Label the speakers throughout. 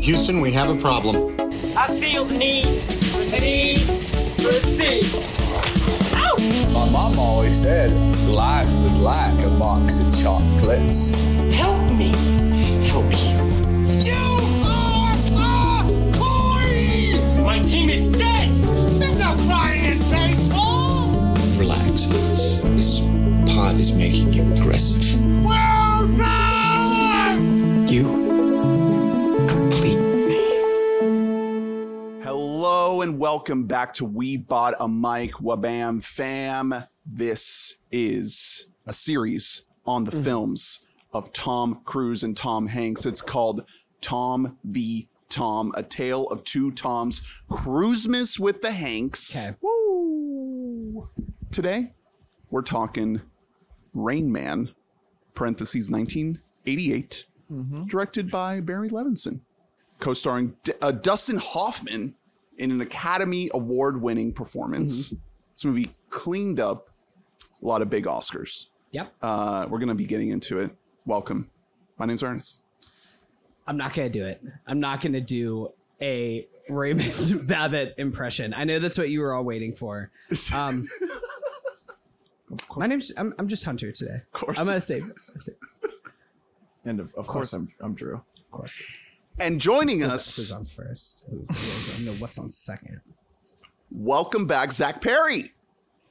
Speaker 1: Houston, we have a problem.
Speaker 2: I feel the need, the need for a stick. Ow!
Speaker 3: My mom always said life was like a box of chocolates.
Speaker 2: Help me, help you. You are a toy! My team is dead! There's no crying in baseball!
Speaker 4: Relax. This, this pod is making you aggressive. You complete me.
Speaker 3: Hello and welcome back to We Bought a Mic Wabam Fam. This is a series on the films of Tom Cruise and Tom Hanks. It's called Tom v. Tom, A Tale of Two Toms, Cruisemas with the Hanks.
Speaker 5: Okay.
Speaker 3: Woo! Today, we're talking Rain Man, parentheses 1988, directed by Barry Levinson co-starring D- uh, Dustin Hoffman in an Academy Award-winning performance.
Speaker 6: Mm-hmm.
Speaker 3: This movie cleaned up a lot of big Oscars.
Speaker 5: Yep.
Speaker 3: Uh, we're gonna be getting into it. Welcome. My name's Ernest.
Speaker 5: I'm not gonna do it. I'm not gonna do a Raymond Babbitt impression. I know that's what you were all waiting for. Um, my name's I'm, I'm just Hunter today. Of
Speaker 3: course.
Speaker 5: I'm gonna save. that's it.
Speaker 6: And of, of course, I'm I'm Drew. Of course.
Speaker 3: And joining
Speaker 5: Who's
Speaker 3: us,
Speaker 5: on first? Who- who's on- no, what's on second?
Speaker 3: welcome back, Zach Perry.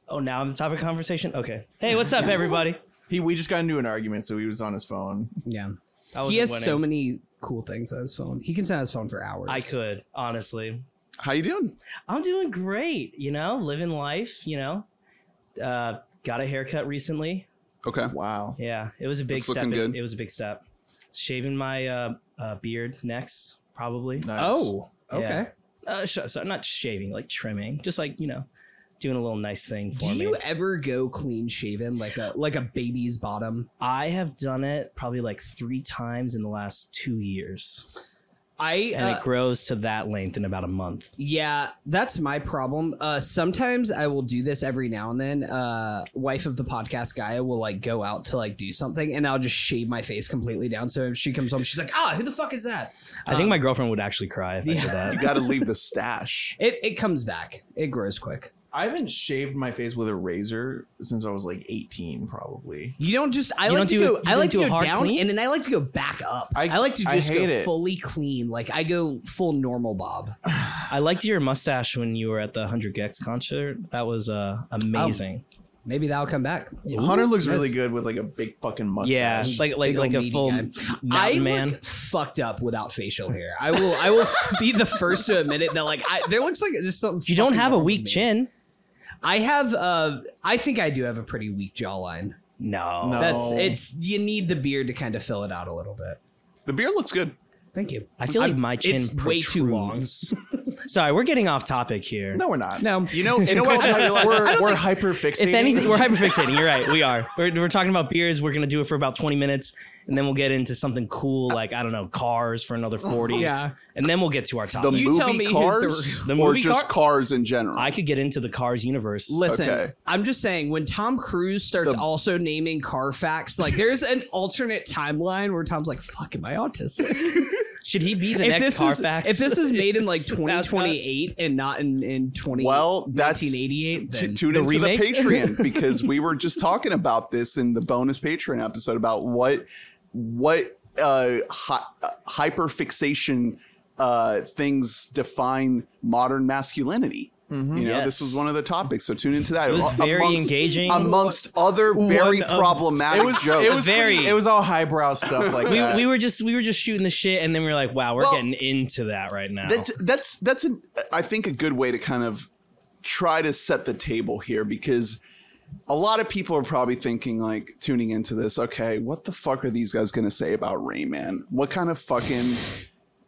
Speaker 7: Oh, now I'm the topic of conversation? Okay. Hey, what's up, everybody?
Speaker 6: He we just got into an argument, so he was on his phone.
Speaker 5: Yeah.
Speaker 7: I
Speaker 5: He
Speaker 7: wasn't
Speaker 5: has so
Speaker 7: winning.
Speaker 5: many cool things on his phone. He can send his phone for hours.
Speaker 7: I could, honestly.
Speaker 3: How you doing?
Speaker 7: I'm doing great, you know, living life, you know. Uh, got a haircut recently.
Speaker 3: Okay.
Speaker 6: Wow.
Speaker 7: Yeah, it was a big
Speaker 3: Looks
Speaker 7: step.
Speaker 3: looking
Speaker 7: It-
Speaker 3: good.
Speaker 7: It was a big step. Shaving my uh, uh, beard next, probably.
Speaker 6: Nice.
Speaker 5: Oh. Okay.
Speaker 7: Yeah. Uh, sh- so not shaving, like trimming, just like you know, doing a little nice thing for
Speaker 5: Do
Speaker 7: me.
Speaker 5: you ever go clean shaven like a like a baby's bottom?
Speaker 7: I have done it probably like three times in the last two years,
Speaker 5: I
Speaker 7: and
Speaker 5: uh,
Speaker 7: it grows to that length in about a month.
Speaker 5: Yeah, that's my problem. Uh sometimes I will do this every now and then. Uh wife of the podcast guy will like go out to like do something and I'll just shave my face completely down. So if she comes home, she's like, ah, who the fuck is that? Um,
Speaker 7: I think my girlfriend would actually cry if I
Speaker 5: Yeah.
Speaker 7: did that.
Speaker 3: You got to leave the stash.
Speaker 5: It it comes back. It grows quick.
Speaker 6: I haven't shaved my face with a razor since I was like 18, probably.
Speaker 5: You don't just I
Speaker 7: You
Speaker 5: like
Speaker 7: don't
Speaker 5: to
Speaker 7: do a-
Speaker 5: go
Speaker 7: you
Speaker 5: I
Speaker 7: don't
Speaker 5: like
Speaker 7: do
Speaker 5: to
Speaker 7: a
Speaker 5: go
Speaker 7: hard
Speaker 5: down
Speaker 7: clean?
Speaker 5: and then I like to go back up. I,
Speaker 6: I-
Speaker 5: like to
Speaker 6: I
Speaker 5: just go
Speaker 6: hate it.
Speaker 5: fully clean. Like I go full normal Bob.
Speaker 7: I liked your mustache when you were at the 100 Gex concert. That was
Speaker 5: Oh,
Speaker 7: uh, amazing.
Speaker 5: Maybe that'll come back.
Speaker 6: Hunter looks
Speaker 5: nice.
Speaker 6: really good with like a big fucking mustache.
Speaker 7: yeah, like like
Speaker 5: Big old
Speaker 7: like a
Speaker 5: meaty
Speaker 7: full
Speaker 5: guy.
Speaker 7: mountain
Speaker 5: I
Speaker 7: man.
Speaker 5: look fucked up without facial hair. I will. I will be the first to admit it. That like, I, there looks like just something.
Speaker 7: you don't
Speaker 5: fucking
Speaker 7: have a
Speaker 5: wrong with
Speaker 7: weak
Speaker 5: me.
Speaker 7: chin.
Speaker 5: I have. Uh, I think I do have a pretty weak jawline.
Speaker 7: No.
Speaker 6: No.
Speaker 3: Oh.
Speaker 5: That's it's. You need the beard to kind of fill it out a little bit.
Speaker 3: The beer looks good.
Speaker 5: Thank you.
Speaker 7: I feel like my chin
Speaker 5: It's way too long.
Speaker 7: protrudes. Sorry, we're getting off topic here.
Speaker 6: No, we're not.
Speaker 5: No,
Speaker 3: You know, you know what? I realized?
Speaker 6: We're, we're hyper fixated.
Speaker 7: If anything, we're hyperfixating. You're right. We are. We're, we're talking about beers. We're gonna do it for about 20 minutes, and then we'll get into something cool like I don't know cars for another 40.
Speaker 5: Yeah.
Speaker 7: And then we'll get to our
Speaker 3: the
Speaker 7: topic.
Speaker 5: You
Speaker 3: movie
Speaker 5: tell me who's the-
Speaker 3: cars,
Speaker 7: The
Speaker 3: or
Speaker 7: movie
Speaker 3: just cars in general.
Speaker 7: I could get into the cars universe.
Speaker 5: Listen,
Speaker 3: Okay.
Speaker 5: I'm just saying when Tom Cruise starts also naming Carfax, like there's an alternate timeline where Tom's like, "Fuck, am I autistic?"
Speaker 7: Should he be the
Speaker 5: if
Speaker 7: next
Speaker 5: this
Speaker 7: Carfax?
Speaker 5: is if this was made in like
Speaker 7: Mascot.
Speaker 5: 2028 and not in in 20
Speaker 3: Well, that's-
Speaker 5: 1988,
Speaker 3: T-
Speaker 5: then
Speaker 3: tune into
Speaker 7: remake?
Speaker 3: the Patreon because we were just talking about this in the bonus Patreon episode about what what uh, hi- uh hyperfixation uh, things define modern masculinity.
Speaker 6: Mm-hmm.
Speaker 3: You know, this
Speaker 7: Yes.
Speaker 3: was one of the topics, so tune into that.
Speaker 7: It was
Speaker 3: A-
Speaker 7: very engaging.
Speaker 3: amongst other very problematic
Speaker 6: it was
Speaker 3: jokes.
Speaker 6: it was
Speaker 7: Very-
Speaker 6: pretty- it was all highbrow stuff like
Speaker 7: we,
Speaker 6: that.
Speaker 7: we were just we were just shooting the shit, and then we were like, wow, we're
Speaker 3: Well,
Speaker 7: getting into that right now.
Speaker 3: That's that's that's an, I think a good way to kind of try to set the table here because a lot of people are probably thinking like tuning into this. Okay, what the fuck are these guys going to say about Rayman? What kind of fucking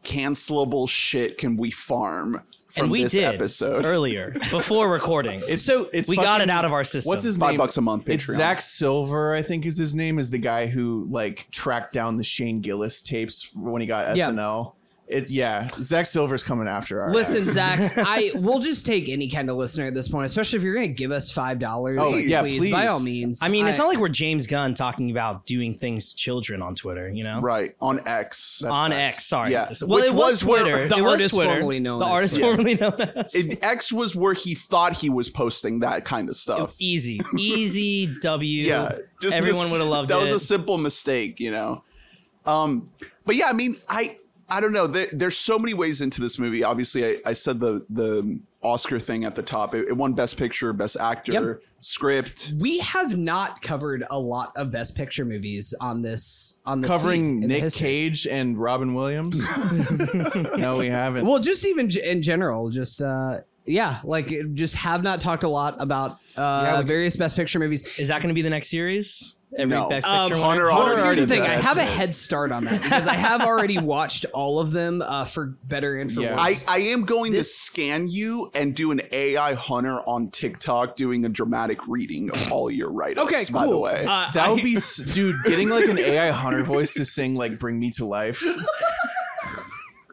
Speaker 3: cancelable shit can we farm from
Speaker 7: and we
Speaker 3: this
Speaker 7: did
Speaker 3: episode?
Speaker 7: earlier before recording.
Speaker 6: It's-
Speaker 7: so
Speaker 6: it's
Speaker 7: we got it
Speaker 6: fucking-
Speaker 7: out of our system.
Speaker 6: What's his
Speaker 3: Five
Speaker 6: name?
Speaker 3: bucks a month. Patreon.
Speaker 6: It's Zach Silver, I think is his name, is the guy who like tracked down the Shane Gillis tapes when he got
Speaker 5: Yeah.
Speaker 6: SNL. It's yeah. Zach Silver's coming after our.
Speaker 5: Listen,
Speaker 6: ass.
Speaker 5: Zach, I we'll just take any kind of listener at this point, especially if you're going to give us five dollars.
Speaker 6: Oh,
Speaker 5: like,
Speaker 6: yeah,
Speaker 5: please,
Speaker 6: please.
Speaker 5: by all means.
Speaker 7: I mean, it's not like we're James Gunn talking about doing things to children on Twitter, you know?
Speaker 3: Right on X.
Speaker 6: That's
Speaker 7: on
Speaker 6: facts.
Speaker 7: X, sorry.
Speaker 3: Yeah.
Speaker 7: Well,
Speaker 3: Which
Speaker 7: it
Speaker 3: was
Speaker 7: was,
Speaker 3: where-
Speaker 7: Twitter.
Speaker 5: the
Speaker 7: it was
Speaker 5: artist
Speaker 7: Twitter.
Speaker 5: formerly known
Speaker 7: The
Speaker 5: as
Speaker 7: artist
Speaker 5: Twitter.
Speaker 7: formerly known as.
Speaker 3: It, X was where he thought he was posting that kind of stuff.
Speaker 7: easy, easy W.
Speaker 3: yeah, just
Speaker 7: everyone
Speaker 3: this-
Speaker 7: would have loved
Speaker 3: that
Speaker 7: it.
Speaker 3: was a simple mistake, you know. Um, but yeah, I mean, I I don't know. There, there's so many ways into this movie. Obviously, I, I said the the Oscar thing at the top. It, it won Best Picture, Best Actor,
Speaker 5: Yep.
Speaker 3: Script.
Speaker 5: we have not covered a lot of best picture movies on this on this
Speaker 6: covering
Speaker 5: feed in
Speaker 6: Nick
Speaker 5: history.
Speaker 6: Cage and Robin Williams. no, we haven't.
Speaker 5: Well, just even g- in general, just uh yeah, like it- just have not talked a lot about uh
Speaker 7: we-
Speaker 5: various best picture movies.
Speaker 7: Is that going to be the next series? Every
Speaker 3: No.
Speaker 7: Best
Speaker 5: Um,
Speaker 7: Picture winner?
Speaker 3: Hunter
Speaker 5: Well,
Speaker 3: already
Speaker 5: here's the
Speaker 3: did
Speaker 5: thing.
Speaker 3: that.
Speaker 5: I have a head start on that because I have already watched all of them uh, for better and for
Speaker 6: Yeah.
Speaker 5: worse.
Speaker 3: I, I am going to scan you and do an AI hunter on TikTok doing a dramatic reading of all your write-ups.
Speaker 5: Okay,
Speaker 3: By the
Speaker 5: cool.
Speaker 3: way,
Speaker 7: Uh,
Speaker 6: that
Speaker 7: I-
Speaker 6: would be s- dude getting like an AI hunter voice to sing like "Bring Me to Life."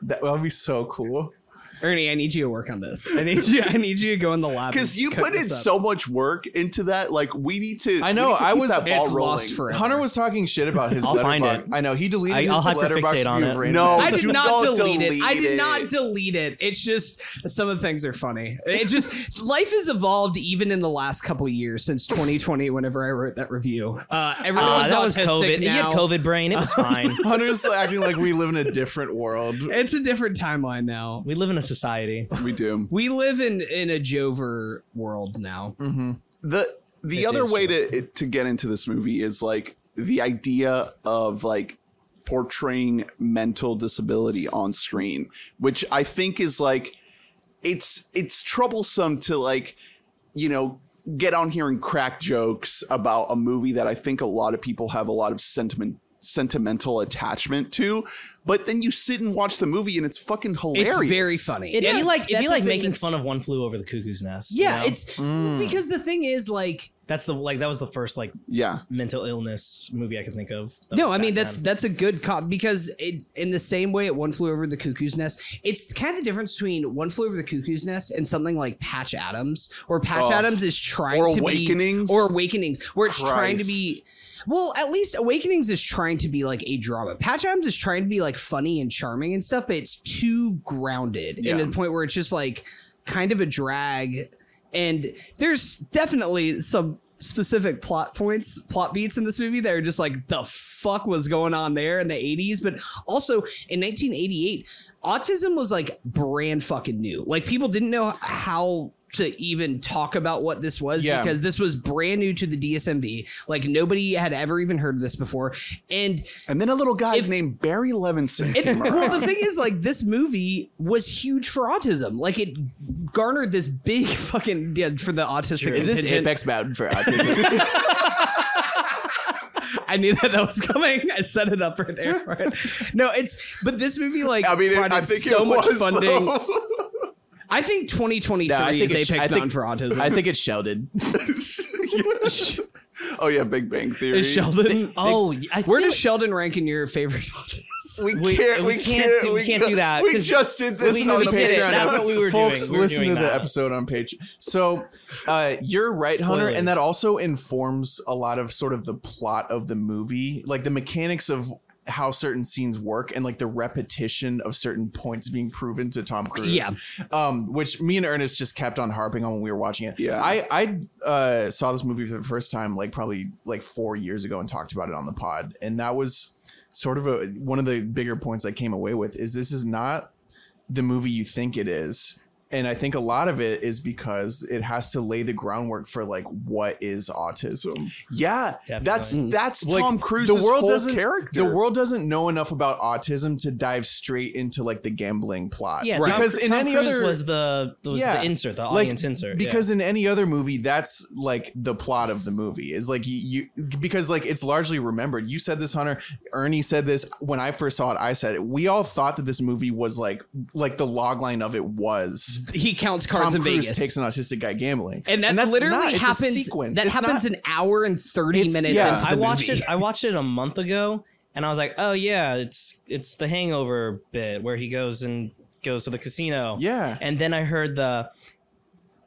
Speaker 6: that would be so cool.
Speaker 5: Ernie, I need you to work on this. I need you. I need you to go in the lab
Speaker 3: because
Speaker 5: and
Speaker 3: you
Speaker 5: cook
Speaker 3: put in
Speaker 5: this up.
Speaker 3: so much work into that, like we need to.
Speaker 6: I
Speaker 3: we
Speaker 6: know,
Speaker 3: need to
Speaker 6: I
Speaker 3: keep
Speaker 6: was-
Speaker 3: that ball
Speaker 5: It's
Speaker 3: rolling.
Speaker 5: lost forever.
Speaker 6: Hunter was talking shit about his
Speaker 7: I'll find
Speaker 6: letterbox.
Speaker 7: it.
Speaker 6: I know he deleted
Speaker 7: I-
Speaker 6: his
Speaker 7: I'll have to
Speaker 6: letterbox
Speaker 7: fixate on
Speaker 6: view of
Speaker 7: it.
Speaker 6: Rain
Speaker 3: No.
Speaker 6: Man.
Speaker 5: I did
Speaker 3: Dude,
Speaker 5: not
Speaker 3: don't
Speaker 5: delete, it. I
Speaker 3: delete
Speaker 5: did not
Speaker 3: it.
Speaker 5: delete it. It's just some of the things are funny. It just life has evolved even in the last couple of years since 2020. Whenever I wrote that review, uh, everyone's
Speaker 7: Ah, that was
Speaker 5: autistic
Speaker 7: COVID. You
Speaker 5: now.
Speaker 7: had COVID brain. It was fine.
Speaker 6: Hunter's acting like we live in a different world.
Speaker 5: It's a different timeline now.
Speaker 7: We live in a society.
Speaker 3: We do.
Speaker 5: We live in in a Jover world now.
Speaker 3: the the
Speaker 7: It
Speaker 3: other
Speaker 7: is
Speaker 3: way to to get into this movie is like the idea of like portraying mental disability on screen which i think is like it's it's troublesome to like you know get on here and crack jokes about a movie that i think a lot of people have a lot of sentiment sentimental attachment to but then you sit and watch the movie and it's fucking hilarious
Speaker 5: It's very funny.
Speaker 7: It'd
Speaker 5: Yes,
Speaker 7: be like it'd
Speaker 5: that's
Speaker 7: be
Speaker 5: a
Speaker 7: like
Speaker 5: thing
Speaker 7: making
Speaker 5: that's-
Speaker 7: fun of one flew over the cuckoo's nest. you
Speaker 5: Yeah,
Speaker 7: know?
Speaker 5: it's
Speaker 3: Mm.
Speaker 5: because the thing is like
Speaker 7: that's the like that was the first like
Speaker 3: yeah
Speaker 7: mental illness movie I could think of. that
Speaker 5: No, I
Speaker 7: was
Speaker 5: mean
Speaker 7: back
Speaker 5: that's
Speaker 7: then.
Speaker 5: that's a good cop because it's in the same way. It one flew over the cuckoo's nest. It's kind of the difference between one flew over the cuckoo's nest and something like Patch Adams, where Patch
Speaker 3: Oh.
Speaker 5: Adams is trying
Speaker 3: Or
Speaker 5: to
Speaker 3: Awakenings?
Speaker 5: be, or Awakenings, where it's trying to
Speaker 3: Christ.
Speaker 5: be. Well, at least Awakenings is trying to be like a drama. Patch Adams is trying to be like funny and charming and stuff, but it's too grounded
Speaker 3: Yeah.
Speaker 5: and to the point where it's just like kind of a drag. And there's definitely some specific plot points, plot beats in this movie that are just like the fuck was going on there in the 80s. But also in 1988, autism was like brand fucking new. Like people didn't know how to even talk about what this was
Speaker 6: Yeah.
Speaker 5: because this was brand new to the DSMV. Like nobody had ever even heard of this before. And
Speaker 3: and then a little guy named barry levinson
Speaker 5: it,
Speaker 3: came around.
Speaker 5: well, the thing is, like, this movie was huge for autism. Like, it garnered this big fucking yeah, for the autistic.
Speaker 6: Is this
Speaker 5: contingent.
Speaker 6: Apex Mountain for autism?
Speaker 5: I knew that that was coming. I set it up right there. for it. No, it's but this movie like
Speaker 3: i mean
Speaker 5: brought
Speaker 3: i
Speaker 5: in
Speaker 3: think
Speaker 5: so
Speaker 3: it
Speaker 5: much
Speaker 3: was,
Speaker 5: funding.
Speaker 3: though.
Speaker 5: I think 2023
Speaker 6: No, I think
Speaker 5: is
Speaker 6: it sh-
Speaker 5: Apex
Speaker 6: I think-
Speaker 5: Mountain for autism.
Speaker 6: I think it's Sheldon.
Speaker 3: oh yeah, Big Bang Theory.
Speaker 5: is Sheldon?
Speaker 7: oh, I
Speaker 5: where
Speaker 7: feel
Speaker 5: does Sheldon rank in your favorite autism?
Speaker 3: we
Speaker 7: we-
Speaker 3: can't, we,
Speaker 7: we can't
Speaker 3: can't,
Speaker 7: do- we can't do that,
Speaker 3: We
Speaker 7: 'cause
Speaker 3: just did this
Speaker 7: we-
Speaker 3: on
Speaker 7: we
Speaker 3: the
Speaker 7: did it.
Speaker 3: Patreon.
Speaker 7: That's what we were
Speaker 6: Folks,
Speaker 7: doing. We were
Speaker 6: listen
Speaker 7: doing
Speaker 6: to the
Speaker 7: that.
Speaker 6: episode on page. So, uh, you're right, Hunter,
Speaker 7: Spoilers.
Speaker 6: and that also informs a lot of sort of the plot of the movie, like the mechanics of how certain scenes work and like the repetition of certain points being proven to Tom Cruise.
Speaker 5: Yeah.
Speaker 6: Um, which me and Ernest just kept on harping on when we were watching it.
Speaker 3: Yeah.
Speaker 6: I I uh, saw this movie for the first time like probably like four years ago and talked about it on the pod, and that was sort of a one of the bigger points I came away with is this is not the movie you think it is. And I think a lot of it is because it has to lay the groundwork for like what is autism.
Speaker 3: Yeah, that's
Speaker 7: Definitely.
Speaker 3: that's
Speaker 6: Like,
Speaker 3: Tom Cruise's
Speaker 6: the world
Speaker 3: whole
Speaker 6: doesn't
Speaker 3: character.
Speaker 6: The world doesn't know enough about autism to dive straight into like the gambling plot.
Speaker 7: yeah, Tom-
Speaker 6: because in
Speaker 7: Tom
Speaker 6: any
Speaker 7: Cruise
Speaker 6: other
Speaker 7: was the was
Speaker 6: Yeah.
Speaker 7: the insert, the
Speaker 6: Like,
Speaker 7: audience insert. yeah.
Speaker 6: because in any other movie that's like the plot of the movie is like you, you because like it's largely remembered you said this hunter ernie said this when i first saw it i said it we all thought that this movie was like like the log line of it was
Speaker 5: He counts cards
Speaker 6: Tom
Speaker 5: in
Speaker 6: Cruise
Speaker 5: Vegas.
Speaker 6: takes an autistic guy gambling,
Speaker 5: and that
Speaker 6: that's
Speaker 5: literally
Speaker 6: not- it's a
Speaker 5: happens.
Speaker 6: sequence.
Speaker 5: That
Speaker 6: It's
Speaker 5: happens
Speaker 6: not-
Speaker 5: an hour and thirty
Speaker 6: It's-
Speaker 5: minutes
Speaker 6: yeah.
Speaker 5: into the
Speaker 7: I watched
Speaker 5: movie.
Speaker 7: it. I watched it a month ago, and I was like, oh yeah, it's it's the Hangover bit where he goes and goes to the casino.
Speaker 6: Yeah.
Speaker 7: And then I heard the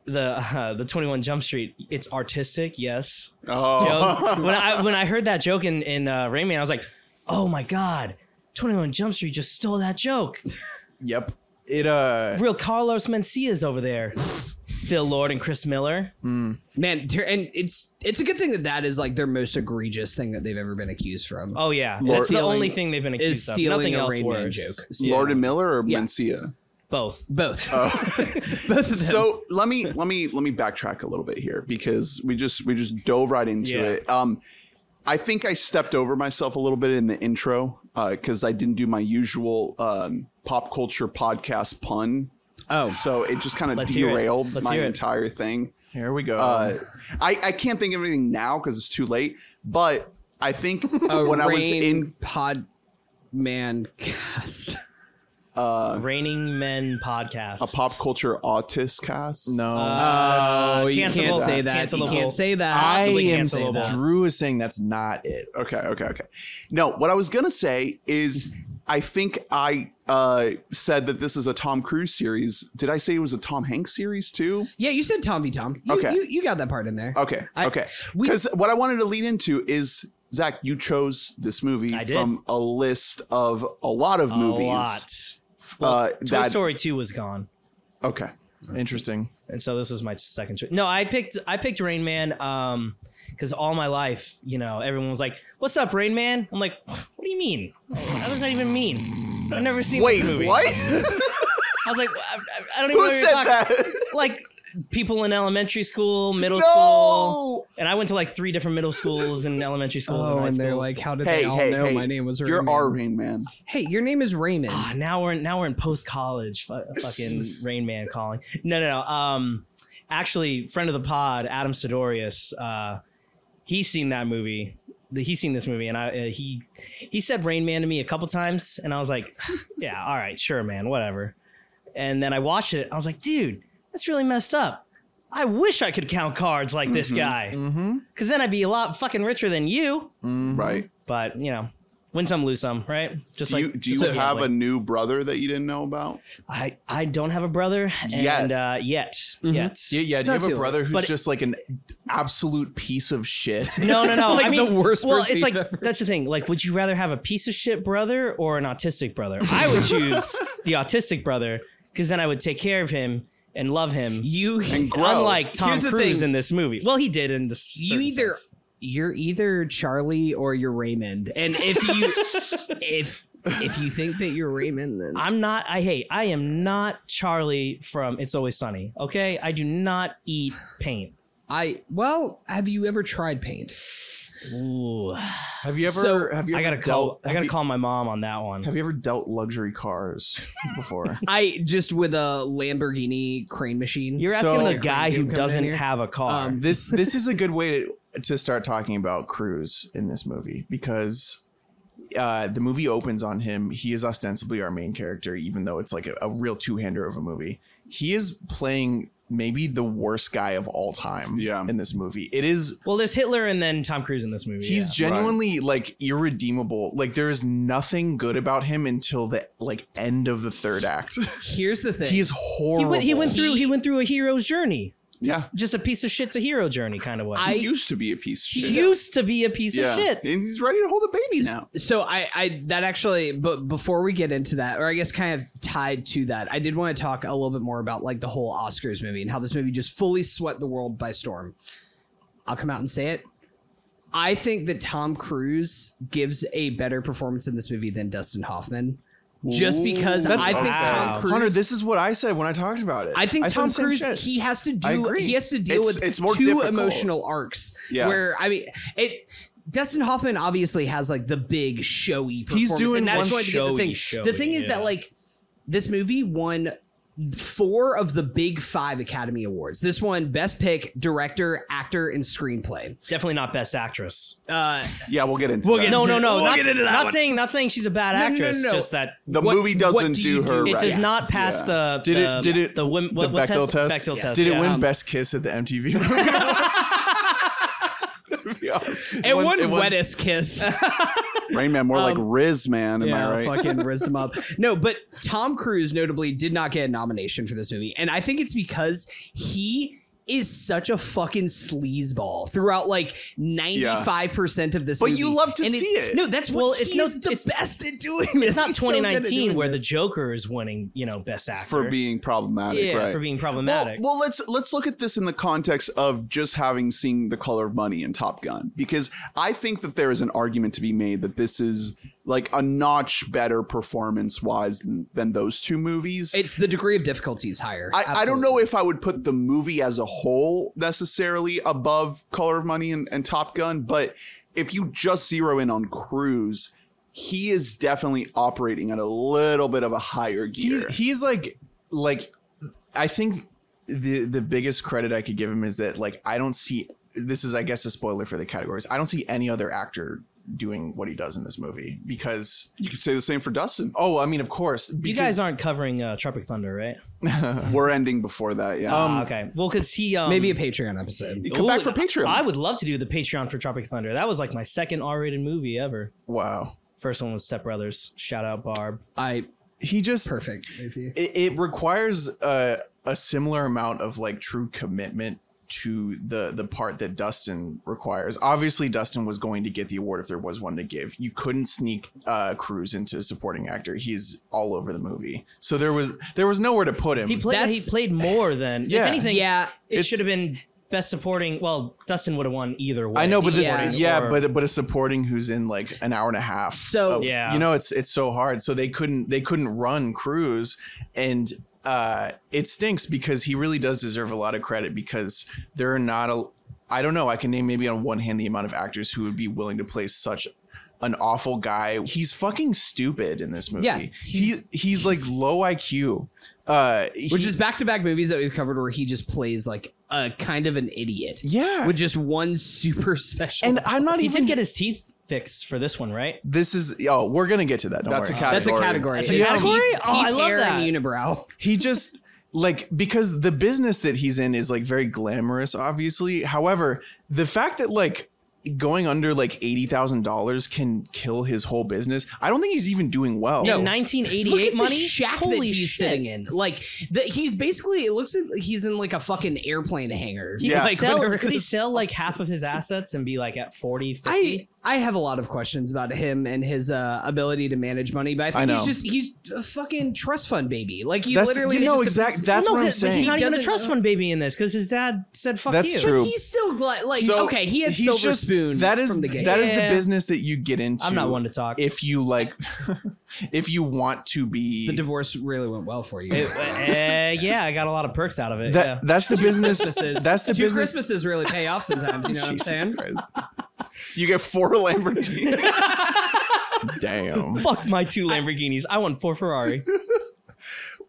Speaker 7: the uh, the Twenty One Jump Street. It's artistic, yes.
Speaker 3: Oh,
Speaker 7: Joke. when I when I heard that joke in in uh, Rayman, I was like, oh my god, Twenty One Jump Street just stole that joke.
Speaker 6: Yep. It uh
Speaker 7: Real Carlos Mencia's over there. Phil Lord and Chris Miller.
Speaker 5: Man, ter- and it's it's a good thing that that is like their most egregious thing that they've ever been accused from.
Speaker 7: Oh yeah,
Speaker 3: Lord-
Speaker 7: that's the
Speaker 5: Stealing-
Speaker 7: only thing they've been accused
Speaker 5: is stealing
Speaker 7: of. Nothing
Speaker 5: a
Speaker 7: else
Speaker 5: Rain Man
Speaker 7: worse.
Speaker 5: joke.
Speaker 3: Lord and Miller or
Speaker 5: Yeah.
Speaker 3: Mencia?
Speaker 7: Both.
Speaker 5: Both.
Speaker 6: Uh,
Speaker 7: Both of them.
Speaker 3: So let me let me let me backtrack a little bit here because we just we just dove right into
Speaker 7: Yeah.
Speaker 3: it. Um, I think I stepped over myself a little bit in the intro because I didn't do my usual um, pop culture podcast pun,
Speaker 5: oh,
Speaker 3: so it just kind of
Speaker 7: Let's hear it.
Speaker 3: derailed
Speaker 7: Let's
Speaker 3: my
Speaker 7: hear it.
Speaker 3: entire thing.
Speaker 6: here we go.
Speaker 3: Uh, I I can't think of anything now because it's too late, but. I think
Speaker 5: a
Speaker 3: when I was
Speaker 5: rain
Speaker 3: in Uh,
Speaker 5: pod man cast.
Speaker 7: Raining Men podcast.
Speaker 3: a pop culture autist cast,
Speaker 6: no.
Speaker 5: Oh, you can't
Speaker 7: cancelable.
Speaker 5: say that. You
Speaker 7: Cancelable.
Speaker 5: can't say that.
Speaker 6: I
Speaker 7: possibly
Speaker 6: am
Speaker 7: cancelable.
Speaker 6: s- Drew is saying that's not it.
Speaker 3: Okay, okay, okay. No, what I was gonna say is, I think I uh, said that this is a Tom Cruise series. Did I say it was a Tom Hanks series too?
Speaker 5: yeah, you said Tom v Tom. You,
Speaker 3: Okay. Oh,
Speaker 5: you, you got that part in there.
Speaker 3: Okay,
Speaker 5: I-
Speaker 3: okay.
Speaker 5: we-
Speaker 3: Because what I wanted to lead into is Zach, you chose this movie
Speaker 7: I did.
Speaker 3: from a list of a lot of
Speaker 7: A
Speaker 3: movies.
Speaker 7: lot. Well,
Speaker 3: Uh,
Speaker 7: Toy
Speaker 3: that-
Speaker 7: Story Two was gone,
Speaker 3: Okay.
Speaker 6: Interesting.
Speaker 7: and so this was my second choice. No, I picked I picked Rain Man um because all my life, you know, everyone was like, "What's up, Rain Man?" I'm like, "What do you mean? What does that even mean? I've never seen
Speaker 3: Wait,
Speaker 7: this movie."
Speaker 3: what?
Speaker 7: I was like, "I, I- I don't even
Speaker 3: Who
Speaker 7: know what you're
Speaker 3: said
Speaker 7: talking."
Speaker 3: that?
Speaker 7: Like people in elementary school, middle
Speaker 3: no.
Speaker 7: school, and I went to like three different middle schools and elementary schools. and,
Speaker 5: Oh,
Speaker 7: high
Speaker 5: and they're
Speaker 7: schools.
Speaker 5: like, how did
Speaker 3: Hey,
Speaker 5: they all
Speaker 3: hey,
Speaker 5: know
Speaker 3: hey,
Speaker 5: my name was
Speaker 3: You're
Speaker 5: Raymond?
Speaker 3: our Rain Man.
Speaker 5: Hey, your name is Raymond.
Speaker 7: Ah, now we're now we're in post college. Fucking Rain Man calling. No, no, no. Um, actually, friend of the pod, Adam Sidorius. Uh, he's seen that movie. The- He's seen this movie, and I uh, he he said Rain Man to me a couple times, and I was like, yeah, all right, sure, man, whatever. And then I watched it. I was like, dude, that's really messed up. I wish I could count cards like this guy,
Speaker 6: Mm-hmm.
Speaker 7: because then I'd be a lot fucking richer than you.
Speaker 3: Right.
Speaker 7: But you know, win some, lose some, right? Just
Speaker 3: Do
Speaker 7: like
Speaker 3: you, do you
Speaker 7: Mm-hmm. so-
Speaker 3: have
Speaker 7: gambling.
Speaker 3: a new brother that you didn't know about?
Speaker 7: I I don't have a brother
Speaker 3: Yet.
Speaker 7: and uh, yet
Speaker 5: Mm-hmm.
Speaker 7: yet.
Speaker 6: Yeah, yeah.
Speaker 5: It's
Speaker 6: Do you
Speaker 5: not
Speaker 6: have
Speaker 5: too
Speaker 6: a
Speaker 5: late.
Speaker 6: brother who's
Speaker 7: But-
Speaker 6: just like an absolute piece of shit?
Speaker 7: No, no, no.
Speaker 5: Like
Speaker 7: I mean,
Speaker 5: the worst
Speaker 7: Well,
Speaker 5: person
Speaker 7: it's like
Speaker 5: you've ever-
Speaker 7: that's the thing. Like, would you rather have a piece of shit brother or an autistic brother? I would choose the autistic brother because then I would take care of him and love him.
Speaker 5: You
Speaker 3: grow.
Speaker 7: Unlike Tom
Speaker 5: Here's the
Speaker 7: Cruise
Speaker 5: thing.
Speaker 7: in this movie. Well, he did in this.
Speaker 5: you either you're either Charlie or you're Raymond. And if you if if you think that you're Raymond, then
Speaker 7: I'm not. I hate. I am not Charlie from It's Always Sunny. Okay, I do not eat paint.
Speaker 5: I well, have you ever tried paint?
Speaker 7: Ooh,
Speaker 6: Have you ever?
Speaker 5: So,
Speaker 6: have you?
Speaker 7: I
Speaker 6: Ever
Speaker 7: gotta call.
Speaker 6: dealt,
Speaker 7: I
Speaker 6: have
Speaker 7: gotta
Speaker 6: you-
Speaker 7: call my mom on that one.
Speaker 6: Have you ever dealt luxury cars before?
Speaker 5: I just with a Lamborghini crane machine.
Speaker 7: You're
Speaker 6: So-
Speaker 7: asking the
Speaker 6: Like,
Speaker 7: guy
Speaker 5: you
Speaker 7: who
Speaker 5: come in
Speaker 7: doesn't
Speaker 5: here?
Speaker 7: have a car.
Speaker 5: Um,
Speaker 6: this this is a good way to to start talking about Cruz in this movie because uh, the movie opens on him. He is ostensibly our main character, even though it's like a, a real two hander of a movie. He is playing maybe the worst guy of all time.
Speaker 3: Yeah.
Speaker 6: in this movie, it is.
Speaker 7: well, there's Hitler and then Tom Cruise in this movie.
Speaker 6: He's
Speaker 7: yeah.
Speaker 6: genuinely like irredeemable. Like there is nothing good about him until the like end of the third act.
Speaker 5: Here's the thing.
Speaker 6: He's
Speaker 7: he
Speaker 6: horrible.
Speaker 7: went he went through he went through a hero's journey,
Speaker 3: Yeah.
Speaker 7: just a piece of shit to hero journey kind of way.
Speaker 3: He
Speaker 5: I-
Speaker 3: used to be a piece of
Speaker 7: he
Speaker 3: shit.
Speaker 7: used to be a piece of shit.
Speaker 3: And he's ready to hold a baby now.
Speaker 5: so I, I that actually but before we get into that or i guess kind of tied to that i did want to talk a little bit more about like the whole oscars movie and how this movie just fully swept the world by storm i'll come out and say it i think that tom cruise gives a better performance in this movie than dustin hoffman just because
Speaker 6: That's-
Speaker 5: i think
Speaker 7: Wow.
Speaker 5: tom cruise
Speaker 6: Hunter, this is what I said when I talked about it.
Speaker 5: I think
Speaker 6: said
Speaker 5: Tom
Speaker 6: the same
Speaker 5: Cruise
Speaker 6: shit.
Speaker 5: he has to
Speaker 6: I
Speaker 5: do
Speaker 6: agree.
Speaker 5: he has to deal
Speaker 3: It's-
Speaker 5: with
Speaker 3: it's more
Speaker 5: two
Speaker 3: difficult.
Speaker 5: emotional arcs.
Speaker 3: Yeah.
Speaker 5: Where I mean it Dustin Hoffman obviously has like the big showy performance.
Speaker 6: He's doing
Speaker 5: and that's
Speaker 6: one
Speaker 5: going to get the
Speaker 7: showy,
Speaker 5: thing.
Speaker 7: showy,
Speaker 5: the thing is that
Speaker 7: yeah.
Speaker 5: like this movie won four of the big five Academy Awards. This one best pick, director, actor, and screenplay.
Speaker 7: Definitely not best actress.
Speaker 5: Uh
Speaker 3: Yeah, we'll get into that.
Speaker 7: no, no, no.
Speaker 5: we'll
Speaker 7: not
Speaker 5: get into that
Speaker 7: not
Speaker 5: one.
Speaker 7: saying not saying she's a bad
Speaker 5: No, no, no,
Speaker 7: actress.
Speaker 5: no.
Speaker 7: Just that
Speaker 3: The
Speaker 5: What-
Speaker 3: movie
Speaker 5: what
Speaker 3: doesn't
Speaker 5: do
Speaker 3: do,
Speaker 5: you
Speaker 3: her
Speaker 5: do?
Speaker 7: it
Speaker 3: right.
Speaker 7: does not pass the
Speaker 6: Did it-
Speaker 7: the-
Speaker 6: did it-
Speaker 7: the wim,
Speaker 6: the
Speaker 7: what, what
Speaker 6: Bechdel test?
Speaker 7: Bechdel
Speaker 5: Yeah.
Speaker 7: test.
Speaker 6: Did it win
Speaker 7: yeah. Um,
Speaker 6: Best Kiss at the MTV? Award?
Speaker 5: and
Speaker 6: It won-
Speaker 5: one
Speaker 6: it won-
Speaker 5: wettest kiss.
Speaker 3: Rain Man, more like
Speaker 7: Um,
Speaker 3: Riz Man. Am I right?
Speaker 5: fucking rizzed him up. No, but Tom Cruise notably did not get a nomination for this movie, and I think it's because he is such a fucking sleazeball throughout like ninety five percent of this.
Speaker 3: But
Speaker 5: movie.
Speaker 3: you love to
Speaker 5: And
Speaker 3: see
Speaker 5: it's-
Speaker 3: it.
Speaker 5: No, that's
Speaker 7: Well,
Speaker 5: what
Speaker 7: it's
Speaker 5: it's
Speaker 7: no-
Speaker 5: not the
Speaker 7: it's-
Speaker 5: best at doing.
Speaker 7: It's
Speaker 5: this.
Speaker 7: not
Speaker 5: He's so good at
Speaker 7: 2019
Speaker 5: doing
Speaker 7: where the
Speaker 5: this.
Speaker 7: Joker is winning, you know, best actor
Speaker 3: for being problematic,
Speaker 7: yeah,
Speaker 3: right?
Speaker 7: for being
Speaker 3: well,
Speaker 7: problematic.
Speaker 3: well, let's let's look at this in the context of just having seen the color of money in Top Gun, because I think that there is an argument to be made that this is like a notch better performance wise than, than those two movies.
Speaker 5: It's the degree of difficulty is higher.
Speaker 3: I, I don't
Speaker 5: Absolutely.
Speaker 3: know if I would put the movie as a whole necessarily above Color of Money and, and Top Gun, but if you just zero in on Cruise, he is definitely operating at a little bit of a higher gear.
Speaker 6: he's, he's like like i think the the biggest credit i could give him is that like i don't see this is i guess a spoiler for the categories i don't see any other actor doing what he does in this movie because
Speaker 3: you could say the same for Dustin.
Speaker 6: oh i mean of course
Speaker 7: you guys aren't covering uh, Tropic Thunder, right?
Speaker 3: We're ending before that, yeah.
Speaker 7: Ah, okay. Well, because he um,
Speaker 5: Um, Maybe a Patreon episode.
Speaker 3: You come back for Patreon.
Speaker 7: I would love to do the Patreon for Tropic Thunder. That was like my second R-rated movie ever.
Speaker 6: wow
Speaker 7: First one was Step Brothers. Shout out Barb.
Speaker 5: I
Speaker 6: he just
Speaker 5: perfect. If you-
Speaker 6: it, it requires a, a similar amount of like true commitment to the the part that Dustin requires. Obviously, Dustin was going to get the award if there was one to give. You couldn't sneak uh, Cruz into supporting actor. He's all over the movie, so there was there was nowhere to put him.
Speaker 7: He played. He
Speaker 5: That's-
Speaker 7: played more than.
Speaker 6: Yeah.
Speaker 7: If anything,
Speaker 5: yeah,
Speaker 7: it
Speaker 6: It's-
Speaker 7: should have been best supporting. Well, Dustin would have won either way.
Speaker 6: I know, but the, yeah,
Speaker 5: Yeah.
Speaker 7: Or-
Speaker 6: but but a supporting who's in like an hour and a half.
Speaker 5: So-
Speaker 6: of-
Speaker 7: Yeah.
Speaker 6: you know, it's it's so hard. So they couldn't they couldn't run Cruz, and uh, it stinks because he really does deserve a lot of credit because there are not a. I don't know. I can name maybe on one hand the amount of actors who would be willing to play such an awful guy. He's fucking stupid in this movie.
Speaker 5: Yeah,
Speaker 6: he he's like low IQ. Uh,
Speaker 5: which
Speaker 6: he-
Speaker 5: is back to back movies that we've covered where he just plays like a kind of an idiot
Speaker 6: yeah.
Speaker 5: with just one super special.
Speaker 6: and I'm not
Speaker 7: he
Speaker 6: even.
Speaker 7: did get his teeth fixed for this one, right?
Speaker 6: this is oh, we're gonna get to that. Don't
Speaker 3: That's a
Speaker 6: worry.
Speaker 5: that's a category.
Speaker 7: That's a
Speaker 5: It's
Speaker 7: category?
Speaker 5: Teeth,
Speaker 7: Oh, I
Speaker 5: teeth,
Speaker 7: love
Speaker 5: hair,
Speaker 7: that.
Speaker 5: And unibrow.
Speaker 6: he just like because the business that he's in is like very glamorous obviously however the fact that like going under like $80000 can kill his whole business i don't think he's even doing well
Speaker 7: In 1988 money.
Speaker 5: the shack
Speaker 7: Holy
Speaker 5: that he's
Speaker 7: shit.
Speaker 5: sitting in. Like the, he's basically it looks like he's in like a fucking airplane hangar.
Speaker 7: He
Speaker 3: Yeah.
Speaker 7: could
Speaker 5: Like,
Speaker 7: sell.
Speaker 5: whatever-
Speaker 7: Could he sell like half of his assets and be like at 40, 50?
Speaker 5: I I have a lot of questions about him and his uh, ability to manage money, but I think
Speaker 6: I know.
Speaker 5: he's just he's a fucking trust fund baby. Like he
Speaker 6: That's-
Speaker 5: literally
Speaker 6: you know
Speaker 5: just
Speaker 6: exact- that's
Speaker 7: no,
Speaker 6: what I'm
Speaker 7: but- but
Speaker 6: saying.
Speaker 7: He's not
Speaker 5: He
Speaker 7: even a
Speaker 5: doesn't-
Speaker 7: trust fund baby in this because his dad said fuck
Speaker 6: That's
Speaker 7: you.
Speaker 6: true.
Speaker 5: But he's still gl- like
Speaker 3: So,
Speaker 5: okay, he had
Speaker 6: he's
Speaker 5: silver
Speaker 6: just
Speaker 5: spoon.
Speaker 6: that is
Speaker 5: from the game.
Speaker 6: that is
Speaker 7: Yeah.
Speaker 6: the business that you get into
Speaker 7: I'm not one to talk.
Speaker 6: if you like if you want to be
Speaker 5: the divorce really went well for you.
Speaker 7: It- uh, yeah, I got a lot of perks out of it.
Speaker 6: that
Speaker 7: yeah.
Speaker 6: that's the business
Speaker 5: Christmases.
Speaker 6: that's the
Speaker 5: Two
Speaker 6: business
Speaker 5: Christmases really pay off sometimes. You know what I'm
Speaker 6: Jesus
Speaker 5: saying?
Speaker 6: Christ.
Speaker 3: you get four Lamborghini.
Speaker 6: damn
Speaker 7: Fucked my two Lamborghinis. I won four Ferrari.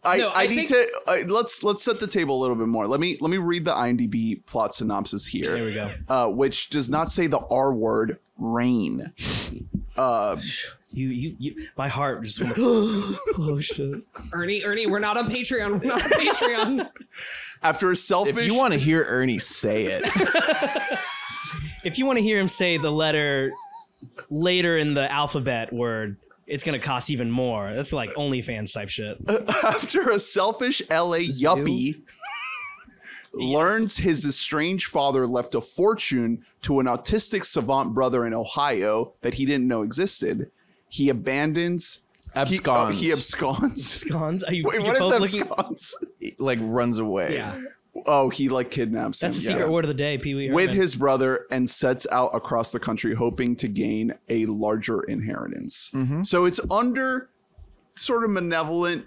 Speaker 3: I,
Speaker 5: No,
Speaker 3: I,
Speaker 5: I
Speaker 3: need
Speaker 5: think-
Speaker 3: to I, let's let's set the table a little bit more. Let me let me read the IMDb plot synopsis here.
Speaker 7: There we go.
Speaker 3: Uh, which does not say the R word, rain. Uh,
Speaker 7: You, you, you. My heart just went. oh shit.
Speaker 5: Ernie, Ernie, we're not on Patreon. We're not on Patreon.
Speaker 3: after a selfish,
Speaker 6: if you want to hear ernie say it
Speaker 7: If you want to hear him say the letter later in the alphabet word, it's gonna cost even more. That's like OnlyFans type shit.
Speaker 3: Uh, after a selfish LA
Speaker 5: Zoo?
Speaker 3: yuppie learns his estranged father left a fortune to an autistic savant brother in Ohio that he didn't know existed, he abandons. he- oh,
Speaker 6: absconds
Speaker 3: He, absconds.
Speaker 7: Guns? Are you,
Speaker 3: Wait,
Speaker 7: you're
Speaker 3: what
Speaker 7: both
Speaker 3: is
Speaker 7: looking-
Speaker 3: absconds?
Speaker 6: like runs away
Speaker 5: Yeah.
Speaker 3: Oh, he like kidnaps
Speaker 7: That's a
Speaker 3: him. yeah.
Speaker 7: secret word of the day, Pee Wee.
Speaker 3: with
Speaker 7: Herman.
Speaker 3: his brother and sets out across the country hoping to gain a larger inheritance.
Speaker 6: Mm-hmm.
Speaker 7: Mm-hmm.
Speaker 3: So it's under sort of malevolent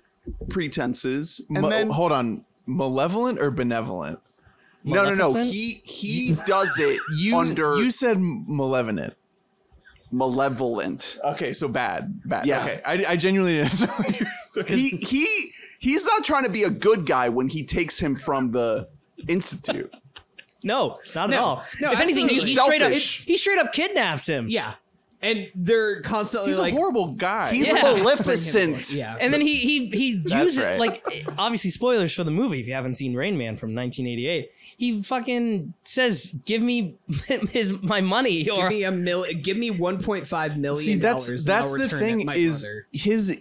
Speaker 3: pretenses. And
Speaker 6: Mo-
Speaker 3: then
Speaker 6: hold on, malevolent or benevolent?
Speaker 3: no, no, no.
Speaker 7: Maleficent?
Speaker 3: He he does it
Speaker 6: You
Speaker 3: under
Speaker 6: you said malevolent.
Speaker 3: malevolent.
Speaker 6: Okay, so bad, bad.
Speaker 3: Yeah.
Speaker 6: Okay, I, I genuinely didn't know what you were saying.
Speaker 3: He he he's not trying to be a good guy when he takes him from the institute.
Speaker 7: No, not at all.
Speaker 5: No,
Speaker 7: if anything,
Speaker 5: absolutely.
Speaker 7: he
Speaker 3: He's
Speaker 7: straight up
Speaker 3: selfish.
Speaker 7: he straight up kidnaps him.
Speaker 5: Yeah. and they're constantly
Speaker 6: He's
Speaker 5: like,
Speaker 6: a horrible guy.
Speaker 3: He's
Speaker 7: Yeah.
Speaker 3: Maleficent.
Speaker 5: yeah,
Speaker 7: And then he he he
Speaker 6: That's
Speaker 7: uses
Speaker 6: right.
Speaker 7: like obviously spoilers for the movie if you haven't seen Rain Man from 1988. He fucking says, "Give me his my money," or
Speaker 5: give me a million, give me one point five million.
Speaker 6: See, that's
Speaker 5: dollars and
Speaker 6: that's
Speaker 5: I'll
Speaker 6: the
Speaker 5: return it,
Speaker 6: thing
Speaker 5: my
Speaker 6: is
Speaker 5: brother.
Speaker 6: his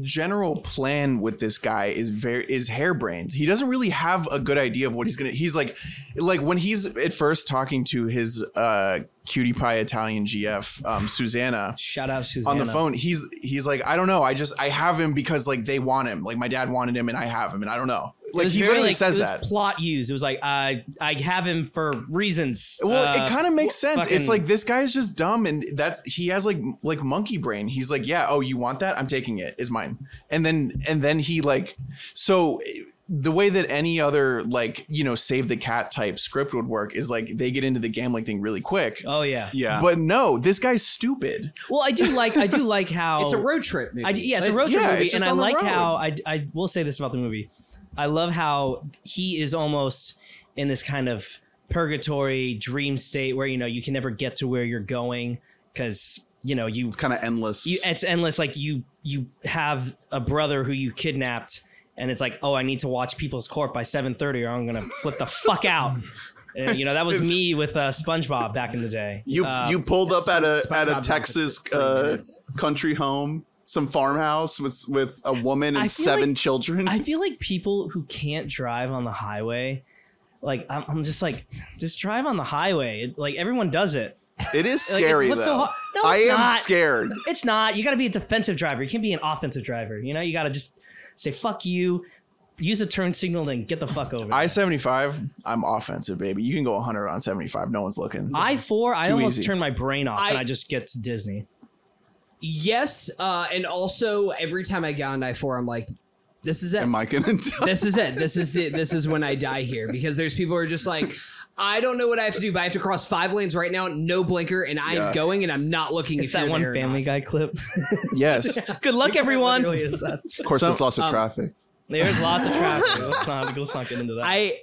Speaker 6: general plan with this guy is very is harebrained. He doesn't really have a good idea of what he's gonna. He's like, like when he's at first talking to his uh, cutie pie Italian GF um, Susanna.
Speaker 7: shout out
Speaker 6: On
Speaker 7: Susanna
Speaker 6: the phone, he's he's like, I don't know. I just I have him because like they want him. Like my dad wanted him, and I have him, and I don't know.
Speaker 7: It
Speaker 6: Like
Speaker 7: was
Speaker 6: he
Speaker 7: very,
Speaker 6: literally
Speaker 7: like,
Speaker 6: says
Speaker 7: it was
Speaker 6: that.
Speaker 7: plot used. It was like I I have him for reasons.
Speaker 6: Well,
Speaker 7: Uh,
Speaker 6: it kind of makes sense.
Speaker 7: fucking-
Speaker 6: it's like this guy's just dumb, and that's he has like m- like monkey brain. He's like, yeah, oh, you want that? I'm taking it. Is mine. And then and then he like so eh, the way that any other like you know save the cat type script would work is like they get into the gambling thing really quick.
Speaker 7: oh yeah.
Speaker 3: Uh, Yeah.
Speaker 6: But no, this guy's stupid.
Speaker 7: Well, I do like I do like how
Speaker 5: it's a road trip movie.
Speaker 7: Oh. I, yeah, it's a road trip
Speaker 6: yeah,
Speaker 7: movie,
Speaker 6: it's
Speaker 7: and
Speaker 6: just
Speaker 7: I
Speaker 6: on the
Speaker 7: like
Speaker 6: road.
Speaker 7: how I, I will say this about the movie. I love how he is almost in this kind of purgatory dream state where you know you can never get to where you're going because you know you
Speaker 3: it's kind of endless.
Speaker 7: you, it's endless. Like you, you have a brother who you kidnapped, and it's like, oh, I need to watch People's Court by seven thirty, or I'm gonna flip the fuck out. And, you know, that was me with uh, SpongeBob back in the day.
Speaker 3: You
Speaker 7: Uh,
Speaker 3: you pulled up at a
Speaker 5: Spongebob
Speaker 3: at a
Speaker 5: Rock
Speaker 3: Texas
Speaker 5: for three
Speaker 3: uh,
Speaker 5: minutes.
Speaker 3: country home, some farmhouse with with a woman
Speaker 7: I
Speaker 3: and
Speaker 7: feel
Speaker 3: seven
Speaker 7: like-
Speaker 3: children.
Speaker 7: I feel like people who can't drive on the highway, like I'm, I'm just like, just drive on the highway. It, like everyone does it.
Speaker 3: it is
Speaker 7: Like, it's-
Speaker 3: scary
Speaker 7: what's so
Speaker 3: though.
Speaker 7: hard- No,
Speaker 3: I
Speaker 7: it's
Speaker 3: am
Speaker 7: not.
Speaker 3: scared.
Speaker 7: It's not. You got to be a defensive driver. You can't be an offensive driver. You know, you got to just say fuck you, use a turn signal, then get the fuck over.
Speaker 6: I seventy five. I'm offensive, baby. You can go hundred on seventy five. No one's looking.
Speaker 7: I four, I
Speaker 6: Too
Speaker 7: almost
Speaker 6: easy.
Speaker 7: turn my brain off and
Speaker 5: I-
Speaker 7: I just get to Disney.
Speaker 5: yes, uh, and also every time I get on I four, I'm like, this is it.
Speaker 3: Am I gonna? die?
Speaker 5: this is it. This is the this is when I die here because there's people who are just like, I don't know what I have to do, but I have to cross five lanes right now, no blinker, and I'm
Speaker 3: Yeah.
Speaker 5: going and I'm not looking.
Speaker 7: It's
Speaker 5: if
Speaker 7: that
Speaker 5: you're
Speaker 7: one
Speaker 5: there or
Speaker 7: Family
Speaker 5: not.
Speaker 7: Guy clip.
Speaker 6: yes.
Speaker 7: Good luck, everyone.
Speaker 5: It really is that.
Speaker 3: Of course,
Speaker 6: So-
Speaker 3: there's lots of
Speaker 5: um,
Speaker 3: traffic.
Speaker 7: There's lots of traffic. Let's not, let's not get into that.
Speaker 5: I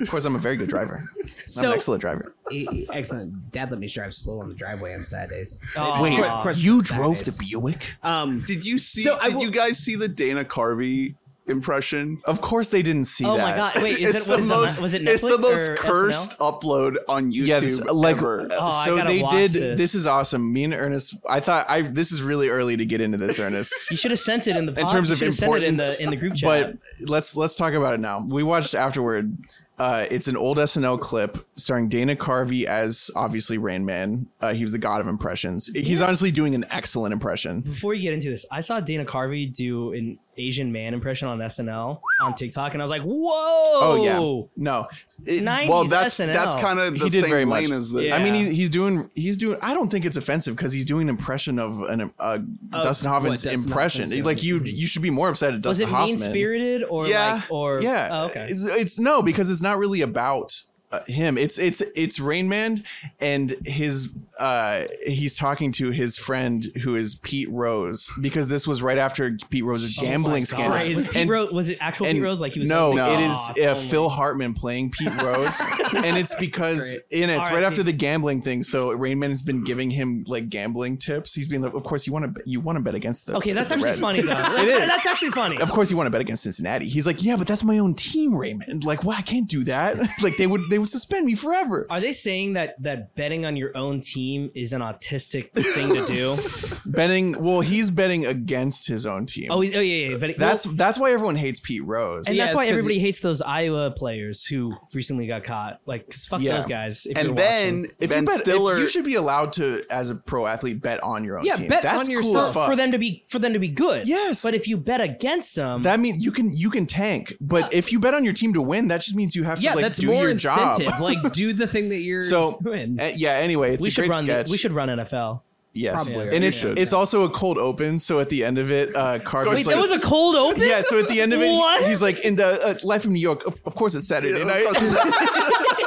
Speaker 6: Of course, I'm a very good driver. I'm
Speaker 5: so
Speaker 6: an excellent driver.
Speaker 5: E- e- excellent. Dad let me drive slow on the driveway on Saturdays.
Speaker 7: Aw.
Speaker 5: Maybe
Speaker 7: Wait,
Speaker 5: of course
Speaker 6: you
Speaker 5: on
Speaker 6: drove the
Speaker 5: Saturdays.
Speaker 6: Buick?
Speaker 5: Um,
Speaker 3: Did you see?
Speaker 5: So I
Speaker 3: did
Speaker 5: will-
Speaker 3: you guys see the Dana Carvey impression?
Speaker 6: Of course, they didn't see
Speaker 7: oh
Speaker 6: that.
Speaker 7: my god! Wait, is
Speaker 3: it's
Speaker 7: it what
Speaker 3: the
Speaker 7: is it,
Speaker 3: most.
Speaker 7: Net- was it Netflix
Speaker 3: it's the most
Speaker 7: or
Speaker 3: cursed
Speaker 7: SNL?
Speaker 3: upload on YouTube
Speaker 6: Yeah, this like uh,
Speaker 3: ever.
Speaker 7: Oh, I
Speaker 6: so
Speaker 7: gotta
Speaker 6: they
Speaker 7: watch
Speaker 6: did.
Speaker 7: this.
Speaker 6: This. is awesome. Me and Ernest, I thought I this is really early to get into this, Ernest.
Speaker 7: You should have sent it in the
Speaker 6: In
Speaker 7: pod.
Speaker 6: terms
Speaker 7: You
Speaker 6: of
Speaker 7: should have sent it in
Speaker 6: importance,
Speaker 7: the in the group
Speaker 6: but
Speaker 7: chat.
Speaker 6: let's let's talk about it now. We watched afterward. Uh, it's an old SNL clip starring Dana Carvey as obviously Rain Man. Uh, he was the god of impressions. He's honestly doing an excellent impression.
Speaker 7: Before you get into this, I saw Dana Carvey do an Asian man impression on SNL on TikTok, and I was like, "Whoa!"
Speaker 6: Oh, yeah, no, it-
Speaker 7: 90s
Speaker 3: well, that's
Speaker 7: SNL.
Speaker 3: that's kind of the
Speaker 6: He did
Speaker 3: same
Speaker 6: very much.
Speaker 3: lane as the.
Speaker 7: Yeah.
Speaker 6: I mean, he, he's doing he's doing. I don't think it's offensive because he's doing an impression of an uh, Dustin Hoffman's
Speaker 5: Dustin
Speaker 6: impression.
Speaker 5: Hoffman's
Speaker 6: like you, you should be more upset at
Speaker 7: Was
Speaker 6: Dustin
Speaker 7: it
Speaker 6: Hoffman.
Speaker 7: mean spirited or
Speaker 6: Yeah,
Speaker 7: like or
Speaker 6: Yeah,
Speaker 7: Oh, okay.
Speaker 6: it's, it's- no because it's not really about uh, him. It's it's it's Rain Man and his. Uh, he's talking to his friend who is Pete Rose because this was right after Pete Rose's gambling scandal.
Speaker 7: Right, Oh is Pete
Speaker 6: And-
Speaker 7: Rose, was it actual Pete
Speaker 6: and-
Speaker 7: Rose? Like he was
Speaker 6: no,
Speaker 7: hosting?
Speaker 6: it is
Speaker 7: Aw,
Speaker 6: uh,
Speaker 7: oh my
Speaker 6: Phil Hartman playing Pete Rose, and it's because in it's
Speaker 7: All
Speaker 6: right,
Speaker 7: right.
Speaker 6: after the gambling thing. So Rainman has been giving him like gambling tips. He's been like, of course you want to you want to bet against the
Speaker 7: Okay, that's
Speaker 6: the
Speaker 7: actually
Speaker 6: Reds.
Speaker 7: funny though. That's,
Speaker 6: is.
Speaker 7: that's actually funny.
Speaker 6: Of course you want to bet against Cincinnati. He's like, yeah, but that's my own team, Raymond. Like, well, I can't do that. like they would they would suspend me forever.
Speaker 7: Are they saying that that betting on your own team is an autistic thing to do?
Speaker 6: Betting well, he's betting against his own team.
Speaker 7: oh, he- oh yeah, yeah. But it-
Speaker 6: that's
Speaker 7: well,
Speaker 6: that's why everyone hates Pete Rose.
Speaker 7: and
Speaker 5: Yeah,
Speaker 7: that's
Speaker 5: it's
Speaker 7: why
Speaker 5: 'cause
Speaker 7: everybody hates those Iowa players who recently got caught. Like, 'cause fuck
Speaker 6: Yeah.
Speaker 7: those guys. If you're
Speaker 3: And then
Speaker 7: watching.
Speaker 6: if
Speaker 3: Ben
Speaker 6: you bet, if
Speaker 3: Stiller,
Speaker 6: you should be allowed to, as a pro athlete, bet on your own
Speaker 5: Yeah,
Speaker 6: team.
Speaker 5: bet
Speaker 6: That's
Speaker 5: on
Speaker 6: cool
Speaker 5: yourself.
Speaker 7: for,
Speaker 6: as fuck.
Speaker 7: for them to be for them to be good.
Speaker 6: Yes.
Speaker 7: But if you bet against them,
Speaker 6: That means you can you can tank, but if you bet on your team to win, that just means you have
Speaker 5: yeah,
Speaker 6: to like
Speaker 5: that's
Speaker 6: do
Speaker 5: more
Speaker 6: your
Speaker 5: incentive.
Speaker 6: job.
Speaker 5: like do the thing that you're
Speaker 6: So
Speaker 5: doing.
Speaker 6: eh, yeah, anyway, it's
Speaker 7: we
Speaker 6: a
Speaker 7: should
Speaker 6: great
Speaker 7: run.
Speaker 6: sketch.
Speaker 7: We should run NFL.
Speaker 6: yes,
Speaker 5: Probably,
Speaker 6: and
Speaker 5: we
Speaker 6: it's
Speaker 5: should.
Speaker 6: it's also a cold open. So at the end of it, uh, Carver's
Speaker 7: Wait,
Speaker 6: like,
Speaker 7: that was a cold open.
Speaker 6: yeah. So at the end of it,
Speaker 7: What?
Speaker 6: he's like in the uh, life from New York. Of, of course, it's Saturday
Speaker 3: Yeah, of
Speaker 6: night.
Speaker 3: course it's-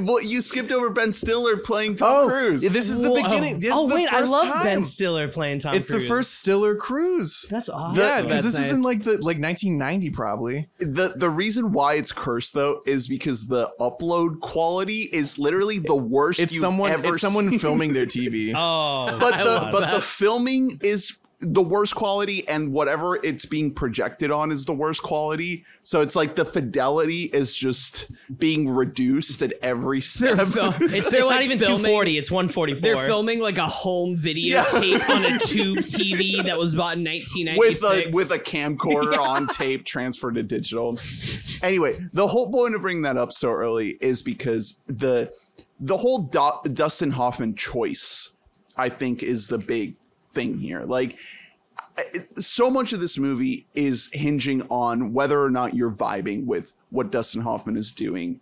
Speaker 3: well, you skipped over Ben Stiller playing Tom
Speaker 6: Oh,
Speaker 3: Cruise.
Speaker 6: yeah, this is the
Speaker 7: Whoa.
Speaker 6: beginning. This
Speaker 7: oh
Speaker 6: is the
Speaker 7: wait,
Speaker 6: first
Speaker 7: I love
Speaker 6: time.
Speaker 7: Ben Stiller playing Tom
Speaker 6: It's the
Speaker 7: Cruise.
Speaker 6: first Stiller cruise.
Speaker 7: That's awesome.
Speaker 6: yeah,
Speaker 3: That's
Speaker 6: because this
Speaker 5: nice.
Speaker 6: is in like the like 1990 probably.
Speaker 3: the the reason why it's cursed though is because the upload quality is literally the worst.
Speaker 6: It's
Speaker 3: you've
Speaker 6: someone
Speaker 3: Ever
Speaker 6: it's someone
Speaker 3: seen.
Speaker 6: filming their TV.
Speaker 7: Oh,
Speaker 3: But
Speaker 7: I
Speaker 3: the
Speaker 7: love
Speaker 3: but
Speaker 7: that.
Speaker 3: the filming is the worst quality, and whatever it's being projected on is the worst quality. So it's like the fidelity is just being reduced at every step.
Speaker 7: it's,
Speaker 5: they're
Speaker 7: it's
Speaker 5: like
Speaker 7: not even
Speaker 5: filming-
Speaker 7: 240. It's 144.
Speaker 5: They're filming like a home video
Speaker 3: Yeah.
Speaker 5: tape on a tube TV that was bought in 1996.
Speaker 3: with a with a camcorder on tape transferred to digital. Anyway, the whole point of bringing that up so early is because the the whole Do- Dustin Hoffman choice, I think, is the big thing here. Like, I- so much of this movie is hinging on whether or not you're vibing with what Dustin Hoffman is doing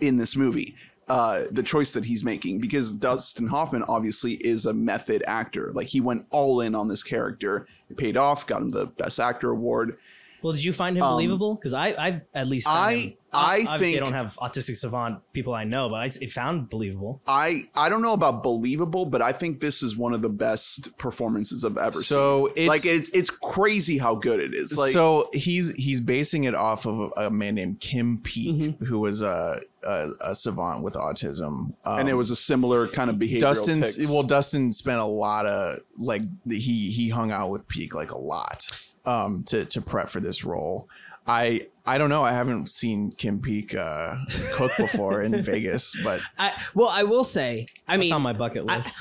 Speaker 3: in this movie. Uh, the choice that he's making because Dustin Hoffman obviously is a method actor. Like he went all in on this character. It paid off, got him the Best Actor award.
Speaker 7: well, did you find him
Speaker 3: Um,
Speaker 7: believable? Because I, I at least
Speaker 3: I-
Speaker 7: found him-
Speaker 3: I
Speaker 7: obviously
Speaker 3: think-
Speaker 7: I don't have autistic savant people I know, but I it found believable.
Speaker 3: I I don't know about believable, but I think this is one of the best performances I've ever
Speaker 6: So
Speaker 3: seen.
Speaker 6: it's
Speaker 3: like it's it's crazy how good it is. Like
Speaker 6: so he's he's basing it off of a, a man named Kim Peek,
Speaker 7: Mm-hmm.
Speaker 6: who was a, a a savant with autism, um,
Speaker 3: and it was a similar kind of behavior.
Speaker 6: Dustin. Well, Dustin spent a lot of like he he hung out with Peek like a lot um, to to prep for this role. I I don't know. I haven't seen Kim Peek uh, cook before in Vegas, but
Speaker 5: I, well, I will say, I
Speaker 7: It's
Speaker 5: mean,
Speaker 7: on my bucket
Speaker 5: I-
Speaker 7: list.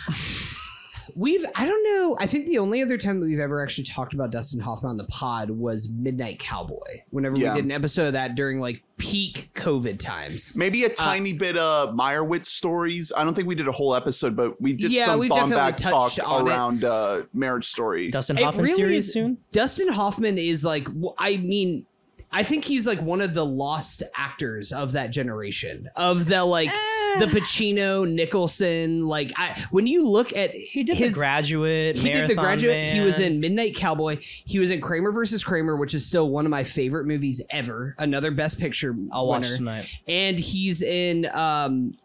Speaker 5: We've I don't know. I think the only other time that we've ever actually talked about Dustin Hoffman on the pod was Midnight Cowboy. Whenever
Speaker 3: Yeah.
Speaker 5: we did an episode of that during like peak COVID times.
Speaker 3: Maybe a
Speaker 6: Uh,
Speaker 3: tiny bit of Meyerowitz stories. I don't think we did a whole episode, but we did
Speaker 5: Yeah,
Speaker 3: some
Speaker 5: we've
Speaker 3: bomb
Speaker 5: definitely
Speaker 3: back talk
Speaker 5: touched on it.
Speaker 3: around uh, marriage story.
Speaker 7: Dustin
Speaker 5: It
Speaker 7: Hoffman
Speaker 5: really
Speaker 7: series
Speaker 5: is-
Speaker 7: soon.
Speaker 5: Dustin Hoffman is like w- I mean, I think he's like one of the lost actors of that generation of the like the
Speaker 7: Eh.
Speaker 5: Pacino Nicholson. Like I when you look at
Speaker 7: He did
Speaker 5: his
Speaker 7: the graduate.
Speaker 5: He did the
Speaker 7: Marathon
Speaker 5: graduate. He was
Speaker 7: Man.
Speaker 5: in Midnight Cowboy. He was in Kramer versus Kramer, which is still one of my favorite movies ever. Another Best Picture
Speaker 7: I'll watch
Speaker 5: winner.
Speaker 7: tonight.
Speaker 5: And he's in um,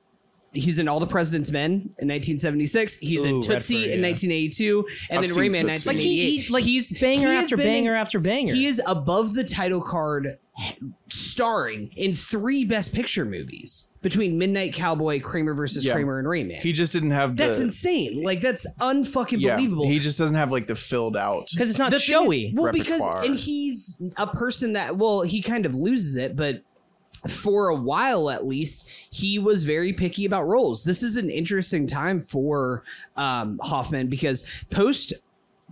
Speaker 5: he's in All the President's Men in 1976. He's
Speaker 7: Ooh,
Speaker 5: in Tootsie
Speaker 7: Redford,
Speaker 5: in
Speaker 7: yeah.
Speaker 5: 1982, and
Speaker 3: I've
Speaker 5: then
Speaker 3: seen
Speaker 5: Rayman in
Speaker 3: Tootsie. Like,
Speaker 5: 1988.
Speaker 7: he- like,
Speaker 5: he's
Speaker 7: Banger
Speaker 5: he has
Speaker 7: after
Speaker 5: been in-
Speaker 7: banger after banger.
Speaker 5: He is above the title card, starring in three Best Picture movies between Midnight Cowboy, Kramer versus
Speaker 6: Yeah.
Speaker 5: Kramer, and Rayman.
Speaker 6: he just didn't have
Speaker 5: that's
Speaker 6: the,
Speaker 5: insane. Like that's unfucking believable.
Speaker 6: He just doesn't have like the filled out.
Speaker 7: because it's not
Speaker 5: The thing is-
Speaker 7: showy.
Speaker 5: well,
Speaker 6: repertoire.
Speaker 5: because and he's a person that well, he kind of loses it, but for a while at least, he was very picky about roles. This is an interesting time for um, Hoffman because post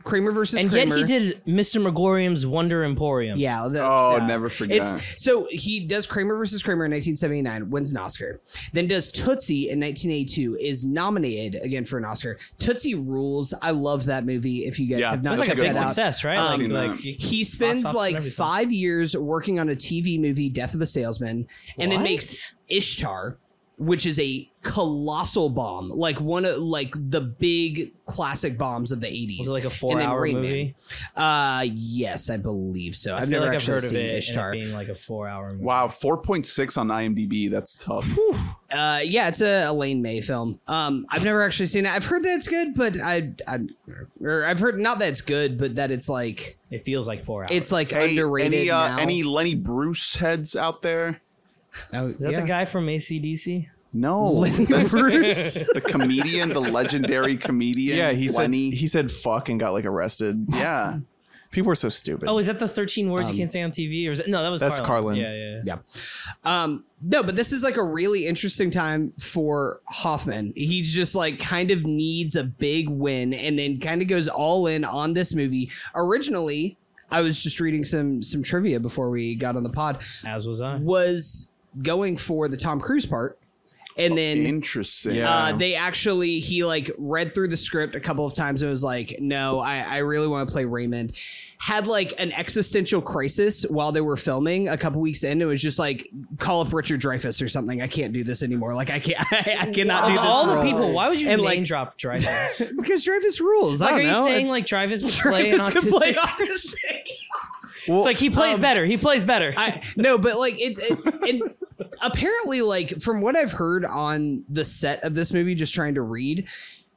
Speaker 5: Kramer versus
Speaker 7: and
Speaker 5: Kramer,
Speaker 7: yet he did Mr. Megorium's Wonder Emporium.
Speaker 5: Yeah. the-
Speaker 3: oh,
Speaker 5: yeah.
Speaker 3: never forget.
Speaker 5: It's so he does Kramer versus Kramer in 1979, wins an Oscar. Then does Tootsie in 1982, is nominated again for an Oscar. Tootsie rules. I love that movie. If you guys
Speaker 3: Yeah,
Speaker 5: have not
Speaker 3: that's That's
Speaker 7: That's like a
Speaker 3: a good
Speaker 7: big
Speaker 5: checked that
Speaker 3: one.
Speaker 5: out,
Speaker 7: success, right?
Speaker 5: Um,
Speaker 7: Like-
Speaker 3: seen that.
Speaker 7: like,
Speaker 5: he spends
Speaker 7: office and
Speaker 5: like
Speaker 7: everything.
Speaker 5: five years working on a TV movie, Death of a Salesman, and then
Speaker 7: What?
Speaker 5: makes Ishtar, which is a colossal bomb, like one of like the big classic bombs of the
Speaker 7: Was
Speaker 5: eighties.
Speaker 7: it like a
Speaker 5: then
Speaker 7: four-hour
Speaker 5: Rain Man.
Speaker 7: movie?
Speaker 5: uh, yes, I believe so.
Speaker 7: I
Speaker 5: I've
Speaker 7: feel
Speaker 5: never
Speaker 7: like
Speaker 5: actually
Speaker 7: I've heard
Speaker 5: seen
Speaker 7: of it. and it
Speaker 5: Ishtar.
Speaker 7: being like a four-hour movie.
Speaker 3: wow, four point six on IMDb. That's tough.
Speaker 5: Uh, yeah, it's a Elaine May film. Um, I've never actually seen it. I've heard that it's good, but I, I, or I've heard not that it's good, but that it's like
Speaker 7: It feels like four hours.
Speaker 5: it's like
Speaker 3: Hey,
Speaker 5: underrated.
Speaker 3: any uh,
Speaker 5: now.
Speaker 3: any Lenny Bruce heads out there?
Speaker 5: Oh,
Speaker 7: Is that
Speaker 5: yeah.
Speaker 7: the guy from ACDC?
Speaker 3: No,
Speaker 5: Lenny Bruce.
Speaker 3: the comedian, the legendary comedian.
Speaker 6: yeah, he said
Speaker 3: Lenny.
Speaker 6: he said fuck and got like arrested.
Speaker 3: yeah,
Speaker 6: People are so stupid.
Speaker 7: Oh, is that the 13 words
Speaker 5: Um,
Speaker 7: you can't say on TV? Or is it, no, that was
Speaker 6: That's Carlin.
Speaker 7: Yeah, yeah, yeah.
Speaker 5: Yeah. Um, no, but this is like a really interesting time for Hoffman. He just like kind of needs a big win and then kind of goes all in on this movie. Originally, I was just reading some some trivia before we got on the pod,
Speaker 7: As was I.
Speaker 5: was going for the Tom Cruise part.
Speaker 7: Oh,
Speaker 5: And then
Speaker 3: interesting.
Speaker 6: Yeah.
Speaker 5: uh, they actually he like read through the script a couple of times and was like no i, I really want to play raymond had like an existential crisis while they were filming a couple weeks in it was just like call up richard dreyfuss or something i can't do this anymore like i can't i, cannot
Speaker 7: Of
Speaker 5: do this
Speaker 7: all the
Speaker 5: role."
Speaker 7: people, why would you
Speaker 5: And,
Speaker 7: name
Speaker 5: like-
Speaker 7: drop Dreyfus? like,
Speaker 5: because dreyfuss rules i
Speaker 7: are
Speaker 5: don't
Speaker 7: you
Speaker 5: know
Speaker 7: saying
Speaker 5: It's-
Speaker 7: like Dreyfus could play an
Speaker 5: Dreyfuss could play
Speaker 7: autistic?
Speaker 5: autistic
Speaker 7: It's like he plays
Speaker 5: Um,
Speaker 7: better. He plays better.
Speaker 5: I no, but like it's it, and apparently, like from what I've heard on the set of this movie, just trying to read,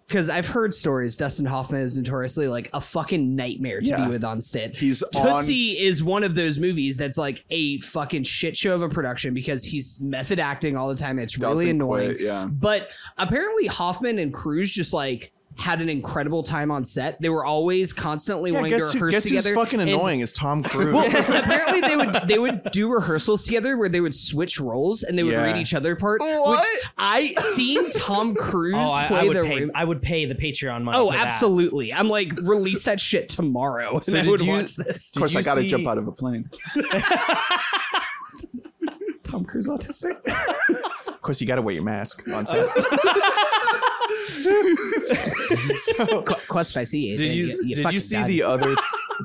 Speaker 5: because I've heard stories. Dustin Hoffman is notoriously like a fucking nightmare to
Speaker 3: Yeah.
Speaker 5: be with on stint.
Speaker 3: He's on-
Speaker 5: Tootsie is one of those movies that's like a fucking shit show of a production because he's method acting all the time. It's really
Speaker 3: Doesn't
Speaker 5: annoying.
Speaker 3: quit, yeah.
Speaker 5: But apparently Hoffman and Cruz just like had an incredible time on set. They were always constantly
Speaker 6: Yeah,
Speaker 5: wanting
Speaker 6: guess
Speaker 5: to
Speaker 6: who,
Speaker 5: rehearse
Speaker 6: guess who's
Speaker 5: together.
Speaker 6: fucking
Speaker 5: and-
Speaker 6: annoying is Tom Cruise.
Speaker 5: apparently they would they would do rehearsals together where they would switch roles and they would
Speaker 6: Yeah.
Speaker 5: read each other part.
Speaker 3: What?
Speaker 5: Which I seen Tom Cruise
Speaker 7: Oh, I,
Speaker 5: play
Speaker 7: I would
Speaker 5: the
Speaker 7: pay.
Speaker 5: room.
Speaker 7: I would pay the Patreon money.
Speaker 5: Oh,
Speaker 7: for that.
Speaker 5: absolutely! I'm like release that shit tomorrow,
Speaker 6: So
Speaker 5: and I
Speaker 6: did
Speaker 5: would
Speaker 6: you-
Speaker 5: watch this.
Speaker 3: Of course,
Speaker 6: Did
Speaker 3: I
Speaker 6: you
Speaker 3: got to
Speaker 6: see-
Speaker 3: jump out of a plane. Tom Cruise autistic.
Speaker 6: Of course, you got to wear your mask on set. so,
Speaker 5: Quest, if I see it.
Speaker 6: did
Speaker 5: then
Speaker 6: you,
Speaker 5: you
Speaker 6: did
Speaker 5: fucking
Speaker 6: you see
Speaker 5: die.
Speaker 6: the other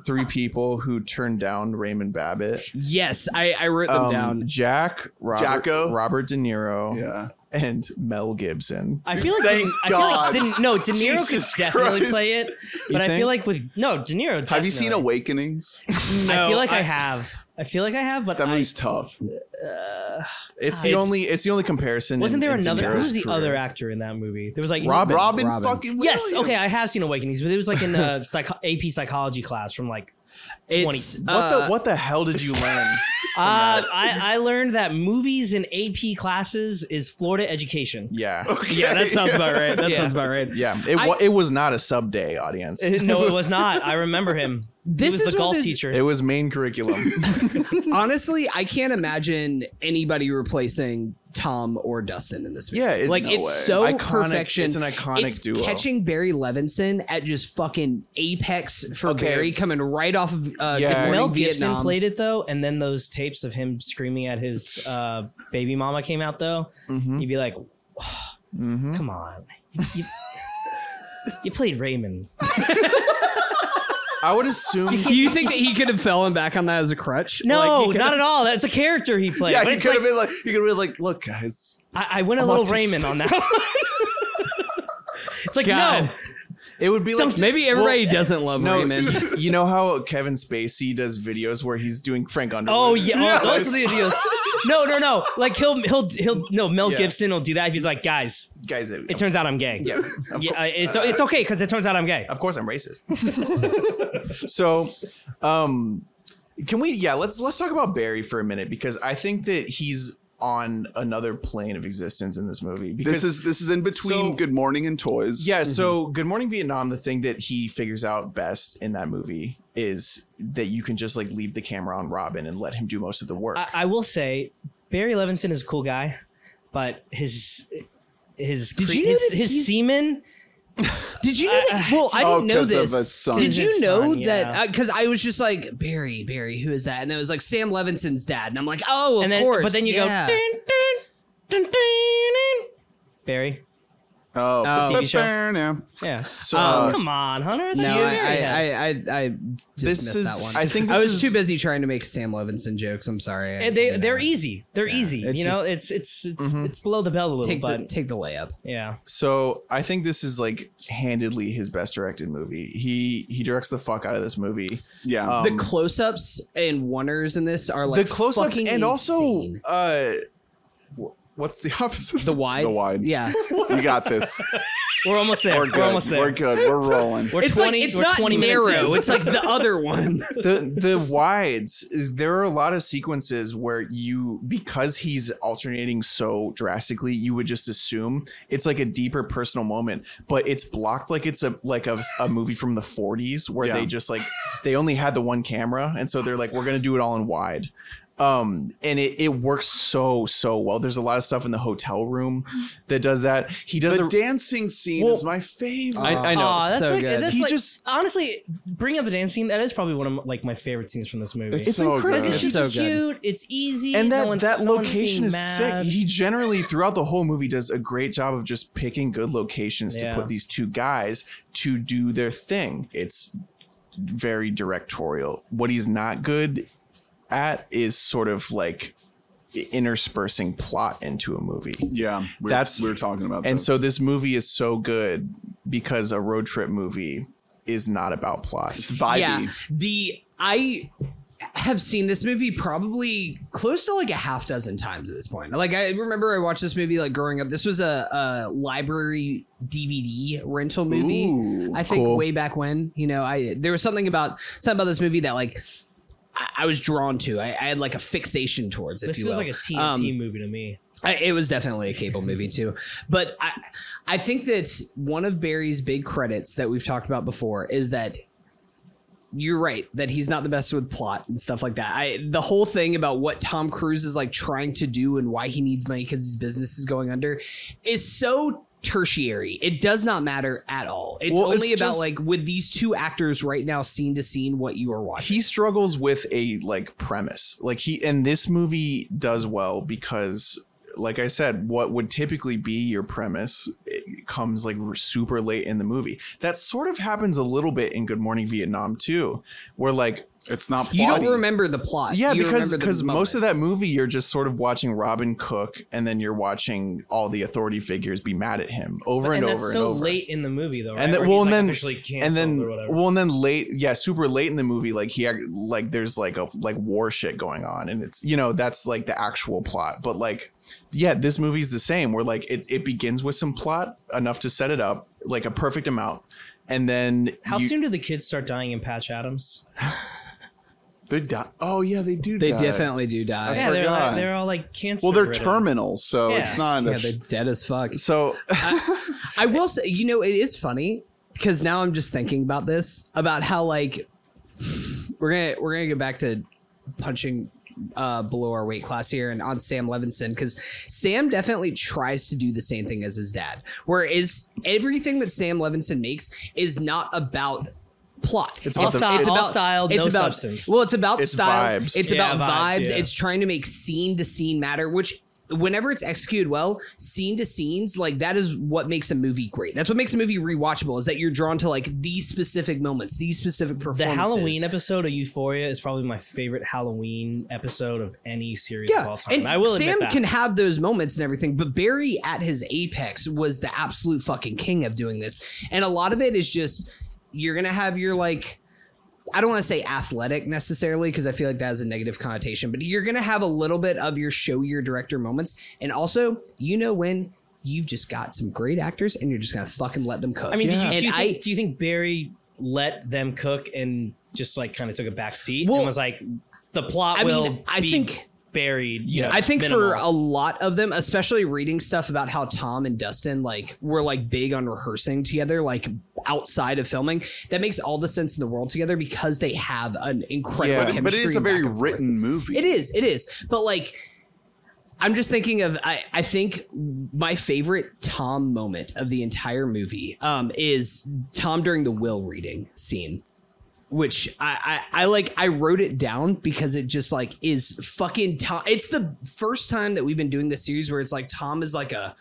Speaker 6: three people who turned down Raymond Babbitt?
Speaker 5: Yes, I, I wrote them
Speaker 6: Um,
Speaker 5: down.
Speaker 6: Jack, Robert,
Speaker 3: Jacko.
Speaker 6: Robert De Niro,
Speaker 3: Yeah.
Speaker 6: and Mel Gibson.
Speaker 7: I feel like
Speaker 3: Thank
Speaker 7: I feel
Speaker 3: God.
Speaker 7: like didn't no De Niro
Speaker 3: Jesus
Speaker 7: could definitely
Speaker 3: Christ.
Speaker 7: play it, but I
Speaker 6: think?
Speaker 7: feel like with no De Niro.
Speaker 3: Have you seen
Speaker 7: definitely.
Speaker 3: Awakenings?
Speaker 7: I feel like I, have. I feel like I have, but
Speaker 3: That
Speaker 7: I,
Speaker 3: movie's tough.
Speaker 6: It's the
Speaker 7: It's-
Speaker 6: only it's the only comparison.
Speaker 7: wasn't
Speaker 6: in-
Speaker 7: there
Speaker 6: in De
Speaker 7: another? Who
Speaker 6: Niro's
Speaker 7: was the
Speaker 6: career.
Speaker 7: other actor in that movie? There was like
Speaker 6: Robin.
Speaker 3: Robin,
Speaker 5: Robin.
Speaker 3: fucking
Speaker 7: Yes,
Speaker 3: Williams.
Speaker 7: okay, I have seen Awakenings, but it was like in a psycho- AP psychology class from like.
Speaker 5: It's uh,
Speaker 7: 20.
Speaker 6: What
Speaker 3: uh,
Speaker 6: the what the hell did you learn?
Speaker 7: Uh, I, I learned that movies in AP classes is Florida education.
Speaker 6: yeah,
Speaker 7: Yeah, that sounds about right. That sounds about right.
Speaker 6: yeah. It wa- it was not a sub day audience. It,
Speaker 7: No, it was not. I remember him.
Speaker 5: This
Speaker 7: he
Speaker 5: is
Speaker 7: was the
Speaker 5: one of
Speaker 7: golf
Speaker 5: those-
Speaker 7: teacher.
Speaker 6: was main curriculum.
Speaker 5: honestly, I can't imagine anybody replacing Tom or Dustin in this movie.
Speaker 6: Yeah, it's-
Speaker 5: like
Speaker 6: no
Speaker 5: it's
Speaker 6: way.
Speaker 5: so
Speaker 6: Iconic-
Speaker 5: perfection.
Speaker 6: it's an iconic
Speaker 5: It's
Speaker 6: duo.
Speaker 5: Catching Barry Levinson at just fucking apex for
Speaker 6: Okay.
Speaker 5: Barry coming right off of uh,
Speaker 6: Yeah.
Speaker 5: Good Morning
Speaker 7: Mel Gibson
Speaker 5: Vietnam.
Speaker 7: played it though, and then those tapes of him screaming at his uh, baby mama came out though. You'd be like,
Speaker 6: Mhm.
Speaker 7: "Come on, you, you played Raymond."
Speaker 6: I would assume.
Speaker 5: Do you think that he could have fallen back on that as a crutch?
Speaker 7: No,
Speaker 5: Like, he
Speaker 7: not at all. That's a character he played.
Speaker 3: Yeah,
Speaker 7: But
Speaker 3: he
Speaker 7: it's
Speaker 3: could have
Speaker 7: like-
Speaker 3: been like, he could have been like, look, guys,
Speaker 7: I, I went a
Speaker 3: I'm
Speaker 7: little
Speaker 3: autistic.
Speaker 7: Raymond on that. one. it's like
Speaker 5: God.
Speaker 7: no,
Speaker 6: It would be like
Speaker 5: could- Maybe everybody doesn't love
Speaker 6: No,
Speaker 5: Raymond.
Speaker 6: you know how Kevin Spacey does videos where he's doing Frank Underwood.
Speaker 7: Oh yeah, oh,
Speaker 6: Yes.
Speaker 7: those are the ideas. No, no, no. Like he'll he'll he'll no. Mel
Speaker 6: Yeah.
Speaker 7: Gibson will do that. He's like, guys,
Speaker 6: guys. It,
Speaker 7: it turns out I'm gay.
Speaker 6: yeah, of,
Speaker 7: yeah. uh, It's it's okay because it turns out I'm gay.
Speaker 6: of course I'm racist. so, um, can we? Yeah, let's let's talk about Barry for a minute because I think that he's on another plane of existence in this movie. Because
Speaker 3: this is this is in between
Speaker 6: So-
Speaker 3: Good Morning and Toys.
Speaker 6: Yeah, so Good Morning Vietnam, the thing that he figures out best in that movie is that you can just like leave the camera on Robin and let him do most of the work.
Speaker 7: I, I will say, Barry Levinson is a cool guy, but his his
Speaker 5: Did
Speaker 7: cre-
Speaker 5: you know
Speaker 7: his,
Speaker 5: that
Speaker 7: his
Speaker 5: he's-
Speaker 7: semen.
Speaker 5: Did you know that? Well, I
Speaker 3: Oh,
Speaker 5: didn't know
Speaker 3: 'cause of
Speaker 5: this.
Speaker 3: his son.
Speaker 5: Did you
Speaker 7: Uh, His
Speaker 5: know
Speaker 7: son, yeah.
Speaker 5: that? Because I was just like Barry, Barry, who is that? And it was like Sam Levinson's dad, and I'm like, oh, of
Speaker 7: and then,
Speaker 5: course.
Speaker 7: but then you
Speaker 5: yeah.
Speaker 7: go. Dun, dun, dun, dun, dun. Barry.
Speaker 3: Oh,
Speaker 5: Oh.
Speaker 7: TV show.
Speaker 3: now.
Speaker 7: Yeah. Oh,
Speaker 6: so uh,
Speaker 5: um,
Speaker 7: Come on, Hunter.
Speaker 5: No, I,
Speaker 7: that's- yeah.
Speaker 5: I, I, I, I just
Speaker 6: this
Speaker 5: missed
Speaker 6: is
Speaker 5: that one.
Speaker 6: I think this
Speaker 5: I was
Speaker 6: is,
Speaker 5: too busy trying to make Sam Levinson jokes. I'm sorry. I-
Speaker 7: And they
Speaker 5: you know.
Speaker 7: they're easy. They're
Speaker 5: Yeah,
Speaker 7: easy.
Speaker 5: it's Mm-hmm.
Speaker 7: You know, it's it's it's it's below the belt a little,
Speaker 5: Take
Speaker 7: but
Speaker 5: the, take the layup.
Speaker 7: yeah.
Speaker 6: So I think this is like handedly his best directed movie. He he directs the fuck out of this movie.
Speaker 3: Yeah.
Speaker 6: Um,
Speaker 5: the close-ups and wonders in this are like
Speaker 6: the close ups
Speaker 5: fucking
Speaker 6: and also
Speaker 5: insane.
Speaker 6: uh wh- what's the opposite?
Speaker 5: the wides.
Speaker 3: wide.
Speaker 5: Yeah,
Speaker 3: we got this.
Speaker 7: We're almost there.
Speaker 3: We're
Speaker 7: We're,
Speaker 3: good.
Speaker 7: almost there.
Speaker 3: We're good. We're rolling.
Speaker 7: We're
Speaker 5: it's like
Speaker 7: 20
Speaker 5: it's
Speaker 7: we're
Speaker 5: not
Speaker 7: 20 minutes
Speaker 5: narrow.
Speaker 7: in.
Speaker 5: It's like the other one.
Speaker 6: the the wides is there are a lot of sequences where you because he's alternating so drastically you would just assume it's like a deeper personal moment but it's blocked like it's a like a, a movie from the 40s where
Speaker 3: Yeah.
Speaker 6: they just like they only had the one camera and so they're like we're gonna do it all in wide um and it, it works so so well there's a lot of stuff in the hotel room that does that he does
Speaker 3: The
Speaker 6: a,
Speaker 3: dancing scene is my favorite.
Speaker 6: I, I know
Speaker 7: Aw, that's
Speaker 5: so
Speaker 7: like,
Speaker 5: good.
Speaker 7: That's
Speaker 6: He
Speaker 7: like,
Speaker 6: just-
Speaker 7: honestly bringing up the dance scene. That is probably one of my- like my favorite scenes from this movie.
Speaker 6: It's
Speaker 3: so
Speaker 6: incredible.
Speaker 7: Because
Speaker 3: good.
Speaker 7: it's just
Speaker 5: so
Speaker 7: it's
Speaker 5: good.
Speaker 7: cute. It's easy.
Speaker 6: and
Speaker 7: no
Speaker 6: that
Speaker 7: one's-
Speaker 6: that
Speaker 7: no one's
Speaker 6: location
Speaker 7: being
Speaker 6: is
Speaker 7: mad.
Speaker 6: sick. He generally throughout the whole movie does a great job of just picking good locations to
Speaker 7: Yeah.
Speaker 6: put these two guys to do their thing. It's very directorial. What he's not good at is sort of like interspersing plot into a movie.
Speaker 3: Yeah, we were-
Speaker 6: That's-
Speaker 3: we were talking about.
Speaker 6: And
Speaker 3: those.
Speaker 6: so this movie is so good because a road trip movie is not about plot.
Speaker 3: it's vibey.
Speaker 5: Yeah, the I have seen this movie probably close to like a half dozen times at this point. Like I remember I watched this movie like growing up. This was a, a library DVD rental movie.
Speaker 3: Ooh,
Speaker 5: I think
Speaker 6: cool.
Speaker 5: way back when, you know, I there was something about something about this movie that like I, I was drawn to. I, I had like a fixation towards. If
Speaker 7: This
Speaker 5: you
Speaker 7: feels
Speaker 5: will.
Speaker 7: like a TNT
Speaker 5: Um,
Speaker 7: movie to me.
Speaker 5: I, it was definitely a cable movie too, but I, I think that one of Barry's big credits that we've talked about before is that you're right that he's not the best with plot and stuff like that. I the whole thing about what Tom Cruise is like trying to do and why he needs money because his business is going under is so tertiary. It does not matter at all. It's
Speaker 6: Well,
Speaker 5: only
Speaker 6: it's
Speaker 5: about
Speaker 6: just-
Speaker 5: like with these two actors right now, scene to scene, what you are watching.
Speaker 6: he struggles with a like premise like he and this movie does well because like i said what would typically be your premise it comes like r- super late in the movie that sort of happens a little bit in good morning vietnam too where like
Speaker 3: it's not. Plotty.
Speaker 5: you don't remember the
Speaker 7: Uh,
Speaker 5: plot.
Speaker 6: yeah
Speaker 5: You
Speaker 6: because
Speaker 5: remember the
Speaker 6: because most of that
Speaker 5: moments.
Speaker 6: movie you're just sort of watching robin cook and then you're watching all the authority figures be mad at him over
Speaker 7: But-
Speaker 6: and,
Speaker 7: and
Speaker 6: over
Speaker 7: that's
Speaker 6: and
Speaker 7: so
Speaker 6: over
Speaker 7: late in the movie though, right?
Speaker 6: then-
Speaker 7: Where
Speaker 6: well,
Speaker 7: he's,
Speaker 6: and
Speaker 7: like,
Speaker 6: then-
Speaker 7: officially
Speaker 6: and
Speaker 7: canceled
Speaker 6: then
Speaker 7: or whatever.
Speaker 6: well and then late yeah super late in the movie like he act- like there's like a like war shit going on and it's you know that's like the actual plot but like yeah this movie's the same where like it, it begins with some plot enough to set it up like a perfect amount and then
Speaker 7: How
Speaker 6: you-
Speaker 7: soon do the kids start dying in Patch Adams?
Speaker 3: They die. Oh yeah, they do.
Speaker 5: They
Speaker 3: die.
Speaker 5: definitely do die.
Speaker 7: yeah, they're,
Speaker 3: forgot.
Speaker 7: like, they're all like cancer.
Speaker 3: Well, they're
Speaker 7: ridden.
Speaker 3: terminal, so
Speaker 7: Yeah.
Speaker 3: it's not.
Speaker 5: Yeah,
Speaker 3: a,
Speaker 5: they're dead as fuck.
Speaker 6: so
Speaker 5: I will say, you know, it is funny because now I'm just thinking about this about how like we're gonna we're gonna go back to punching uh below our weight class here and on Sam Levinson because Sam definitely tries to do the same thing as his dad. Whereas everything that Sam Levinson makes is not about plot. It's
Speaker 6: about the- it's
Speaker 7: all style, no substance.
Speaker 5: Well, it's about
Speaker 6: It's
Speaker 5: style.
Speaker 6: vibes.
Speaker 5: It's
Speaker 7: Yeah,
Speaker 5: about
Speaker 7: vibes,
Speaker 5: vibes.
Speaker 7: yeah.
Speaker 5: It's trying to make scene to scene matter, which whenever it's executed well, scene to scenes, like that is what makes a movie great. That's what makes a movie rewatchable is that you're drawn to like these specific moments, these specific
Speaker 7: The
Speaker 5: performances.
Speaker 7: Halloween episode of Euphoria is probably my favorite Halloween episode of any series of
Speaker 5: Yeah,
Speaker 7: all time.
Speaker 5: and
Speaker 7: I will
Speaker 5: Sam
Speaker 7: admit that.
Speaker 5: can have those moments and everything, but Barry at his apex was the absolute fucking king of doing this. And a lot of it is just you're gonna have your like I don't want to say athletic necessarily because I feel like that has a negative connotation, but you're going to have a little bit of your show your director moments. And also, you know, when you've just got some great actors and you're just going to fucking let them cook.
Speaker 7: I mean,
Speaker 5: and
Speaker 7: do, you, do, you
Speaker 5: I,
Speaker 7: think, do you think Barry let them cook and just like kind of took a back seat
Speaker 5: Well,
Speaker 7: and was like, the plot
Speaker 5: I
Speaker 7: will
Speaker 5: mean, I
Speaker 7: be
Speaker 5: think-
Speaker 7: buried?
Speaker 6: Yes.
Speaker 5: I think for a
Speaker 7: minimal.
Speaker 5: lot of them, especially reading stuff about how Tom and Dustin like were like big on rehearsing together, like outside of filming, that makes all the sense in the world together because they have an incredible
Speaker 3: but,
Speaker 5: chemistry.
Speaker 3: but it is a
Speaker 5: and back
Speaker 3: very
Speaker 5: and forth.
Speaker 3: written movie.
Speaker 5: It is, it is. But like I'm just thinking of I, I think my favorite Tom moment of the entire movie um is Tom during the will reading scene. Which I, I I like I wrote it down because it just like is fucking Tom. It's the first time that we've been doing this series where it's like Tom is like a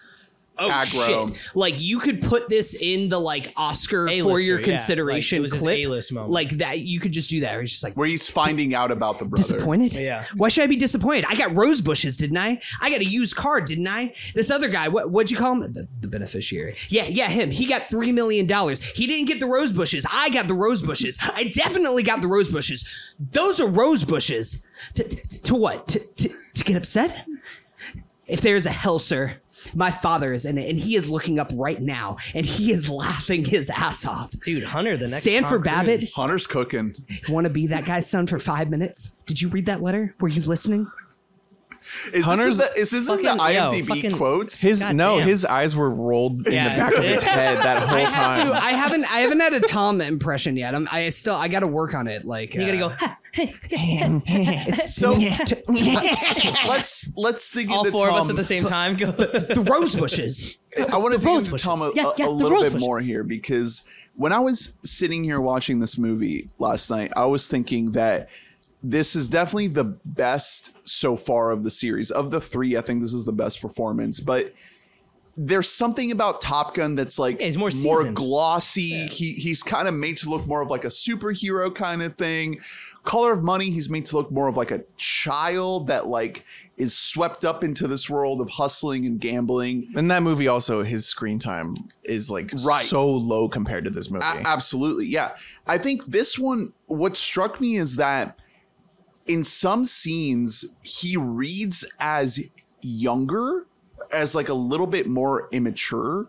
Speaker 5: oh
Speaker 3: Aggro.
Speaker 5: shit like you could put this in the like Oscar for
Speaker 7: A-lister,
Speaker 5: your
Speaker 7: yeah.
Speaker 5: consideration
Speaker 7: Like, it was his
Speaker 5: clip
Speaker 7: A-list moment.
Speaker 5: like that you could just do that. Where it's just like
Speaker 3: Where he's finding out about the brother.
Speaker 5: disappointed.
Speaker 7: Yeah.
Speaker 5: Why should I be disappointed? I got rose bushes, didn't I? I got a used car, didn't I? This other guy, what what'd you call him? The, the beneficiary. Yeah, yeah, him. He got three million dollars. He didn't get the rose bushes. I got the rose bushes. I definitely got the rose bushes. Those are rose bushes. To, to, to what? To, to, to get upset? If there is a hell, sir, my father is in it, and he is looking up right now, and he is laughing his ass off.
Speaker 7: dude, Hunter, the next
Speaker 5: Sanford
Speaker 7: Tom
Speaker 5: Babbitt,
Speaker 7: Cruise.
Speaker 3: Hunter's cooking.
Speaker 5: want to be that guy's son for five minutes? Did you read that letter? Were you listening?
Speaker 3: Is Hunter's
Speaker 6: Hunter's
Speaker 3: this in the, is this in the
Speaker 7: fucking- yo,
Speaker 3: IMDb
Speaker 7: fucking-
Speaker 3: quotes?
Speaker 6: his
Speaker 7: God
Speaker 6: no
Speaker 7: damn.
Speaker 6: his eyes were rolled in
Speaker 7: Yeah.
Speaker 6: the back of his head that whole time
Speaker 5: I haven't. I haven't had a Tom impression yet. I'm. I still. I got to work on it. Like
Speaker 7: You
Speaker 5: uh,
Speaker 7: gotta go. "Ha, hey,
Speaker 3: so let's let's dig
Speaker 7: all
Speaker 3: into
Speaker 7: four
Speaker 3: Tom.
Speaker 7: of us at the same time. Go.
Speaker 5: the rose bushes.
Speaker 3: I want to dig into
Speaker 7: bushes.
Speaker 3: Tom a,
Speaker 7: Yeah,
Speaker 3: a-
Speaker 7: yeah,
Speaker 3: a
Speaker 7: the
Speaker 3: little
Speaker 7: rose
Speaker 3: bit more
Speaker 7: bushes.
Speaker 3: here because when I was sitting here watching this movie last night, I was thinking that this is definitely the best so far of the series. Of the three, I think this is the best performance, but there's something about Top Gun that's like
Speaker 7: Yeah, he's more seasoned.
Speaker 3: glossy. He he's kind of made to look more of like a superhero kind of thing. Color of Money, he's made to look more of like a child that like is swept up into this world of hustling and gambling.
Speaker 6: and that movie also his screen time is like
Speaker 3: Right.
Speaker 6: so low compared to this movie
Speaker 3: A- absolutely. Yeah. I think this one, what struck me is that in some scenes he reads as younger as like a little bit more immature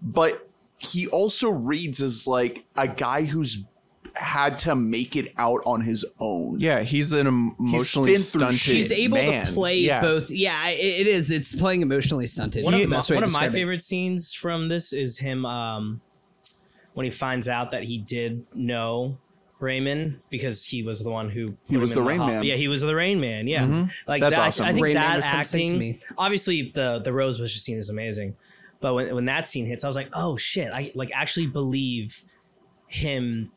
Speaker 3: but he also reads as like a guy who's had to make it out on his own
Speaker 6: Yeah, he's an em- emotionally
Speaker 3: been through
Speaker 6: stunted.
Speaker 3: shit.
Speaker 5: He's able
Speaker 6: man.
Speaker 5: to play
Speaker 6: Yeah.
Speaker 5: both. Yeah, I- it is. It's playing emotionally stunted.
Speaker 7: One
Speaker 5: is
Speaker 7: of
Speaker 5: the
Speaker 7: my,
Speaker 5: best way to
Speaker 7: one of my
Speaker 5: describe it.
Speaker 7: favorite scenes from this is him um, when he finds out that he did know Raymond because he was the one who put him
Speaker 3: was
Speaker 7: in
Speaker 3: the Rain
Speaker 7: hos-
Speaker 3: Man. Mm-hmm.
Speaker 7: Yeah, he was the Rain Man. Yeah,
Speaker 6: Mhm.
Speaker 7: like
Speaker 6: That's
Speaker 7: that,
Speaker 6: awesome.
Speaker 7: I think
Speaker 5: Rain Man
Speaker 7: that
Speaker 5: would come sing to
Speaker 7: acting.
Speaker 5: me.
Speaker 7: Obviously, the the Rose Bush scene is amazing, but when when that scene hits, I was like, oh shit! I like actually believe him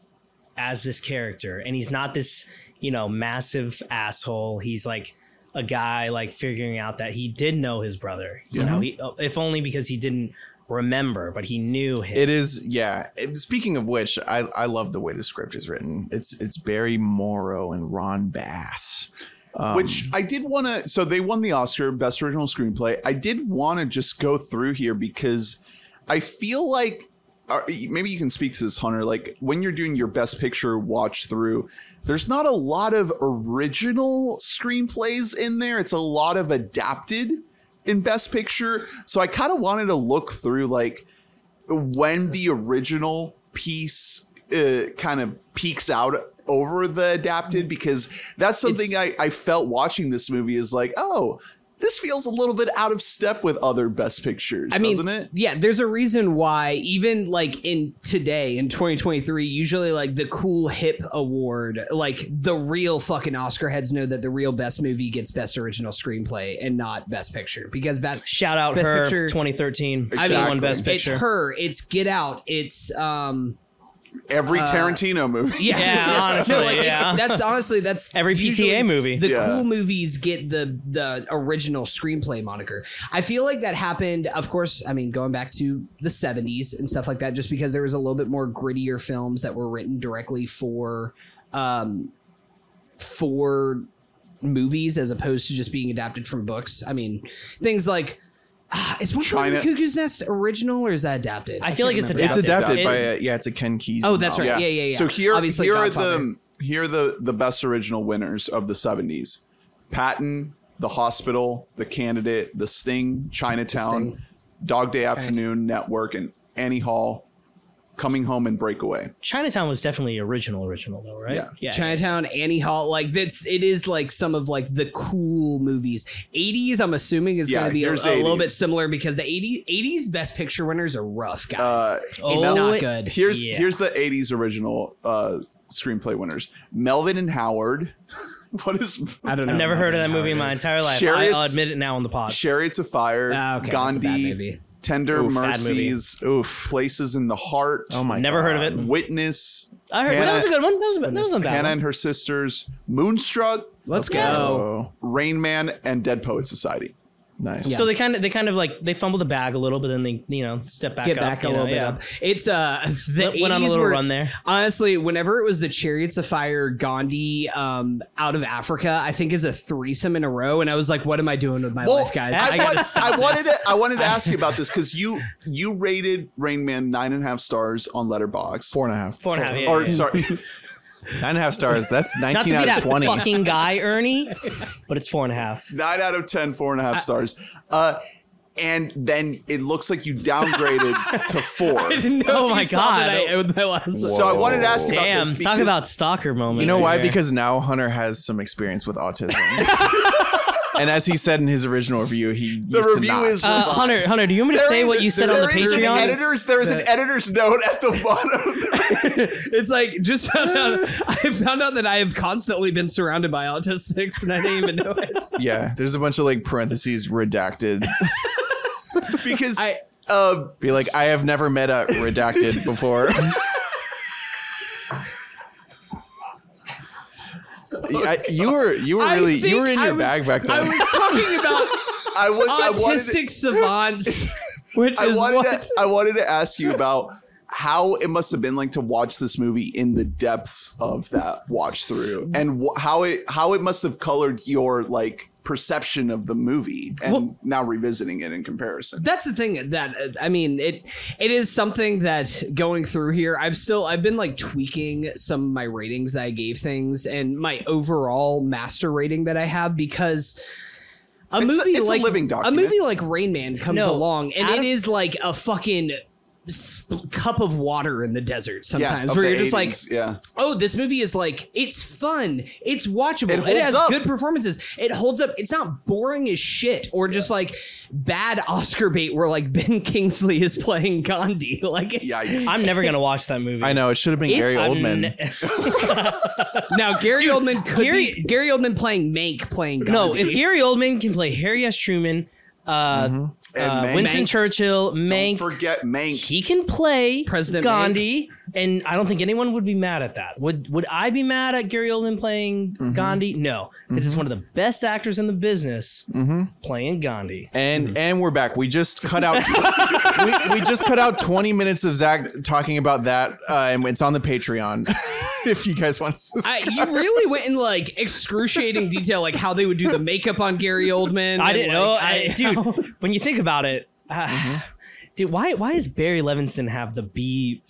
Speaker 7: as this character, and he's not this you know massive asshole. He's like a guy like figuring out that he did know his brother. You
Speaker 3: Yeah.
Speaker 6: Mm-hmm.
Speaker 7: know, he, uh, if only because he didn't remember, but he knew him.
Speaker 6: It is, yeah. It- Speaking of which, I, I love the way the script is written. It's it's Barry Morrow and Ron Bass. Um,
Speaker 3: which I did want to. So they won the Oscar Best Original Screenplay. I did want to just go through here because I feel like or maybe you can speak to this, Hunter. Like when you're doing your Best Picture watch through, there's not a lot of original screenplays in there. It's a lot of adapted in Best Picture. So I kind of wanted to look through like when the original piece uh, kind of peaks out over the adapted because that's something I,
Speaker 7: It's-
Speaker 3: I felt watching this movie is like oh this feels a little bit out of step with other best pictures
Speaker 5: I mean,
Speaker 3: doesn't it
Speaker 5: yeah, there's a reason why even like in today in 2023, usually like the cool hip award, like the real fucking Oscar heads know that the real best movie gets best original screenplay and not best picture because best
Speaker 7: Shout out
Speaker 5: Best
Speaker 7: her
Speaker 5: Picture-
Speaker 7: 2013.
Speaker 3: I
Speaker 7: I
Speaker 3: mean,
Speaker 7: won best
Speaker 5: it's
Speaker 7: picture.
Speaker 5: her, it's Get Out, it's um
Speaker 3: every
Speaker 5: uh,
Speaker 3: tarantino movie
Speaker 5: yeah,
Speaker 7: Yeah, honestly,
Speaker 5: it's-
Speaker 7: yeah.
Speaker 5: that's honestly that's
Speaker 7: Every
Speaker 5: usually-
Speaker 7: PTA movie.
Speaker 5: the
Speaker 3: Yeah.
Speaker 5: cool movies get the the original screenplay moniker. I feel like that happened, of course. I mean, going back to the '70s and stuff like that, just because there was a little bit more grittier films that were written directly for, um, for movies as opposed to just being adapted from books. I mean, things like. ah, Is one Flew Over
Speaker 3: China-
Speaker 5: the Cuckoo's Nest original or is that adapted?
Speaker 7: I feel like
Speaker 5: can't
Speaker 7: it's
Speaker 5: remember.
Speaker 6: it's adapted
Speaker 7: Adapted.
Speaker 6: by a, yeah, it's a Ken Keys.
Speaker 5: Oh, that's
Speaker 6: novel.
Speaker 5: right. Yeah, yeah, yeah.
Speaker 3: so here
Speaker 5: Obviously,
Speaker 3: here are
Speaker 5: Godfather.
Speaker 3: the here are the the best original winners of the 70s patton the hospital the candidate the sting chinatown
Speaker 5: Sting.
Speaker 3: dog day afternoon network and annie hall coming home and breakaway
Speaker 7: Chinatown was definitely original, original though, right?
Speaker 3: Yeah.
Speaker 5: Chinatown, Annie Hall, like that's it is like some of like the cool movies. 80s, I'm assuming, is
Speaker 3: Yeah,
Speaker 5: gonna be a,
Speaker 3: here's
Speaker 5: a little
Speaker 3: 80s.
Speaker 5: bit similar because the 80s 80s best picture winners are rough, guys.
Speaker 3: Uh,
Speaker 5: it's
Speaker 7: oh,
Speaker 5: not
Speaker 7: it-
Speaker 5: good.
Speaker 3: Here's
Speaker 7: Yeah.
Speaker 3: here's the '80s original uh, screenplay winners: Melvin and Howard. what is
Speaker 5: I don't know.
Speaker 7: I've never heard of that movie in my entire life.
Speaker 3: Share
Speaker 7: I, I'll
Speaker 3: it's-
Speaker 7: admit it now on the pod.
Speaker 3: Chariots of Fire,
Speaker 5: Ah, okay, that's a bad
Speaker 3: Gandhi,
Speaker 5: movie.
Speaker 3: Tender
Speaker 7: Oof, bad movie.
Speaker 3: Mercies, Oof, Places in the Heart,
Speaker 6: Oh my.
Speaker 7: Never
Speaker 6: God.
Speaker 7: heard of it.
Speaker 3: Witness,
Speaker 7: I heard that was a
Speaker 3: Hannah-
Speaker 7: good one. That was, that was a bad
Speaker 3: Hannah
Speaker 7: one.
Speaker 3: and Her Sisters, Moonstruck,
Speaker 5: Let's
Speaker 7: Okay.
Speaker 5: go.
Speaker 6: Oh,
Speaker 3: Rain Man, and Dead Poet Society.
Speaker 6: nice.
Speaker 5: Yeah.
Speaker 7: So they kind of they kind of like they fumble the bag a little, but then they you know step back
Speaker 5: Get
Speaker 7: up,
Speaker 5: back a
Speaker 7: you know,
Speaker 5: little bit
Speaker 7: yeah.
Speaker 5: up. It's uh the
Speaker 7: Went- went on a
Speaker 5: 80s
Speaker 7: little
Speaker 5: were-
Speaker 7: run there.
Speaker 5: Honestly, whenever it was the Chariots of Fire, Gandhi, um, out of Africa, I think is a threesome in a row, and I was like, what am I doing with my life, guys?
Speaker 3: I,
Speaker 5: gotta
Speaker 3: want-
Speaker 5: stop
Speaker 3: I wanted
Speaker 5: this.
Speaker 3: to, I wanted to ask you about this because you you rated Rain Man nine and a half stars on Letterboxd.
Speaker 6: Four and a half.
Speaker 7: Four and a half. Yeah,
Speaker 3: or
Speaker 7: yeah.
Speaker 3: sorry,
Speaker 6: Nine and a half stars. That's
Speaker 7: Not to
Speaker 6: nineteen
Speaker 7: be
Speaker 6: out
Speaker 7: that
Speaker 6: of twenty.
Speaker 7: fucking guy, Ernie, but it's four and a half.
Speaker 3: nine out of ten, four and a half stars. Uh, and then it looks like you downgraded to four.
Speaker 7: Oh my God.
Speaker 5: I owed my last
Speaker 3: So I wanted to ask you
Speaker 7: Damn,
Speaker 3: about this.
Speaker 7: talk
Speaker 3: because-
Speaker 7: about stalker moment.
Speaker 6: You know
Speaker 7: right
Speaker 6: why?
Speaker 7: there.
Speaker 6: Because now Hunter has some experience with autism. and as he said in his original review, he
Speaker 3: the
Speaker 6: used to
Speaker 3: review
Speaker 6: not.
Speaker 3: is
Speaker 7: uh,
Speaker 3: revised.
Speaker 7: Hunter, Hunter, do you want me to
Speaker 3: There
Speaker 7: say
Speaker 3: is
Speaker 7: what
Speaker 3: a-
Speaker 7: you said on the
Speaker 3: there is an
Speaker 7: Patreon?
Speaker 3: editors, there is an editor's note at the bottom.
Speaker 5: It's like just found out. I found out that I have constantly been surrounded by autistics, and I didn't even know it.
Speaker 6: yeah. There's a bunch of like parentheses redacted.
Speaker 3: because
Speaker 5: I
Speaker 3: uh,
Speaker 6: Be like, I have never met a redacted before. I- you were you were
Speaker 5: I
Speaker 6: really you were
Speaker 5: think
Speaker 6: in
Speaker 5: I
Speaker 6: your
Speaker 5: was-
Speaker 6: bag back
Speaker 5: I
Speaker 6: then.
Speaker 5: was talking about
Speaker 3: I was I wanted,
Speaker 5: autistic savants, which
Speaker 3: I
Speaker 5: is
Speaker 3: wanted
Speaker 5: what
Speaker 3: to, I wanted to ask you about how oh, it must have been like to watch this movie in the depths of that watch through and wh- how it how it must have colored your like perception of the movie and
Speaker 5: Well-
Speaker 3: now revisiting it in comparison.
Speaker 5: that's the thing that uh, I mean it it is something that going through here I've still I've been like tweaking some of my ratings that I gave things and my overall master rating that I have because a
Speaker 3: It's a-
Speaker 5: movie
Speaker 3: it's a
Speaker 5: like
Speaker 3: living document.
Speaker 5: movie like Rain Man comes
Speaker 7: No,
Speaker 5: along and
Speaker 7: Adam-
Speaker 5: it is like a fucking sp- cup of water in the desert sometimes
Speaker 3: of
Speaker 5: where
Speaker 3: the
Speaker 5: you're just like
Speaker 3: 80s, yeah.
Speaker 5: oh, this movie is like it's fun, it's watchable,
Speaker 3: It
Speaker 5: it,
Speaker 3: holds
Speaker 5: has
Speaker 3: up.
Speaker 5: good performances, it holds up. It's not boring as shit or just like bad Oscar bait where like Ben Kingsley is playing Gandhi. Like it's,
Speaker 3: Yikes.
Speaker 7: I'm never gonna watch that movie.
Speaker 6: I know it should have been Gary
Speaker 7: I'm
Speaker 6: Oldman.
Speaker 7: ne-
Speaker 5: now Gary Oldman could
Speaker 7: Gary-
Speaker 5: be Gary Oldman playing Mank playing Gandhi.
Speaker 7: no, if Gary Oldman can play Harry S. Truman, uh,
Speaker 6: Mm-hmm.
Speaker 3: And
Speaker 7: uh,
Speaker 3: Mank.
Speaker 7: Winston
Speaker 5: Mank.
Speaker 7: Churchill,
Speaker 3: Don't
Speaker 7: Mank,
Speaker 3: forget Mank.
Speaker 7: he can play
Speaker 5: President
Speaker 7: Gandhi, and I don't think anyone would be mad at that. Would Would I be mad at Gary Oldman playing
Speaker 3: Mm-hmm.
Speaker 7: Gandhi? No, because it's one of the best actors in the business
Speaker 3: Mm-hmm.
Speaker 7: playing Gandhi.
Speaker 6: And and we're back. We just cut out we, we just cut out 20 minutes of Zach talking about that. Uh, and it's on the Patreon. if you guys want to
Speaker 5: I, you really went in like excruciating detail, like how they would do the makeup on Gary Oldman.
Speaker 7: I
Speaker 5: and,
Speaker 7: didn't
Speaker 5: like,
Speaker 7: know,
Speaker 5: I-
Speaker 7: I, dude. when you think about it, uh,
Speaker 3: Mm-hmm.
Speaker 7: dude, why why does Barry Levinson have the B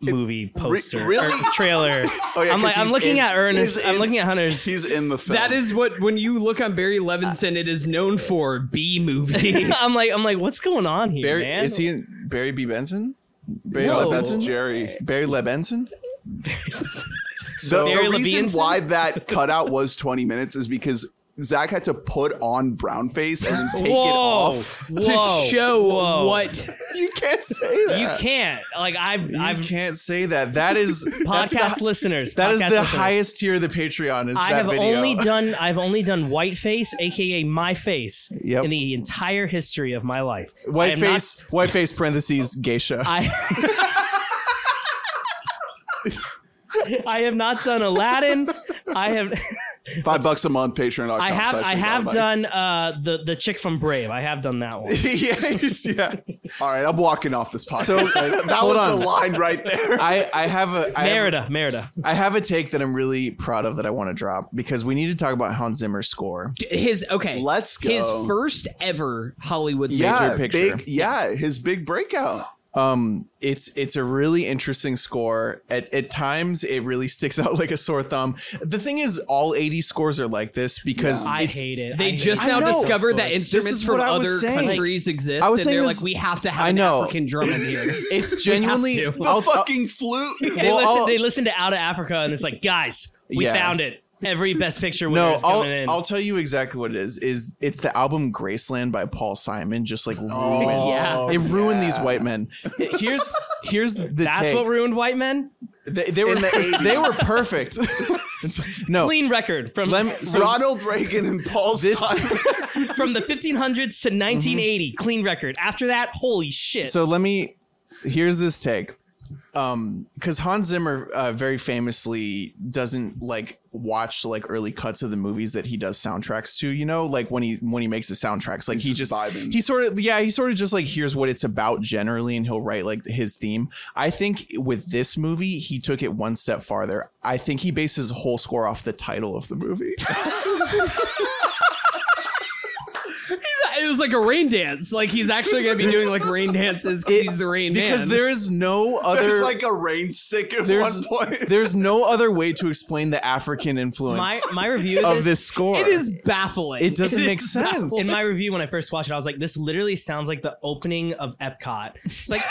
Speaker 7: movie poster or
Speaker 3: really?
Speaker 7: trailer?
Speaker 3: Oh, yeah,
Speaker 7: I'm
Speaker 3: 'cause
Speaker 7: like I'm
Speaker 3: he's
Speaker 7: looking
Speaker 3: in-
Speaker 7: at Ernest.
Speaker 3: he's
Speaker 7: I'm
Speaker 3: in-
Speaker 7: looking at Hunter's.
Speaker 3: He's in the film.
Speaker 5: That is what when you look on Barry Levinson, it is known for B movie.
Speaker 7: I'm like I'm like what's going on here,
Speaker 6: Barry
Speaker 7: man?
Speaker 6: is he in Barry B. Benson? Barry
Speaker 3: No,
Speaker 6: Le
Speaker 3: that's
Speaker 6: Benson?
Speaker 3: Jerry.
Speaker 6: Barry Le Benson?
Speaker 3: So
Speaker 7: Barry
Speaker 3: the reason
Speaker 7: Levinson?
Speaker 3: why that cutout was 20 minutes is because Zach had to put on brown face and then take it off.
Speaker 7: whoa,
Speaker 5: to show
Speaker 7: whoa.
Speaker 5: what
Speaker 6: You can't say that.
Speaker 7: You can't like I've
Speaker 6: You
Speaker 7: I've
Speaker 6: can't say that. That is that's the-
Speaker 7: podcast listeners.
Speaker 6: That is
Speaker 7: podcast
Speaker 6: the
Speaker 7: listeners.
Speaker 6: highest tier of the Patreon. Is
Speaker 7: I
Speaker 6: that
Speaker 7: have
Speaker 6: video.
Speaker 7: only done I've only done whiteface, aka my face,
Speaker 6: Yep.
Speaker 7: in the entire history of my life. I
Speaker 6: white
Speaker 7: am not-
Speaker 6: face. White face. Parentheses. Geisha.
Speaker 7: I I have not done Aladdin. I have
Speaker 3: Five bucks a month, patreon.com.
Speaker 7: I have
Speaker 3: slash
Speaker 7: I
Speaker 3: Big
Speaker 7: have
Speaker 3: Loud Mike.
Speaker 7: done uh the the chick from Brave. I have done that one.
Speaker 6: yes, yeah.
Speaker 3: All right, I'm walking off this podcast.
Speaker 6: So-
Speaker 3: that was
Speaker 6: hold on.
Speaker 3: the line right there.
Speaker 6: I I have a I have,
Speaker 7: Merida, Merida.
Speaker 6: I have a take that I'm really proud of that I want to drop because we need to talk about Hans Zimmer's score.
Speaker 5: his okay.
Speaker 3: Let's go.
Speaker 5: His first ever Hollywood.
Speaker 3: yeah,
Speaker 6: major picture.
Speaker 3: big. Yeah, his big breakout.
Speaker 6: Um, it's it's a really interesting score. At at times, it really sticks out like a sore thumb. The thing is, all 80 scores are like this because
Speaker 7: I
Speaker 6: it's-
Speaker 7: hate it. I
Speaker 5: They
Speaker 7: hate
Speaker 5: just
Speaker 7: it.
Speaker 5: now
Speaker 6: I know.
Speaker 5: discovered that
Speaker 7: This
Speaker 5: instruments
Speaker 6: is
Speaker 5: from
Speaker 6: what I was
Speaker 5: other
Speaker 6: saying.
Speaker 5: countries exist,
Speaker 6: I was
Speaker 5: and
Speaker 6: saying
Speaker 5: they're
Speaker 6: this-
Speaker 5: like, we have to have
Speaker 6: I
Speaker 5: an
Speaker 6: know.
Speaker 5: African drum in here.
Speaker 6: it's genuinely
Speaker 5: to.
Speaker 3: The
Speaker 6: I'll- I'll-
Speaker 3: fucking flute.
Speaker 7: They,
Speaker 6: Well,
Speaker 7: listen,
Speaker 6: I'll-
Speaker 7: they listen to Out of Africa and it's like, guys, we
Speaker 6: Yeah.
Speaker 7: found it. Every best picture winner
Speaker 6: No,
Speaker 7: is
Speaker 6: I'll,
Speaker 7: coming in.
Speaker 6: I'll tell you exactly what it is. Is it's the album Graceland by Paul Simon, just like ruined.
Speaker 3: Oh, yeah.
Speaker 6: It ruined these
Speaker 3: yeah.
Speaker 6: white men. Here's here's the
Speaker 7: That's
Speaker 6: take.
Speaker 7: what ruined white men.
Speaker 6: they, they were
Speaker 3: In the
Speaker 6: they were perfect. no,
Speaker 7: Clean record from
Speaker 6: Lem-
Speaker 3: Ronald Reagan and Paul
Speaker 6: This-
Speaker 3: Simon.
Speaker 7: from the 1500s to 1980. Clean record. After that, holy shit.
Speaker 6: So let me. Here's this take. Um, because Hans Zimmer uh, very famously doesn't like watch like early cuts of the movies that he does soundtracks to. You know, like when he when he makes the soundtracks, like he
Speaker 3: just
Speaker 6: just
Speaker 3: vibing.
Speaker 6: he sort of yeah he sort of just like hears what it's about generally, and he'll write like his theme. I think with this movie, he took it one step farther. I think he based his whole score off the title of the movie.
Speaker 5: It was like a rain dance. Like he's actually gonna be doing like rain dances because
Speaker 6: It-
Speaker 5: he's the rain
Speaker 6: because
Speaker 5: man.
Speaker 6: there is no other
Speaker 3: There's like a rain sick at
Speaker 6: there's-
Speaker 3: one point.
Speaker 6: there's no other way to explain the African influence
Speaker 7: my my review of,
Speaker 6: of this score.
Speaker 5: it is baffling.
Speaker 6: It doesn't
Speaker 5: is
Speaker 6: make sense.
Speaker 7: In my review, when I first watched it, I was like, "This literally sounds like the opening of Epcot." It's like,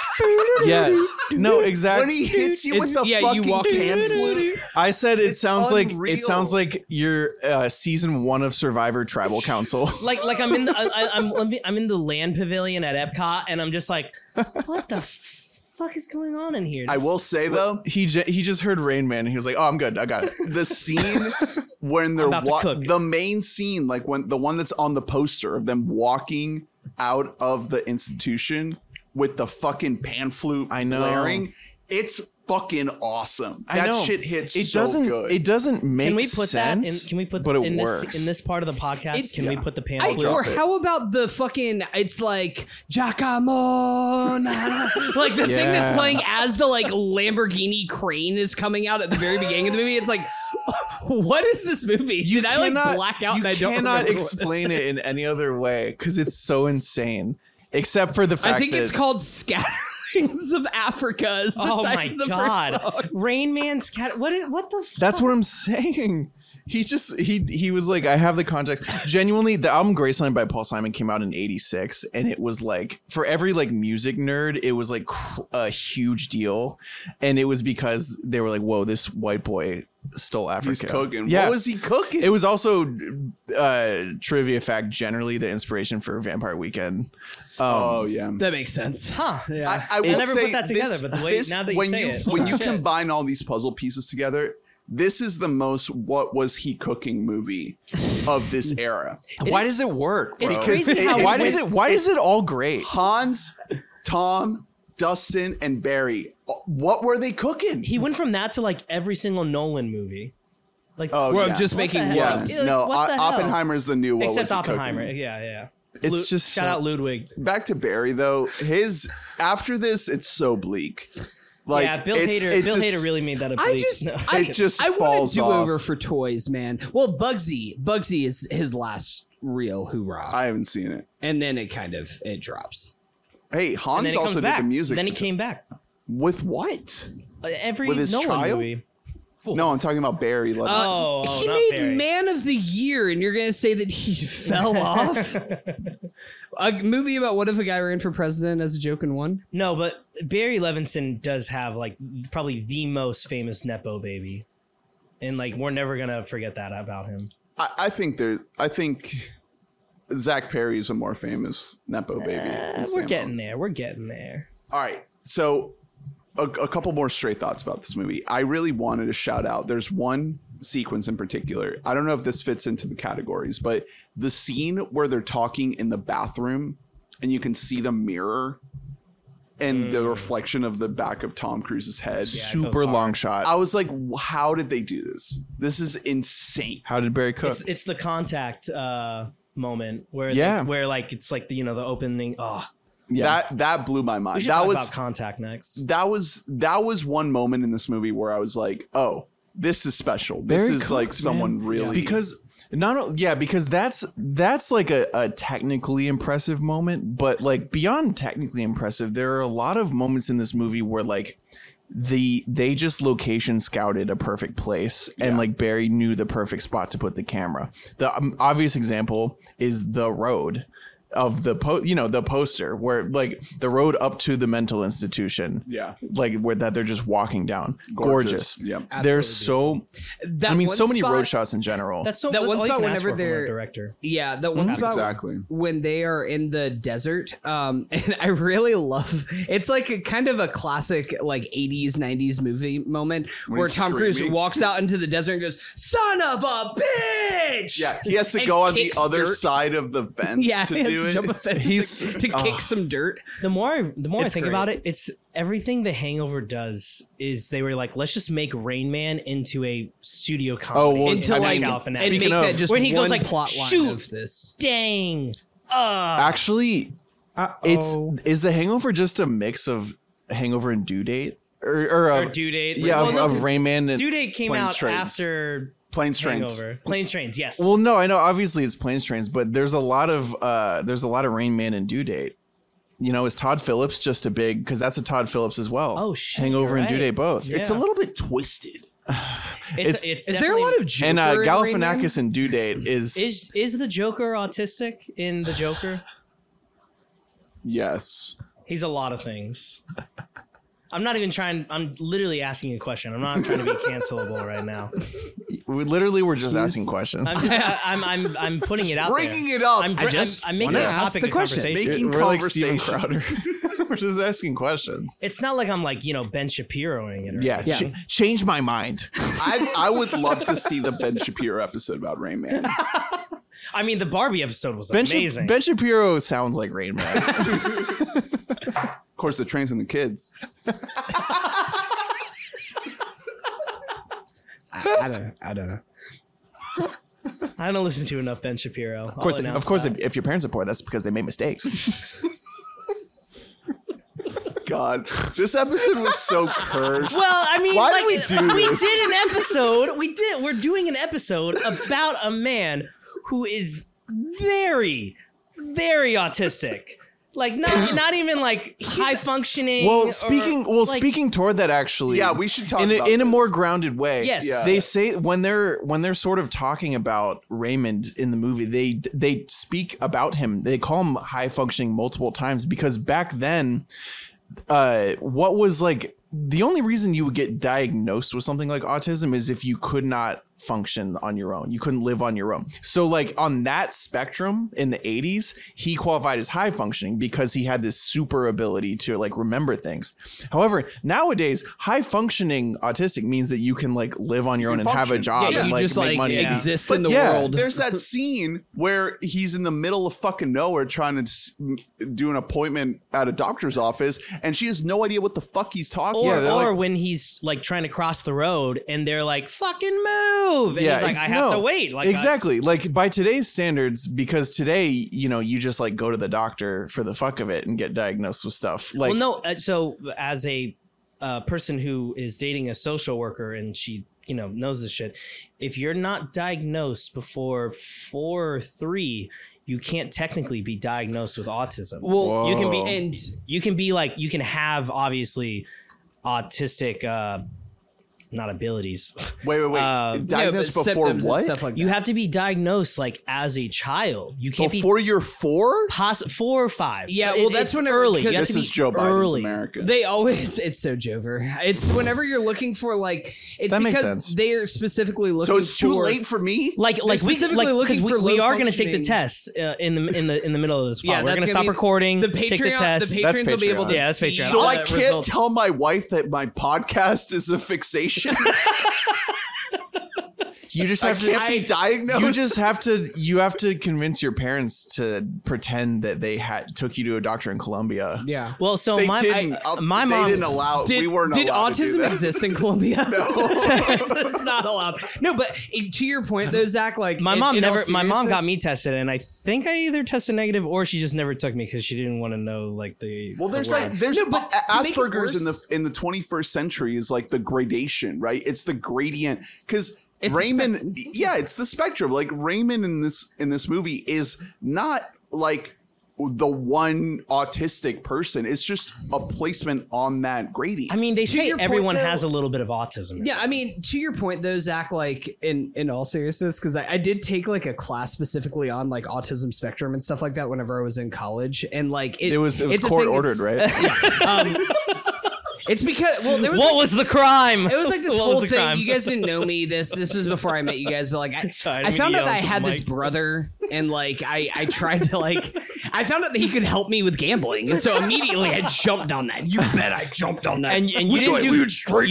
Speaker 6: yes. No,
Speaker 3: when
Speaker 6: exactly.
Speaker 3: he hits you with
Speaker 5: It's-
Speaker 3: the
Speaker 5: yeah, you
Speaker 3: fucking
Speaker 5: walk in-
Speaker 3: pan flute.
Speaker 6: I said it sounds like
Speaker 3: unreal.
Speaker 6: it sounds like your uh, season one of Survivor Tribal Council.
Speaker 7: like, like I'm in the I, I- I'm I'm- I'm in the land pavilion at Epcot, and I'm just like, "What the fuck is going on in here?"
Speaker 3: I will say though,
Speaker 6: he j- he just heard Rain Man and he was like, "Oh, I'm good. I got it."
Speaker 3: the scene when they're
Speaker 7: about to
Speaker 3: wa-
Speaker 7: cook.
Speaker 3: the main scene, like when the one that's on the poster of them walking out of the institution with the fucking pan flute
Speaker 6: I know.
Speaker 3: blaring, it's fucking awesome.
Speaker 6: I
Speaker 3: that
Speaker 6: know.
Speaker 3: shit hits.
Speaker 6: It
Speaker 3: so
Speaker 6: doesn't.
Speaker 3: Good.
Speaker 6: It doesn't make
Speaker 7: Can we put
Speaker 6: sense.
Speaker 7: that? in Can we put
Speaker 6: But it
Speaker 7: in
Speaker 6: works.
Speaker 7: this in this part of the podcast?
Speaker 5: It's-
Speaker 7: can we put the pan
Speaker 5: I,
Speaker 7: flute?
Speaker 5: or how about the fucking? It's like Giacomo, na- like the thing that's
Speaker 6: Yeah.
Speaker 5: playing as the like Lamborghini crane is coming out at the very beginning of the movie. It's like, what is this movie?
Speaker 6: You
Speaker 5: Did I like black out
Speaker 6: You
Speaker 5: and I don't
Speaker 6: cannot
Speaker 5: remember what this
Speaker 6: explain it
Speaker 5: is?
Speaker 6: in any other way because it's so insane. Except for the fact
Speaker 5: I think
Speaker 6: that
Speaker 5: it's called Scatterings of Africa. Is the
Speaker 7: oh
Speaker 5: title
Speaker 7: my
Speaker 5: of the first song.
Speaker 7: god, Rain Man's cat. What is what the? Fuck?
Speaker 6: That's what I'm saying. He just he he was like, I have the context. Genuinely, the album Graceland by Paul Simon came out in '86, and it was like for every like music nerd, it was like cr- a huge deal, and it was because they were like, "Whoa, this white boy stole Africa."
Speaker 3: He's cooking.
Speaker 6: Yeah.
Speaker 3: What was he cooking?
Speaker 6: it was also uh, trivia fact. Generally, the inspiration for Vampire Weekend. Um,
Speaker 3: oh yeah.
Speaker 5: That makes sense.
Speaker 7: Huh.
Speaker 5: Yeah.
Speaker 3: I, I, will
Speaker 7: never
Speaker 3: say
Speaker 7: put that together,
Speaker 3: this-
Speaker 7: but the way-
Speaker 3: this-
Speaker 7: now that you
Speaker 3: when
Speaker 7: say
Speaker 3: you
Speaker 7: it,
Speaker 3: when
Speaker 7: holy
Speaker 3: you
Speaker 7: shit.
Speaker 3: combine all these puzzle pieces together, this is the most "what was he cooking" movie of this era.
Speaker 6: why does it work?
Speaker 7: it's
Speaker 6: bro?
Speaker 7: crazy
Speaker 3: It-
Speaker 7: how
Speaker 6: why
Speaker 7: it
Speaker 6: does
Speaker 7: was-
Speaker 6: it? Why is it all great?
Speaker 3: Hans, Tom, Dustin, and Barry. What were they cooking?
Speaker 7: he went from that to like every single Nolan movie, like
Speaker 3: oh,
Speaker 5: Well,
Speaker 3: yeah.
Speaker 5: just
Speaker 7: What the
Speaker 5: making
Speaker 7: hell?
Speaker 5: one.
Speaker 3: yeah.
Speaker 7: Yeah, like,
Speaker 3: no,
Speaker 7: what the
Speaker 3: O-
Speaker 7: hell?
Speaker 3: Oppenheimer's the new. What was
Speaker 7: except
Speaker 3: he
Speaker 7: Oppenheimer.
Speaker 3: Cooking?
Speaker 7: Yeah, yeah.
Speaker 6: It's
Speaker 7: Lu-
Speaker 6: just
Speaker 7: shout
Speaker 6: so-
Speaker 7: out Ludwig.
Speaker 3: Back to Barry though. His after this, it's so bleak. Like
Speaker 7: yeah, Bill
Speaker 3: it's-
Speaker 7: Hader.
Speaker 3: it
Speaker 7: Bill
Speaker 3: just-
Speaker 7: Hader really made that a
Speaker 5: I
Speaker 7: bleak.
Speaker 5: just,
Speaker 7: no.
Speaker 5: I,
Speaker 3: It just
Speaker 5: I want
Speaker 3: falls
Speaker 5: a do-over for toys, man. Well, Bugsy, Bugsy is his last real hoorah,
Speaker 3: I haven't seen it.
Speaker 5: and then it kind of it drops.
Speaker 3: Hey,
Speaker 7: And then
Speaker 3: Hans
Speaker 7: he comes
Speaker 3: also
Speaker 7: back.
Speaker 3: did the music.
Speaker 7: Then he
Speaker 3: for-
Speaker 7: came back.
Speaker 3: with what?
Speaker 7: Uh, Every
Speaker 3: With his
Speaker 7: Nolan
Speaker 3: child?
Speaker 7: movie.
Speaker 3: No, I'm talking about Barry. Levinson.
Speaker 7: Oh, oh,
Speaker 5: he
Speaker 7: not
Speaker 5: made
Speaker 7: Barry.
Speaker 5: Man of the Year, and you're gonna say that he fell off? A movie about what if a guy ran for president as a joke and won?
Speaker 7: No, but Barry Levinson does have like probably the most famous nepo baby, and like we're never gonna forget that about him.
Speaker 3: I, I think there. I think Zach Perry is a more famous nepo baby. than
Speaker 7: Uh, we're
Speaker 3: Sam
Speaker 7: getting
Speaker 3: Ellis.
Speaker 7: there. We're getting there.
Speaker 3: All right. So, a, a couple more straight thoughts about this movie. I really wanted to shout out. There's one sequence in particular. I don't know if this fits into the categories, but the scene where they're talking in the bathroom and you can see the mirror and
Speaker 7: Mm.
Speaker 3: the reflection of the back of Tom Cruise's head.
Speaker 6: Super long shot.
Speaker 3: I was like, "W- how did they do this? This is insane.
Speaker 6: How did Barry cook?
Speaker 7: It's, it's the contact uh, moment where yeah.
Speaker 6: Yeah.
Speaker 7: where like it's like the, you know the opening. Oh,
Speaker 3: That that blew my
Speaker 7: we
Speaker 3: mind.
Speaker 7: should
Speaker 3: That
Speaker 7: talk
Speaker 3: was
Speaker 7: about contact next.
Speaker 3: that was that was one moment in this movie where I was like, oh, this is special. This
Speaker 6: Barry
Speaker 3: is like
Speaker 6: Cox,
Speaker 3: someone
Speaker 6: man.
Speaker 3: really
Speaker 6: because not o- yeah because that's that's like a, a technically impressive moment but like beyond technically impressive there are a lot of moments in this movie where like the they just location scouted a perfect place and like barry knew the perfect spot to put the camera the um, obvious example is the road of the po- you know the poster where like the road up to the mental institution
Speaker 3: Yeah.
Speaker 6: like where that they're just walking down gorgeous,
Speaker 3: Gorgeous. Yeah.
Speaker 6: they're so
Speaker 5: That
Speaker 6: I mean,
Speaker 5: one
Speaker 6: so many
Speaker 5: spot-
Speaker 6: road shots in general.
Speaker 7: That's so
Speaker 5: That
Speaker 7: that's
Speaker 5: one
Speaker 7: all you
Speaker 5: spot
Speaker 7: can ask
Speaker 5: whenever
Speaker 7: for from a
Speaker 5: they're-
Speaker 7: director.
Speaker 5: Yeah, that one's about
Speaker 3: Exactly.
Speaker 5: when they are in the desert. Um, and I really love it's like a kind of a classic like 80s, 90s movie moment
Speaker 3: When
Speaker 5: where
Speaker 3: he's
Speaker 5: Tom Cruise
Speaker 3: screaming.
Speaker 5: walks out into the desert and goes, Son of a bitch.
Speaker 3: Yeah, he has to
Speaker 5: And
Speaker 3: go on the
Speaker 5: kicks
Speaker 3: other
Speaker 5: dirt.
Speaker 3: side of the fence
Speaker 5: Yeah,
Speaker 3: to
Speaker 5: he has
Speaker 3: do
Speaker 5: to
Speaker 3: it. uh,
Speaker 5: jump a fence
Speaker 6: He's-
Speaker 5: to, to
Speaker 6: oh.
Speaker 5: kick some dirt.
Speaker 7: The more I, the more I
Speaker 5: It's
Speaker 7: think
Speaker 5: great.
Speaker 7: about it, it's everything the Hangover does is they were like, let's just make Rain Man into a studio comedy.
Speaker 6: Oh, well,
Speaker 5: Into
Speaker 6: I
Speaker 5: like
Speaker 6: mean,
Speaker 5: and
Speaker 6: speaking
Speaker 5: make
Speaker 6: of-
Speaker 5: that just
Speaker 7: When he goes
Speaker 5: one
Speaker 7: like,
Speaker 5: plot line
Speaker 7: "Shoot."
Speaker 5: of this.
Speaker 7: dang. Uh,
Speaker 6: Actually, it's
Speaker 7: Oh.
Speaker 6: is the Hangover just a mix of Hangover and Due Date, or, or,
Speaker 7: or
Speaker 6: of,
Speaker 7: due date.
Speaker 6: yeah,
Speaker 7: Well,
Speaker 6: of,
Speaker 7: no,
Speaker 6: of Rain Man and
Speaker 7: due date came
Speaker 3: Planes,
Speaker 7: out
Speaker 3: Trains.
Speaker 7: after
Speaker 3: Planes, trains.
Speaker 7: Hangover. Planes trains. Yes.
Speaker 6: well, no, I know obviously it's Planes Trains, but there's a lot of uh, there's a lot of Rain Man and Due Date. You know, is Todd Phillips just a big because that's a Todd Phillips as well.
Speaker 7: Oh, shit,
Speaker 6: Hangover
Speaker 7: you're
Speaker 6: and Due
Speaker 7: right.
Speaker 6: Date both.
Speaker 7: Yeah.
Speaker 3: It's a little bit twisted.
Speaker 7: it's,
Speaker 6: it's-
Speaker 7: it's
Speaker 5: Is there a
Speaker 7: definitely-
Speaker 5: lot of Joker
Speaker 6: and uh,
Speaker 5: in Rain Man?
Speaker 6: Galifianakis and Due Date is,
Speaker 7: Is is the Joker autistic in the Joker?
Speaker 3: Yes.
Speaker 7: He's a lot of things. I'm not even trying. I'm literally asking a question. I'm not trying to be cancelable right now.
Speaker 6: we literally we're just asking questions.
Speaker 7: I'm just, I, I'm, I'm, I'm putting it out
Speaker 3: Bringing
Speaker 7: there.
Speaker 3: it up.
Speaker 7: I'm,
Speaker 5: I
Speaker 7: br-
Speaker 5: just
Speaker 7: I'm, I'm making
Speaker 5: wanna
Speaker 7: a
Speaker 5: ask
Speaker 7: topic
Speaker 5: the
Speaker 7: of
Speaker 5: question.
Speaker 7: conversation.
Speaker 3: Making
Speaker 6: we're like Steven
Speaker 3: conversation.
Speaker 6: Crowder. we're just asking questions.
Speaker 7: it's not like I'm like you know Ben Shapiroing it. Or
Speaker 6: Yeah,
Speaker 5: Yeah.
Speaker 6: ch- change my mind.
Speaker 3: I, I would love to see the Ben Shapiro episode about Rain Man.
Speaker 7: I mean the Barbie episode was
Speaker 6: Ben, Shap-
Speaker 7: amazing.
Speaker 6: Ben Shapiro sounds like Rain Man.
Speaker 3: Of course, the trains and the kids.
Speaker 5: I, I don't I don't know.
Speaker 7: I don't listen to enough Ben Shapiro.
Speaker 6: of course, of course, if, if your parents are poor, that's because they made mistakes.
Speaker 3: god, this episode was so cursed.
Speaker 7: Well, I mean,
Speaker 3: Why do
Speaker 7: like,
Speaker 3: we do this?
Speaker 7: did an episode. We did. We're doing an episode about a man who is very, very autistic. Like not not even like high functioning.
Speaker 6: Well,
Speaker 7: or,
Speaker 6: speaking well,
Speaker 7: like-
Speaker 6: speaking toward that actually.
Speaker 3: Yeah, we should talk
Speaker 6: in a,
Speaker 3: about
Speaker 6: in a
Speaker 3: this.
Speaker 6: more grounded way.
Speaker 7: Yes. Yeah.
Speaker 6: They say when they're when they're sort of talking about Raymond in the movie, they they speak about him. They call him high functioning multiple times because back then, uh, what was like the only reason you would get diagnosed with something like autism is if you could not function on your own. You couldn't live on your own. So like on that spectrum in the 80s, he qualified as high functioning because he had this super ability to like remember things. However, nowadays, high functioning autistic means that you can like live on your own and have a
Speaker 3: function.
Speaker 6: job
Speaker 5: Yeah,
Speaker 6: and
Speaker 5: you
Speaker 6: like
Speaker 5: just
Speaker 6: make
Speaker 5: like
Speaker 6: money.
Speaker 7: yeah.
Speaker 5: exist
Speaker 3: But
Speaker 5: in the
Speaker 6: yeah,
Speaker 5: world.
Speaker 3: There's that scene where he's in the middle of fucking nowhere trying to s- m- do an appointment at a doctor's office, and she has no idea what the fuck he's talking
Speaker 7: or,
Speaker 3: about.
Speaker 7: or when he's like trying to cross the road and they're like fucking move and he's like
Speaker 6: ex-
Speaker 7: i have
Speaker 6: no.
Speaker 7: to wait like uh, I-
Speaker 6: exactly. like by today's standards, because today, you know, you just like go to the doctor for the fuck of it and get diagnosed with stuff. Like,
Speaker 7: well no uh, so as a uh, person who is dating a social worker and she you know knows this shit if you're not diagnosed before four or three you can't technically be diagnosed with autism
Speaker 5: well,
Speaker 7: you can be
Speaker 6: Whoa.
Speaker 5: and
Speaker 7: you can be like you can have obviously autistic uh not abilities
Speaker 3: wait, wait, wait.
Speaker 7: Uh,
Speaker 3: Diagnosed
Speaker 5: yeah, but
Speaker 3: before
Speaker 5: symptoms and
Speaker 3: what?
Speaker 5: Stuff like
Speaker 7: you
Speaker 5: that.
Speaker 7: have to be diagnosed like as a child you can't be
Speaker 3: before you're four?
Speaker 7: Poss- four or five.
Speaker 5: Yeah,
Speaker 7: It-
Speaker 5: well, that's
Speaker 7: it's
Speaker 5: when it-
Speaker 7: early.
Speaker 5: because-
Speaker 7: You have
Speaker 3: This
Speaker 7: to
Speaker 3: is
Speaker 7: be
Speaker 3: Joe Biden's
Speaker 7: early.
Speaker 3: America.
Speaker 5: They always it's so Jover. It's whenever you're looking for like it's
Speaker 6: That makes
Speaker 5: because
Speaker 6: sense.
Speaker 5: they are specifically looking
Speaker 3: so it's too
Speaker 5: for-
Speaker 3: late for me.
Speaker 7: Like, like we,
Speaker 5: specifically
Speaker 7: like, 'cause
Speaker 5: looking
Speaker 7: we,
Speaker 5: for
Speaker 7: we
Speaker 5: low
Speaker 7: are going to take the
Speaker 5: functioning-
Speaker 7: test uh, in the in the in the middle of this. Pod.
Speaker 5: Yeah,
Speaker 7: Oh, We're
Speaker 5: that's
Speaker 7: going to
Speaker 5: gonna
Speaker 7: stop
Speaker 5: be-
Speaker 7: recording.
Speaker 5: the
Speaker 7: take the
Speaker 5: Patreon
Speaker 7: test.
Speaker 5: the
Speaker 6: That's
Speaker 5: patrons will be able to
Speaker 6: Patreon.
Speaker 7: Yeah, that's
Speaker 5: see
Speaker 7: Patreon.
Speaker 5: all
Speaker 3: so I
Speaker 5: that
Speaker 3: can't
Speaker 5: results.
Speaker 3: tell my wife that my podcast is a fixation.
Speaker 6: you just
Speaker 3: I
Speaker 6: have to.
Speaker 3: can't be diagnosed.
Speaker 6: you just have to you have to convince your parents to pretend that they had took you to a doctor in Colombia.
Speaker 5: Yeah.
Speaker 7: well, so
Speaker 3: they
Speaker 7: my
Speaker 3: didn't.
Speaker 7: I,
Speaker 3: I'll-
Speaker 7: my
Speaker 3: they
Speaker 7: mom
Speaker 3: didn't allow.
Speaker 5: Did,
Speaker 3: we weren't
Speaker 5: did
Speaker 3: allowed to do
Speaker 5: autism
Speaker 3: that.
Speaker 5: exist in Colombia? it's not allowed. No, but eh, to your point though, Zach, like
Speaker 7: my
Speaker 5: in-
Speaker 7: mom
Speaker 5: in all
Speaker 7: never. My mom got
Speaker 5: seriousness-
Speaker 7: me tested, and I think I either tested negative or she just never took me because she didn't want to know like the.
Speaker 3: Well,
Speaker 7: the
Speaker 3: there's
Speaker 7: word.
Speaker 3: like there's
Speaker 5: but
Speaker 3: A-
Speaker 5: to make it
Speaker 3: Asperger's in the
Speaker 5: worse-
Speaker 3: in the 21st century is like the gradation, right? It's the gradient because
Speaker 5: It's a
Speaker 3: Raymond, yeah, it's the spectrum. Like Raymond in this in this movie is not like the one autistic person. It's just a placement on that gradient.
Speaker 7: I mean, they say
Speaker 5: your point,
Speaker 7: everyone
Speaker 5: though-
Speaker 7: has a little bit of autism.
Speaker 5: Yeah, I mean, to your point though, Zach, like in in all seriousness, because I, I did take like a class specifically on like autism spectrum and stuff like that whenever I was in college, and like
Speaker 6: It was it was
Speaker 5: it's a
Speaker 6: court
Speaker 5: thing
Speaker 6: ordered,
Speaker 5: that's-
Speaker 6: right?
Speaker 5: Um, It's because well, there was
Speaker 7: What
Speaker 5: like,
Speaker 7: was the crime?
Speaker 5: it was like this
Speaker 7: What
Speaker 5: whole
Speaker 7: was the
Speaker 5: thing.
Speaker 7: crime?
Speaker 5: You guys didn't know me. This this was before I met you guys, but like I,
Speaker 7: Sorry, I
Speaker 5: I,
Speaker 7: didn't mean
Speaker 5: found
Speaker 7: to
Speaker 5: out that I
Speaker 7: yell into
Speaker 5: had
Speaker 7: the
Speaker 5: this
Speaker 7: mic.
Speaker 5: brother, and like I I tried to like I found out that he could help me with gambling, and so immediately I jumped on that. You bet I jumped on that.
Speaker 7: and, and you didn't do you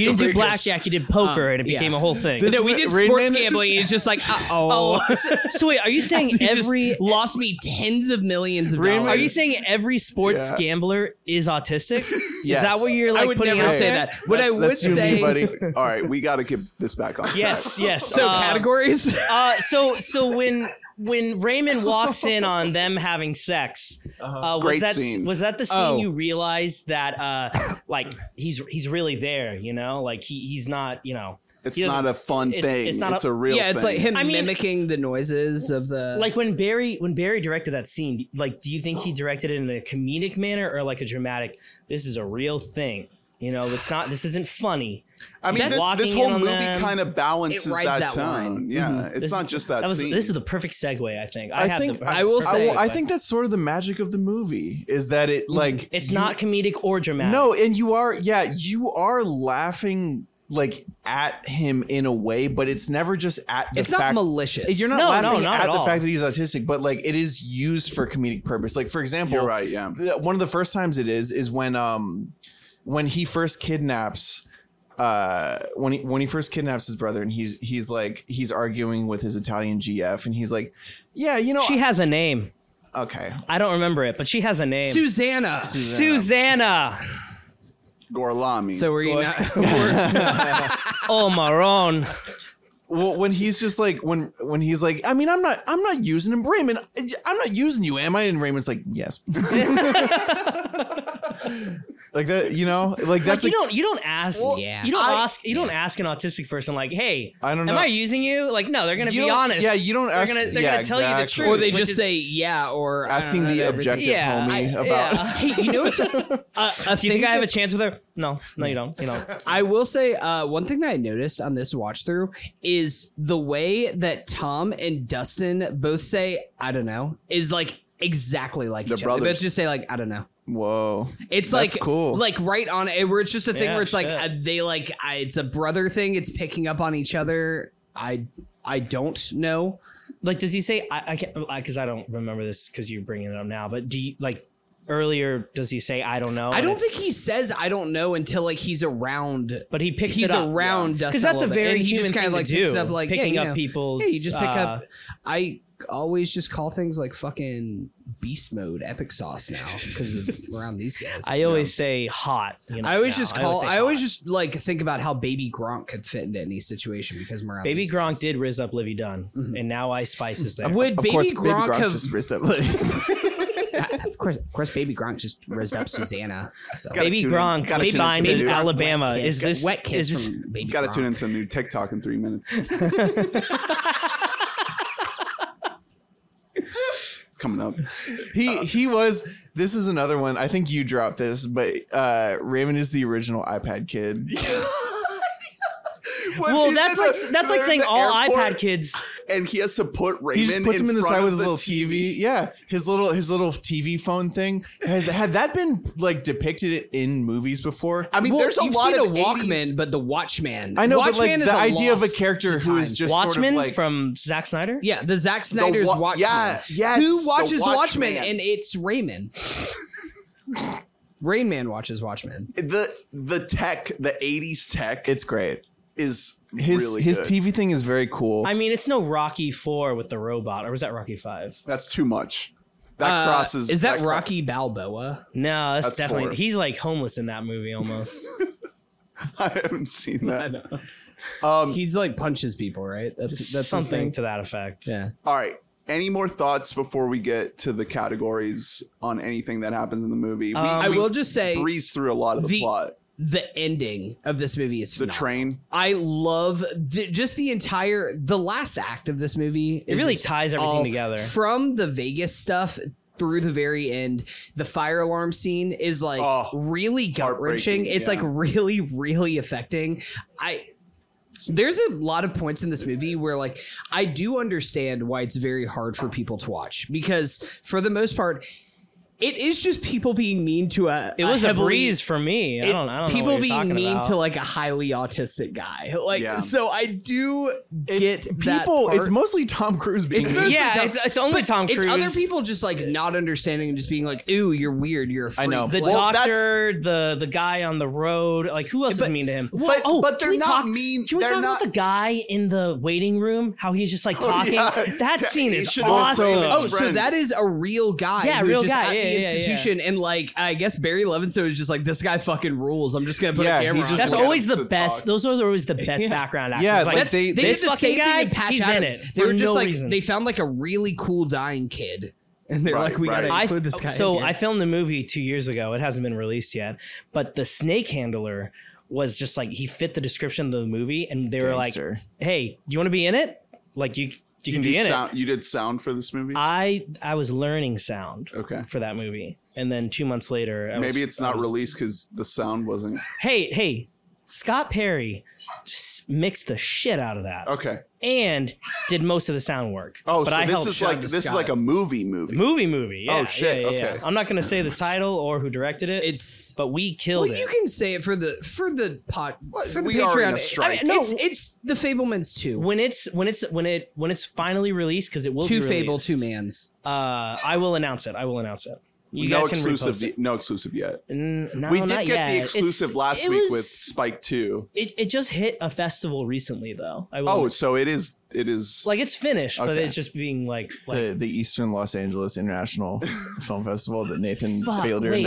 Speaker 7: didn't do blackjack, you did poker,
Speaker 5: Um,
Speaker 7: and it
Speaker 5: yeah.
Speaker 7: became a whole thing.
Speaker 6: This-
Speaker 5: no, we did
Speaker 6: Rain
Speaker 5: sports
Speaker 6: Man-
Speaker 5: gambling, and it's just like uh oh.
Speaker 7: Oh, so, so wait, are you saying
Speaker 5: He just
Speaker 7: every?
Speaker 5: lost me tens of millions of dollars.
Speaker 7: Are you saying every sports
Speaker 6: Yeah.
Speaker 7: gambler is autistic? Is
Speaker 6: Yes.
Speaker 7: that what you're like
Speaker 5: I would
Speaker 7: putting
Speaker 5: never
Speaker 7: out
Speaker 5: say
Speaker 7: there?
Speaker 5: that. What I
Speaker 6: That's-
Speaker 5: would
Speaker 6: that's you and me,
Speaker 5: say.
Speaker 6: buddy.
Speaker 3: all right, we got to get this back on. track.
Speaker 7: Yes, yes.
Speaker 5: So
Speaker 7: Uh,
Speaker 5: categories.
Speaker 7: Uh, so so when when Raymond walks in on them having sex, uh, was
Speaker 3: Great
Speaker 7: that
Speaker 3: scene.
Speaker 7: was that the scene
Speaker 5: Oh.
Speaker 7: you realized that uh, like he's he's really there? You know, like he he's not. You know,
Speaker 3: it's
Speaker 7: he doesn't-
Speaker 3: not a fun
Speaker 7: it's-
Speaker 3: thing.
Speaker 7: it's
Speaker 3: It's,
Speaker 7: not
Speaker 3: a,
Speaker 7: a-
Speaker 3: real.
Speaker 5: yeah, it's
Speaker 3: thing.
Speaker 5: like him
Speaker 7: I mean-
Speaker 5: mimicking the noises of the
Speaker 7: like when Barry when Barry directed that scene, like do you think he directed it in a comedic manner or like a dramatic? This is a real thing. You know, it's not. This isn't funny.
Speaker 3: I mean,
Speaker 7: That's-
Speaker 3: this,
Speaker 7: walking
Speaker 3: this
Speaker 7: in
Speaker 3: whole
Speaker 7: on
Speaker 3: movie
Speaker 7: them.
Speaker 3: kind of balances
Speaker 5: rides
Speaker 3: that,
Speaker 5: that
Speaker 3: tone.
Speaker 5: line.
Speaker 3: Yeah, it's
Speaker 7: This-
Speaker 3: not just that,
Speaker 7: was,
Speaker 3: scene.
Speaker 7: This is the perfect segue, I think. I,
Speaker 6: I
Speaker 7: have
Speaker 6: think-
Speaker 7: the,
Speaker 5: I will
Speaker 7: perfect
Speaker 5: say-
Speaker 6: I, well, I
Speaker 7: segue.
Speaker 6: think that's sort of the magic of the movie is that it like
Speaker 7: it's
Speaker 6: you-
Speaker 7: not comedic or dramatic.
Speaker 6: No, and you are yeah, you are laughing like at him in a way, but it's never just at the
Speaker 5: it's not
Speaker 6: fact
Speaker 5: malicious.
Speaker 6: You're not
Speaker 7: No, no,
Speaker 6: laughing
Speaker 7: not
Speaker 6: at,
Speaker 7: at
Speaker 6: the
Speaker 7: all.
Speaker 6: fact that he's autistic, but like it is used for comedic purpose. Like for example,
Speaker 3: You're right. Yeah.
Speaker 6: th- one of the first times it is is when um when he first kidnaps uh when he when he first kidnaps his brother and he's he's like he's arguing with his Italian GF and he's like, yeah, you know,
Speaker 7: she has a name.
Speaker 6: okay,
Speaker 7: I don't remember it, but she has a name.
Speaker 5: Susanna.
Speaker 7: Susanna
Speaker 3: Gorlami.
Speaker 5: So were you not?
Speaker 7: O'Maron.
Speaker 6: Well, when he's just like when when he's like, I mean, I'm not I'm not using him, Raymond. I'm not using you, am I? And Raymond's like, yes. like that, you know, like
Speaker 7: like,
Speaker 6: that's like,
Speaker 7: you don't you don't ask
Speaker 5: Well, Yeah.
Speaker 7: you don't
Speaker 6: I-
Speaker 7: ask you don't ask an autistic person like hey
Speaker 6: I don't
Speaker 7: am
Speaker 6: know.
Speaker 7: I using you like no they're gonna
Speaker 6: You
Speaker 7: be
Speaker 6: don't-
Speaker 7: honest
Speaker 6: Yeah, you don't
Speaker 7: They're
Speaker 6: ask.
Speaker 7: gonna- they're
Speaker 6: yeah,
Speaker 7: gonna tell you the
Speaker 6: exactly.
Speaker 7: truth.
Speaker 5: or they
Speaker 7: Which
Speaker 5: just
Speaker 7: is-
Speaker 5: say yeah or I don't
Speaker 6: Asking
Speaker 5: know,
Speaker 6: the
Speaker 5: everything.
Speaker 6: objective
Speaker 7: Yeah,
Speaker 6: homie
Speaker 7: I-
Speaker 6: about.
Speaker 7: yeah.
Speaker 5: Hey, you know what's a, a
Speaker 7: Uh, do you think
Speaker 5: thing
Speaker 7: I have a
Speaker 5: that-
Speaker 7: chance with her no no you don't you don't
Speaker 5: I will say uh, one thing that I noticed on this watch through is the way that Tom and Dustin both say I don't know is like exactly like
Speaker 3: They're
Speaker 5: each other. They
Speaker 3: brothers.
Speaker 5: both just say like I don't know.
Speaker 6: Whoa,
Speaker 5: It's
Speaker 6: That's
Speaker 5: like
Speaker 6: cool.
Speaker 5: like right on it where it's just a thing
Speaker 7: Yeah,
Speaker 5: where it's like
Speaker 7: shit.
Speaker 5: uh, they like I, it's a brother thing. It's picking up on each other. I I don't know.
Speaker 7: like does he say I, I can't because I, don't remember this because you're bringing it up now but do you like earlier does he say I don't know
Speaker 5: I
Speaker 7: And
Speaker 5: don't think
Speaker 7: it's-
Speaker 5: he says I don't know until like he's around.
Speaker 7: but he picks
Speaker 5: he's
Speaker 7: it up
Speaker 5: around Dustin
Speaker 7: because
Speaker 5: a
Speaker 7: that's a
Speaker 5: little bit,
Speaker 7: very
Speaker 5: and he
Speaker 7: human
Speaker 5: just
Speaker 7: thing
Speaker 5: kinda, like,
Speaker 7: to
Speaker 5: picks
Speaker 7: do
Speaker 5: it up, like, yeah,
Speaker 7: picking
Speaker 5: you
Speaker 7: up
Speaker 5: know.
Speaker 7: people's
Speaker 5: Yeah, you just pick
Speaker 7: uh,
Speaker 5: up. I always just call things like fucking beast mode epic sauce now because we're on these guys.
Speaker 7: I always say hot you know,
Speaker 5: I always
Speaker 7: now.
Speaker 5: just call.
Speaker 7: say
Speaker 5: I always
Speaker 7: hot.
Speaker 5: just like think about how Baby Gronk could fit into any situation because Morales.
Speaker 7: Baby Gronk did riz up Livy Dunn,
Speaker 5: Mhm.
Speaker 7: and now I Spice is there.
Speaker 5: Would
Speaker 6: of
Speaker 5: Baby
Speaker 6: course, Baby
Speaker 5: Gronk
Speaker 6: Gronk
Speaker 5: have?
Speaker 6: just rizzed up. Like,
Speaker 5: of course, of course, Baby Gronk just rizzed up Susanna. So.
Speaker 3: Gotta
Speaker 7: Baby
Speaker 3: tune in.
Speaker 7: Gronk,
Speaker 3: Gotta
Speaker 7: Baby
Speaker 3: tune in for
Speaker 7: Vine
Speaker 3: the
Speaker 7: in
Speaker 3: new-
Speaker 7: Alabama.
Speaker 5: Wet kiss.
Speaker 7: uh, Is this
Speaker 5: wet kiss
Speaker 7: Is this,
Speaker 5: from Baby
Speaker 3: Got to
Speaker 5: Gronk.
Speaker 3: tune into new TikTok in three minutes. It's coming up.
Speaker 6: he he was. This is another one. I think you dropped this, but uh Raymond is the original iPad kid.
Speaker 3: When
Speaker 7: well,
Speaker 3: he's
Speaker 7: that's
Speaker 3: in
Speaker 7: like
Speaker 3: the-
Speaker 7: that's like
Speaker 3: they're in
Speaker 7: saying
Speaker 3: the
Speaker 7: all
Speaker 3: airport
Speaker 7: iPad kids.
Speaker 3: And he has to put Raymond.
Speaker 6: He just puts him in the
Speaker 3: front
Speaker 6: side
Speaker 3: of
Speaker 6: with his
Speaker 3: the
Speaker 6: little TV. Yeah, his little his little TV phone thing. Has had that been like depicted in movies before?
Speaker 3: I mean,
Speaker 5: Well,
Speaker 3: there's a
Speaker 5: you've
Speaker 3: lot
Speaker 5: seen
Speaker 3: of
Speaker 5: a Walkman,
Speaker 3: 80s
Speaker 5: but the Watchman.
Speaker 6: I know, but
Speaker 5: Watchman
Speaker 6: like
Speaker 5: is
Speaker 6: the idea of a
Speaker 5: loss
Speaker 6: character
Speaker 5: to
Speaker 6: who is
Speaker 5: time.
Speaker 6: just
Speaker 7: Watchmen
Speaker 6: sort of like
Speaker 7: from Zack Snyder.
Speaker 5: yeah, the Zack Snyder's
Speaker 3: Wa-
Speaker 5: Watchman.
Speaker 3: yeah, yes,
Speaker 5: who
Speaker 3: the
Speaker 5: watches Watchmen?
Speaker 3: Watchman.
Speaker 5: And it's Raymond. Rain Man watches Watchmen.
Speaker 3: the the tech, the '80s tech.
Speaker 6: it's great.
Speaker 3: is
Speaker 6: His
Speaker 3: really
Speaker 6: his
Speaker 3: good.
Speaker 6: TV thing is very cool.
Speaker 7: I mean, it's no Rocky Four with the robot, or was that Rocky Five?
Speaker 3: That's too much. That
Speaker 5: Uh,
Speaker 3: crosses.
Speaker 5: Is that
Speaker 3: cro-
Speaker 5: Rocky Balboa?
Speaker 7: No, that's,
Speaker 3: That's
Speaker 7: definitely
Speaker 3: four.
Speaker 7: he's like homeless in that movie almost.
Speaker 3: I haven't seen that.
Speaker 5: know.
Speaker 3: Um,
Speaker 5: He's like punches people, right? That's that's
Speaker 7: something
Speaker 5: something.
Speaker 7: to that effect.
Speaker 5: Yeah.
Speaker 3: all right. Any more thoughts before we get to the categories on anything that happens in the movie? We,
Speaker 7: Um,
Speaker 5: I
Speaker 3: we
Speaker 5: will just say
Speaker 3: breeze through a lot of the,
Speaker 5: the-
Speaker 3: plot.
Speaker 5: the ending of this movie is
Speaker 3: The
Speaker 5: phenomenal.
Speaker 3: train.
Speaker 5: I love the, just the entire the last act of this movie.
Speaker 7: It
Speaker 5: is
Speaker 7: really
Speaker 5: just
Speaker 7: ties everything
Speaker 5: all-
Speaker 7: together.
Speaker 5: From the Vegas stuff through the very end, the fire alarm scene is like
Speaker 3: Oh,
Speaker 5: really gut wrenching.
Speaker 3: heartbreaking,
Speaker 5: It's like
Speaker 3: yeah.
Speaker 5: really, really affecting. I there's a lot of points in this movie where like I do understand why it's very hard for people to watch because for the most part, it is just people being mean to a
Speaker 7: It was a
Speaker 5: heavily-
Speaker 7: breeze for me. I
Speaker 5: it-
Speaker 7: don't, I don't
Speaker 5: people
Speaker 7: know what you're
Speaker 5: being
Speaker 7: talking
Speaker 5: mean
Speaker 7: about.
Speaker 5: to like a highly autistic guy. Like
Speaker 3: Yeah.
Speaker 5: so I do
Speaker 6: it's
Speaker 5: get
Speaker 6: people.
Speaker 5: that
Speaker 6: It's
Speaker 5: part.
Speaker 6: mostly Tom Cruise being.
Speaker 5: It's
Speaker 6: mean.
Speaker 5: mostly
Speaker 7: yeah,
Speaker 5: Tom-
Speaker 7: it's, it's only Tom Cruise.
Speaker 5: it's other people just like not understanding and just being like, "Ooh, you're weird. You're a freak.
Speaker 6: I know.
Speaker 7: The
Speaker 5: Like,
Speaker 3: Well, that's-
Speaker 7: doctor, the the guy on the road, like who else
Speaker 5: But-
Speaker 7: is mean to him?
Speaker 3: but
Speaker 7: oh,
Speaker 3: but
Speaker 7: can
Speaker 3: they're
Speaker 7: we
Speaker 3: not
Speaker 7: talk-
Speaker 3: mean.
Speaker 7: Can we
Speaker 3: they're
Speaker 7: talk
Speaker 3: not,
Speaker 7: about the guy in the waiting room? How he's just like
Speaker 3: Oh,
Speaker 7: talking.
Speaker 3: yeah.
Speaker 7: That
Speaker 3: Yeah,
Speaker 7: scene
Speaker 3: he
Speaker 7: is
Speaker 3: should've saved
Speaker 7: awesome.
Speaker 3: his
Speaker 5: Oh, so
Speaker 3: friend.
Speaker 5: that is a real guy.
Speaker 7: Yeah,
Speaker 5: who's
Speaker 7: real
Speaker 5: just
Speaker 7: guy.
Speaker 5: at
Speaker 7: Yeah,
Speaker 5: the
Speaker 7: yeah, yeah.
Speaker 5: institution, and like I guess Barry Levinson is just like, "This guy fucking rules. I'm just gonna put
Speaker 6: Yeah,
Speaker 5: a
Speaker 6: he
Speaker 5: camera on."
Speaker 6: just
Speaker 7: that's
Speaker 3: look
Speaker 5: him."
Speaker 3: at
Speaker 7: always
Speaker 3: him
Speaker 7: the
Speaker 3: to
Speaker 7: best.
Speaker 3: talk.
Speaker 7: Those are always the best background actors.
Speaker 6: Yeah,
Speaker 7: like,
Speaker 6: like, they-
Speaker 5: They
Speaker 7: this
Speaker 5: did the
Speaker 7: fucking
Speaker 5: same
Speaker 7: guy,
Speaker 5: thing to Patch
Speaker 7: he's in
Speaker 5: Adams.
Speaker 7: it
Speaker 5: They
Speaker 7: for
Speaker 5: were just
Speaker 7: no
Speaker 5: like
Speaker 7: reason.
Speaker 5: they found like a really cool dying kid, and they're
Speaker 3: Right,
Speaker 5: like, "We
Speaker 3: right.
Speaker 5: gotta
Speaker 7: I,
Speaker 5: include this guy."
Speaker 7: so
Speaker 5: in
Speaker 7: I
Speaker 5: here."
Speaker 7: filmed the movie two years ago. It hasn't been released yet, but the snake handler was just like he fit the description of the movie, and they were like,
Speaker 6: Gangster.
Speaker 7: "Hey, you want to be in it? Like you, you,
Speaker 3: You,
Speaker 7: can
Speaker 3: do
Speaker 7: be in it."
Speaker 3: sound, You did sound for this movie.
Speaker 7: I I was learning sound
Speaker 3: okay.
Speaker 7: for that movie, and then two months later, I was-
Speaker 3: Maybe it's
Speaker 7: I
Speaker 3: not
Speaker 7: was-
Speaker 3: released because the sound wasn't.
Speaker 7: Hey, hey, Scott Perry s- mixed the shit out of that
Speaker 3: Okay.
Speaker 7: and did most of the sound work.
Speaker 3: Oh,
Speaker 7: but
Speaker 3: so
Speaker 7: I
Speaker 3: this
Speaker 7: helped
Speaker 3: is
Speaker 7: shout
Speaker 3: like
Speaker 7: to
Speaker 3: this is
Speaker 7: Scott.
Speaker 3: like a movie movie.
Speaker 7: movie movie.
Speaker 3: Oh,
Speaker 7: Yeah,
Speaker 3: shit,
Speaker 7: yeah, yeah, yeah.
Speaker 3: okay.
Speaker 7: I'm not gonna say the title or who directed it.
Speaker 5: it's
Speaker 7: but we
Speaker 5: well,
Speaker 7: killed it.
Speaker 5: you can say it for the for the pot
Speaker 3: What?
Speaker 5: for the
Speaker 3: We are in a
Speaker 5: Patreon.
Speaker 3: strike.
Speaker 5: I mean,
Speaker 7: No.
Speaker 5: it's it's the Fablemans too.
Speaker 7: when it's when it's when it when it's finally released because it will
Speaker 5: Two
Speaker 7: be
Speaker 5: Fable,
Speaker 7: released,
Speaker 5: two mans.
Speaker 7: Uh, I will announce it. I will announce it. You
Speaker 3: no
Speaker 7: guys can
Speaker 3: exclusive.
Speaker 7: repost it.
Speaker 3: No exclusive yet.
Speaker 7: N- No,
Speaker 3: we did
Speaker 7: not
Speaker 3: get
Speaker 7: yet.
Speaker 3: the
Speaker 7: It's-
Speaker 3: exclusive last
Speaker 7: it
Speaker 3: week
Speaker 7: was-
Speaker 3: with Spike Two.
Speaker 7: it. It just hit a festival recently though. I will
Speaker 3: Oh, so it is. It is.
Speaker 7: like it's finished, but
Speaker 3: Okay.
Speaker 7: it's just being like like
Speaker 6: the, the Eastern Los Angeles International Film Festival that Nathan
Speaker 7: Fuck,
Speaker 6: Fielder
Speaker 7: wait.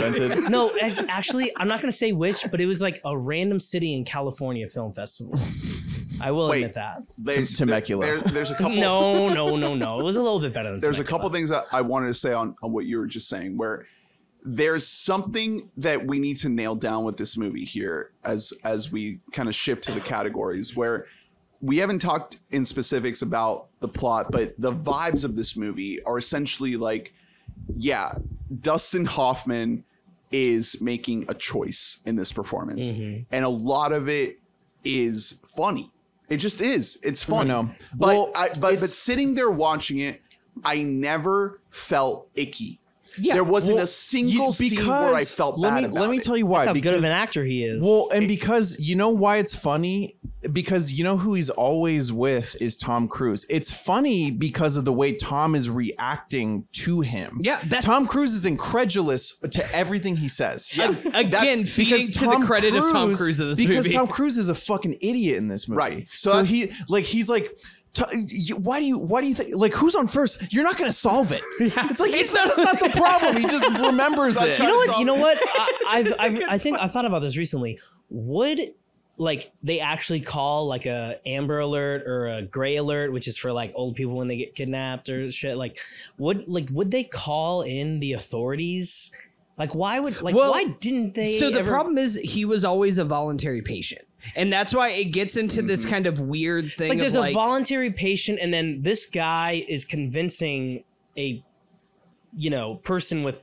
Speaker 6: invented.
Speaker 7: no, as, actually, I'm not going to say which, but it was like a random city in California film festival. I will
Speaker 3: Wait.
Speaker 7: admit that.
Speaker 3: there's,
Speaker 6: Temecula.
Speaker 3: there- there's a couple.
Speaker 7: No, no, no, no. It was a little bit better than
Speaker 3: There's a
Speaker 7: Temecula.
Speaker 3: couple things that I wanted to say on on what you were just saying, where there's something that we need to nail down with this movie here as as we kind of shift to the categories where we haven't talked in specifics about the plot, but the vibes of this movie are essentially like, yeah, Dustin Hoffman is making a choice in this performance,
Speaker 6: Mm-hmm.
Speaker 3: and a lot of it is funny. It just is. It's funny.
Speaker 6: know.
Speaker 3: But
Speaker 6: Well,
Speaker 3: I, but but
Speaker 6: it's-
Speaker 3: sitting there watching it, I never felt icky.
Speaker 5: Yeah,
Speaker 3: there wasn't
Speaker 6: well,
Speaker 3: a single
Speaker 6: you-
Speaker 3: scene where I
Speaker 6: because-
Speaker 3: felt
Speaker 6: let
Speaker 3: bad
Speaker 6: me
Speaker 3: about
Speaker 6: let me
Speaker 3: it.
Speaker 6: tell you why
Speaker 7: That's how good of an
Speaker 6: because-
Speaker 7: actor he is.
Speaker 6: Well, and because you know why it's funny, because you know who he's always with is Tom Cruise. It's funny because of the way Tom is reacting to him.
Speaker 5: Yeah, that's-
Speaker 6: Tom Cruise is incredulous to everything he says.
Speaker 3: Yeah,
Speaker 5: Again,
Speaker 3: that's-
Speaker 5: feeding to the credit of Tom Cruise in this
Speaker 6: because
Speaker 5: movie.
Speaker 6: Tom Cruise is a fucking idiot in this movie.
Speaker 3: Right. So
Speaker 6: So,
Speaker 3: that's-
Speaker 6: he like he's like. "T- you- Why do you? Why do you think? Like, who's on first? You're not going to solve it. It's like he's not. That's not the problem. He just remembers it.
Speaker 7: you know
Speaker 3: It's
Speaker 7: what?
Speaker 3: all-
Speaker 7: You know what? I, I've, I've I think I thought about this recently. Would like they actually call like a Amber Alert or a Gray Alert, which is for like old people when they get kidnapped or shit? Like, would like would they call in the authorities? Like, why would like
Speaker 5: Well,
Speaker 7: why didn't they?
Speaker 5: So the
Speaker 7: ever-
Speaker 5: problem is he was always a voluntary patient, and that's why it gets into this kind of weird thing.
Speaker 7: like
Speaker 5: of
Speaker 7: there's
Speaker 5: like,
Speaker 7: a voluntary patient and then this guy is convincing a you know person with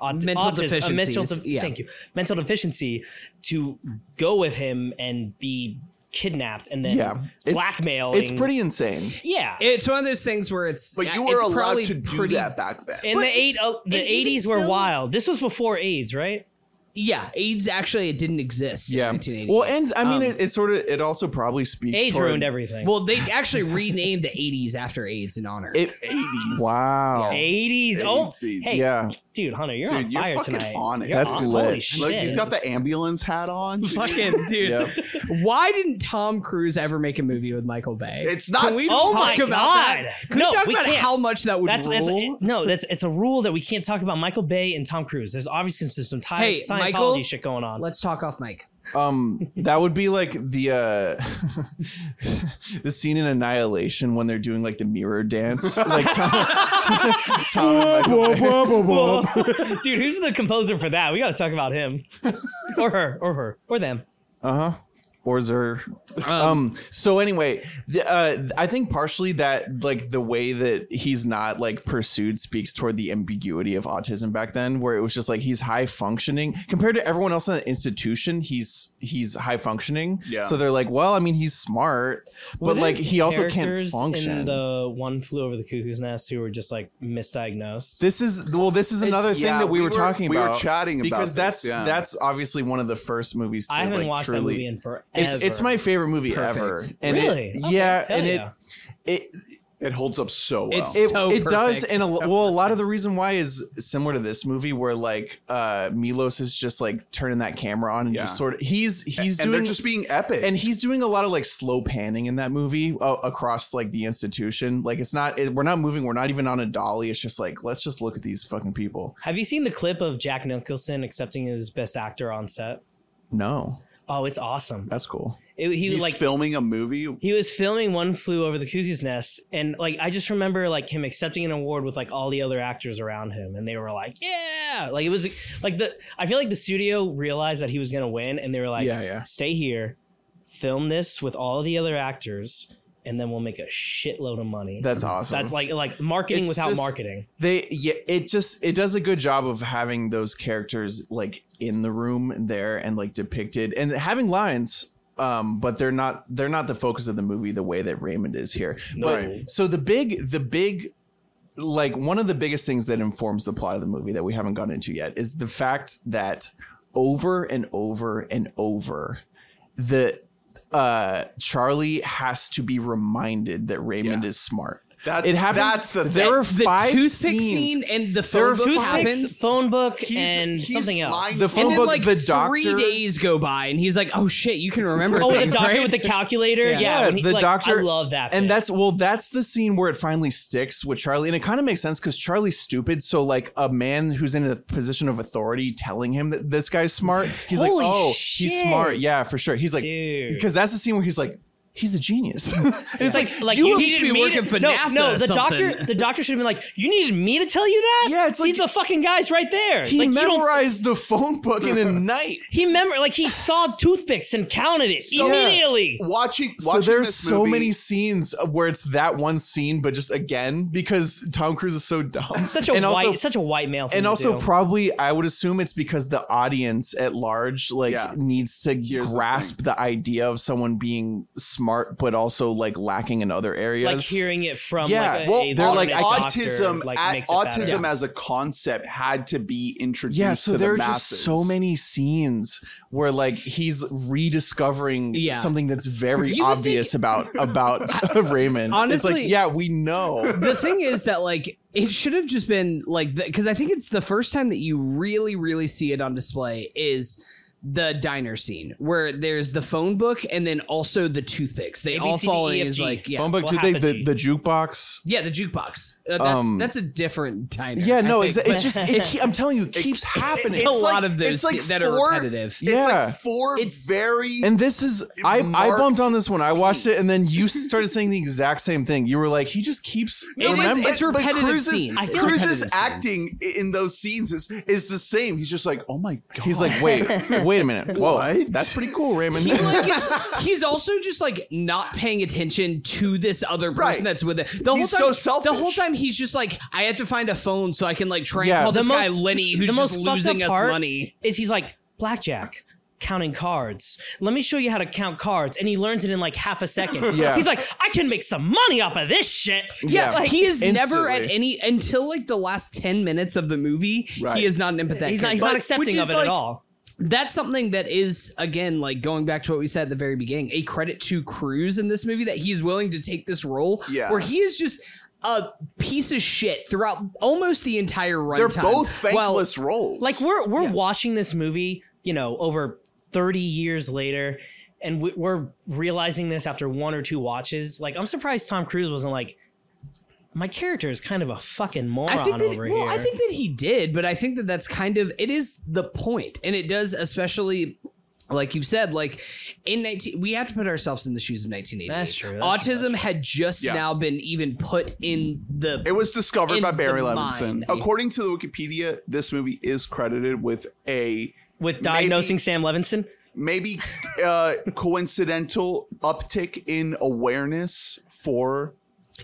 Speaker 7: aut-
Speaker 5: Mental
Speaker 7: autism, a mental
Speaker 5: deficiencies,
Speaker 7: de-
Speaker 5: yeah.
Speaker 7: thank you mental deficiency to go with him and be kidnapped and then
Speaker 6: Yeah, it's-
Speaker 7: blackmailed
Speaker 6: It's pretty insane.
Speaker 7: yeah
Speaker 5: It's one of those things where it's. uh,
Speaker 3: But you
Speaker 5: it's
Speaker 3: were allowed
Speaker 5: probably
Speaker 3: to do
Speaker 5: pretty-
Speaker 3: that back then.
Speaker 7: in the eight oh, the
Speaker 5: and even
Speaker 7: 80s were
Speaker 5: still-
Speaker 7: wild this was before aids right
Speaker 5: Yeah, AIDS actually it didn't exist. Yeah. In 1980.
Speaker 6: Well, and I mean,
Speaker 5: Um,
Speaker 6: it, it sort of it also probably speaks.
Speaker 7: aids
Speaker 6: toward-
Speaker 7: ruined everything
Speaker 5: well, they actually renamed the 80s after AIDS in honor.
Speaker 6: It, wow.
Speaker 7: 80s oh
Speaker 3: AIDS.
Speaker 7: hey
Speaker 6: Yeah.
Speaker 7: dude hunter you're
Speaker 3: Dude,
Speaker 7: on
Speaker 3: you're
Speaker 7: fire
Speaker 3: fucking
Speaker 7: tonight
Speaker 3: on it.
Speaker 7: You're
Speaker 6: That's
Speaker 7: on-
Speaker 6: lit.
Speaker 7: holy shit.
Speaker 3: Look, he's got the ambulance hat on.
Speaker 5: Fucking dude,
Speaker 6: Yeah.
Speaker 5: why didn't Tom Cruise ever make a movie with Michael Bay?
Speaker 3: It's not-
Speaker 5: Can we
Speaker 7: Oh
Speaker 5: talk
Speaker 7: my
Speaker 5: about
Speaker 7: God.
Speaker 5: That? Can
Speaker 7: No,
Speaker 5: we talk
Speaker 7: we
Speaker 5: about
Speaker 7: can't.
Speaker 5: how much that would
Speaker 7: That's, that's
Speaker 5: rule?
Speaker 7: it- no, that's it's a rule that we can't talk about Michael Bay and Tom Cruise. There's obviously some, some Thai,
Speaker 5: Hey,
Speaker 7: Scientology
Speaker 5: Michael,
Speaker 7: shit going on.
Speaker 5: Let's talk off mic.
Speaker 6: Um, that would be like the uh the scene in Annihilation when they're doing like the mirror dance. Like Tom, Tom and Michael Bay.
Speaker 7: Whoa. Dude, who's the composer for that? We got to talk about him, or her, or her, or them.
Speaker 6: Uh-huh. Or Zer. Um, so anyway, the, uh I think partially that like the way that he's not like pursued speaks toward the ambiguity of autism back then where it was just like he's high functioning compared to everyone else in the institution, he's he's high functioning.
Speaker 3: Yeah.
Speaker 6: So they're like, well, I mean, he's smart,
Speaker 7: Were
Speaker 6: but
Speaker 7: there
Speaker 6: like he also can't
Speaker 7: characters
Speaker 6: function.
Speaker 7: In the one flew over the cuckoo's nest, who were just like misdiagnosed.
Speaker 6: This is well. This is another thing
Speaker 3: yeah,
Speaker 6: that
Speaker 3: we
Speaker 6: we, were
Speaker 3: were-
Speaker 6: talking
Speaker 3: we were
Speaker 6: about.
Speaker 3: chatting about
Speaker 6: because
Speaker 3: this,
Speaker 6: that's
Speaker 3: yeah.
Speaker 6: that's obviously one of the first movies. To,
Speaker 7: I haven't
Speaker 6: like,
Speaker 7: watched
Speaker 6: truly,
Speaker 7: that movie in forever.
Speaker 6: It's it's my favorite movie
Speaker 5: Perfect.
Speaker 6: ever. it-
Speaker 7: really
Speaker 6: yeah,
Speaker 7: Okay, hell
Speaker 6: and
Speaker 7: yeah.
Speaker 6: it it
Speaker 3: It holds up so well.
Speaker 5: It's-
Speaker 6: it,
Speaker 5: So
Speaker 6: it does,
Speaker 5: perfect.
Speaker 6: and a,
Speaker 5: So
Speaker 6: well, a lot of the reason why is similar to this movie, where like uh Milos is just like turning that camera on and
Speaker 3: Yeah.
Speaker 6: just sort of he's he's
Speaker 3: and
Speaker 6: doing
Speaker 3: they're just being epic.
Speaker 6: and he's doing a lot of like slow panning in that movie uh, across like the institution. Like it's not it, we're not moving, we're not even on a dolly. It's just like let's just look at these fucking people.
Speaker 7: Have you seen the clip of Jack Nicholson accepting his Best Actor on set?
Speaker 6: No,
Speaker 7: Oh, it's awesome.
Speaker 6: that's cool.
Speaker 7: It, he
Speaker 3: he's
Speaker 7: like
Speaker 3: filming a movie.
Speaker 7: he was filming one flew over the cuckoo's nest and like i just remember like him accepting an award with like all the other actors around him and they were like yeah like it was like the i feel like the studio realized that he was gonna win and they were like
Speaker 6: Yeah, yeah.
Speaker 7: stay here film this with all the other actors and then we'll make a shitload of money
Speaker 6: That's awesome.
Speaker 7: that's like like marketing
Speaker 6: It's
Speaker 7: without
Speaker 6: just-
Speaker 7: marketing
Speaker 6: they yeah it just it does a good job of having those characters like in the room and there and like depicted and having lines um but they're not they're not the focus of the movie the way that Raymond is here
Speaker 7: No.
Speaker 6: but so the big the big like one of the biggest things that informs the plot of the movie that we haven't gone into yet is the fact that over and over and over the uh Charlie has to be reminded that Raymond
Speaker 3: Yeah.
Speaker 6: is smart
Speaker 3: That's
Speaker 6: it happens.
Speaker 3: That's the
Speaker 6: there are
Speaker 5: the
Speaker 6: five
Speaker 5: toothpick
Speaker 6: scenes.
Speaker 5: scene and the
Speaker 6: There
Speaker 5: phone
Speaker 6: are
Speaker 5: book
Speaker 6: toothpicks,
Speaker 5: happens.
Speaker 7: phone book
Speaker 3: He's-
Speaker 7: and
Speaker 3: he's
Speaker 7: something else
Speaker 3: lying-
Speaker 6: The
Speaker 5: and
Speaker 6: phone
Speaker 5: then
Speaker 6: book,
Speaker 5: like
Speaker 6: the
Speaker 5: three
Speaker 6: doctor,
Speaker 5: days go by, and he's like, "Oh shit, you can remember."
Speaker 7: Oh, the
Speaker 5: things,
Speaker 7: doctor
Speaker 5: right?
Speaker 7: with the calculator.
Speaker 5: Yeah.
Speaker 7: Yeah,
Speaker 6: Yeah,
Speaker 7: when he-
Speaker 6: the
Speaker 7: like,
Speaker 6: doctor-
Speaker 7: I love that. bit.
Speaker 6: and that's well, that's the scene where it finally sticks with Charlie, and it kind of makes sense because Charlie's stupid. So like a man who's in a position of authority telling him that this guy's smart, he's
Speaker 7: Holy
Speaker 6: like, oh,
Speaker 7: shit.
Speaker 6: he's smart, yeah, for sure. He's like,
Speaker 7: Dude.
Speaker 6: because that's the scene where he's like. he's a genius. And it's
Speaker 7: like, like
Speaker 5: you
Speaker 7: you,
Speaker 5: want
Speaker 7: needed
Speaker 5: to be
Speaker 7: me
Speaker 5: working
Speaker 7: to,
Speaker 5: for
Speaker 7: no,
Speaker 5: NASA
Speaker 7: no.
Speaker 5: or
Speaker 7: The doctor,
Speaker 5: something.
Speaker 7: the doctor should have been like, "You needed me to tell you that."
Speaker 6: Yeah, it's like-
Speaker 7: He- the fucking guy's right there.
Speaker 6: he
Speaker 7: like, you don't-
Speaker 6: memorized the phone book in a night.
Speaker 7: He remember like he saw toothpicks and counted it immediately.
Speaker 3: Watching,
Speaker 6: So
Speaker 3: watching
Speaker 6: there's
Speaker 3: this
Speaker 6: so
Speaker 3: movie-
Speaker 6: many scenes of where it's that one scene, but just again because Tom Cruise is so dumb.
Speaker 7: Such a
Speaker 6: and
Speaker 7: white,
Speaker 6: also,
Speaker 7: such a white male. Thing
Speaker 6: and
Speaker 7: to
Speaker 6: also
Speaker 7: do.
Speaker 6: probably I would assume it's because the audience at large like
Speaker 3: Yeah.
Speaker 6: needs to
Speaker 3: Here's the
Speaker 6: grasp the, idea of someone being smart but also like lacking in other areas.
Speaker 7: like hearing it from
Speaker 6: Yeah,
Speaker 7: like a,
Speaker 3: well,
Speaker 7: a
Speaker 3: they're like
Speaker 7: legitimate doctor,
Speaker 3: autism.
Speaker 7: like,
Speaker 3: at-
Speaker 7: makes it better.
Speaker 3: autism as a concept had to be introduced.
Speaker 6: yeah, so
Speaker 3: to
Speaker 6: there are
Speaker 3: the
Speaker 6: just
Speaker 3: masses.
Speaker 6: so many scenes where like he's rediscovering
Speaker 5: Yeah.
Speaker 6: something that's very
Speaker 5: You would
Speaker 6: obvious about about Raymond. it's
Speaker 5: Honestly-
Speaker 6: like yeah, we know.
Speaker 5: the thing is that like it should have just been like because I think it's the first time that you really really see it on display is the diner scene where there's the phone book and then also the toothpicks. They all
Speaker 7: ABCDEFG.
Speaker 5: fall in is like yeah
Speaker 6: phone book,
Speaker 7: what
Speaker 6: did they
Speaker 7: happened to
Speaker 6: the,
Speaker 7: you?
Speaker 6: the jukebox?
Speaker 5: yeah the jukebox. Uh, that's
Speaker 6: Um,
Speaker 5: that's a different diner.
Speaker 6: Yeah,
Speaker 5: I
Speaker 6: no,
Speaker 5: think,
Speaker 6: exactly. It
Speaker 5: but
Speaker 6: just it, ke- I'm telling you, it keeps happening.
Speaker 5: It's a lot of those that are repetitive.
Speaker 3: It's
Speaker 6: Yeah.
Speaker 3: like four
Speaker 5: It's-
Speaker 3: very
Speaker 6: And this is I, I
Speaker 3: marked
Speaker 6: bumped on this when I watched it, and then you started saying the exact same thing. You were like, he just keeps
Speaker 5: It is-
Speaker 6: remember.
Speaker 5: it's repetitive
Speaker 3: Cruz's,
Speaker 5: scenes.
Speaker 7: I feel
Speaker 3: Cruz's
Speaker 5: repetitive
Speaker 3: acting in those scenes is is the same. He's just like, oh my god.
Speaker 6: He's like, wait, wait a minute. Whoa,
Speaker 3: What?
Speaker 6: that's pretty cool, Raymond.
Speaker 5: He like is, he's also just like not paying attention to this other person
Speaker 3: Right.
Speaker 5: that's with it. The
Speaker 3: He's
Speaker 5: whole time, The
Speaker 3: so selfish.
Speaker 5: whole time he's just like, I have to find a phone so I can like try and
Speaker 6: Yeah.
Speaker 5: call
Speaker 6: The
Speaker 5: this guy
Speaker 7: most-
Speaker 5: Lenny, who's
Speaker 7: the most
Speaker 5: just
Speaker 7: fucked up
Speaker 5: losing us
Speaker 7: part
Speaker 5: money.
Speaker 7: Is he's like blackjack. Counting cards. Let me show you how to count cards, and he learns it in like half a second.
Speaker 6: Yeah.
Speaker 7: he's like, I can make some money off of this shit.
Speaker 5: Yeah,
Speaker 6: Yeah.
Speaker 5: like, he is never at
Speaker 6: Instantly.
Speaker 5: any until like the last ten minutes of the movie.
Speaker 3: Right.
Speaker 5: He is not an empathetic.
Speaker 7: He's not. He's
Speaker 5: character.
Speaker 7: not
Speaker 5: Which
Speaker 7: accepting of
Speaker 5: is,
Speaker 7: it
Speaker 5: like,
Speaker 7: at all.
Speaker 5: That's something that is again like going back to what we said at the very beginning. A credit to Cruz in this movie that he's willing to take this role.
Speaker 3: Yeah.
Speaker 5: where he is just. A piece of shit throughout almost the entire runtime.
Speaker 3: they're both
Speaker 5: While-
Speaker 3: thankless roles.
Speaker 7: Like we're we're watching this movie, you know, over thirty years later, and we, we're realizing this after one or two watches. Like, I'm surprised Tom Cruise wasn't like, my character is kind of a fucking moron
Speaker 5: I think that,
Speaker 7: over
Speaker 5: well,
Speaker 7: here.
Speaker 5: I think that he did, but I think that that's kind of it is the point, and it does especially. Like you've said, like in nineteen, we have to put ourselves in the shoes of nineteen eighty.
Speaker 7: That's true, that's true,
Speaker 5: Autism had just
Speaker 3: Yeah.
Speaker 5: now been even put in the.
Speaker 3: It was discovered
Speaker 5: In
Speaker 3: by Barry
Speaker 5: the
Speaker 3: Levinson.
Speaker 5: mind.
Speaker 3: According to the Wikipedia, this movie is credited with a
Speaker 7: with diagnosing
Speaker 3: maybe-
Speaker 7: Sam Levinson,
Speaker 3: maybe uh, coincidental uptick in awareness for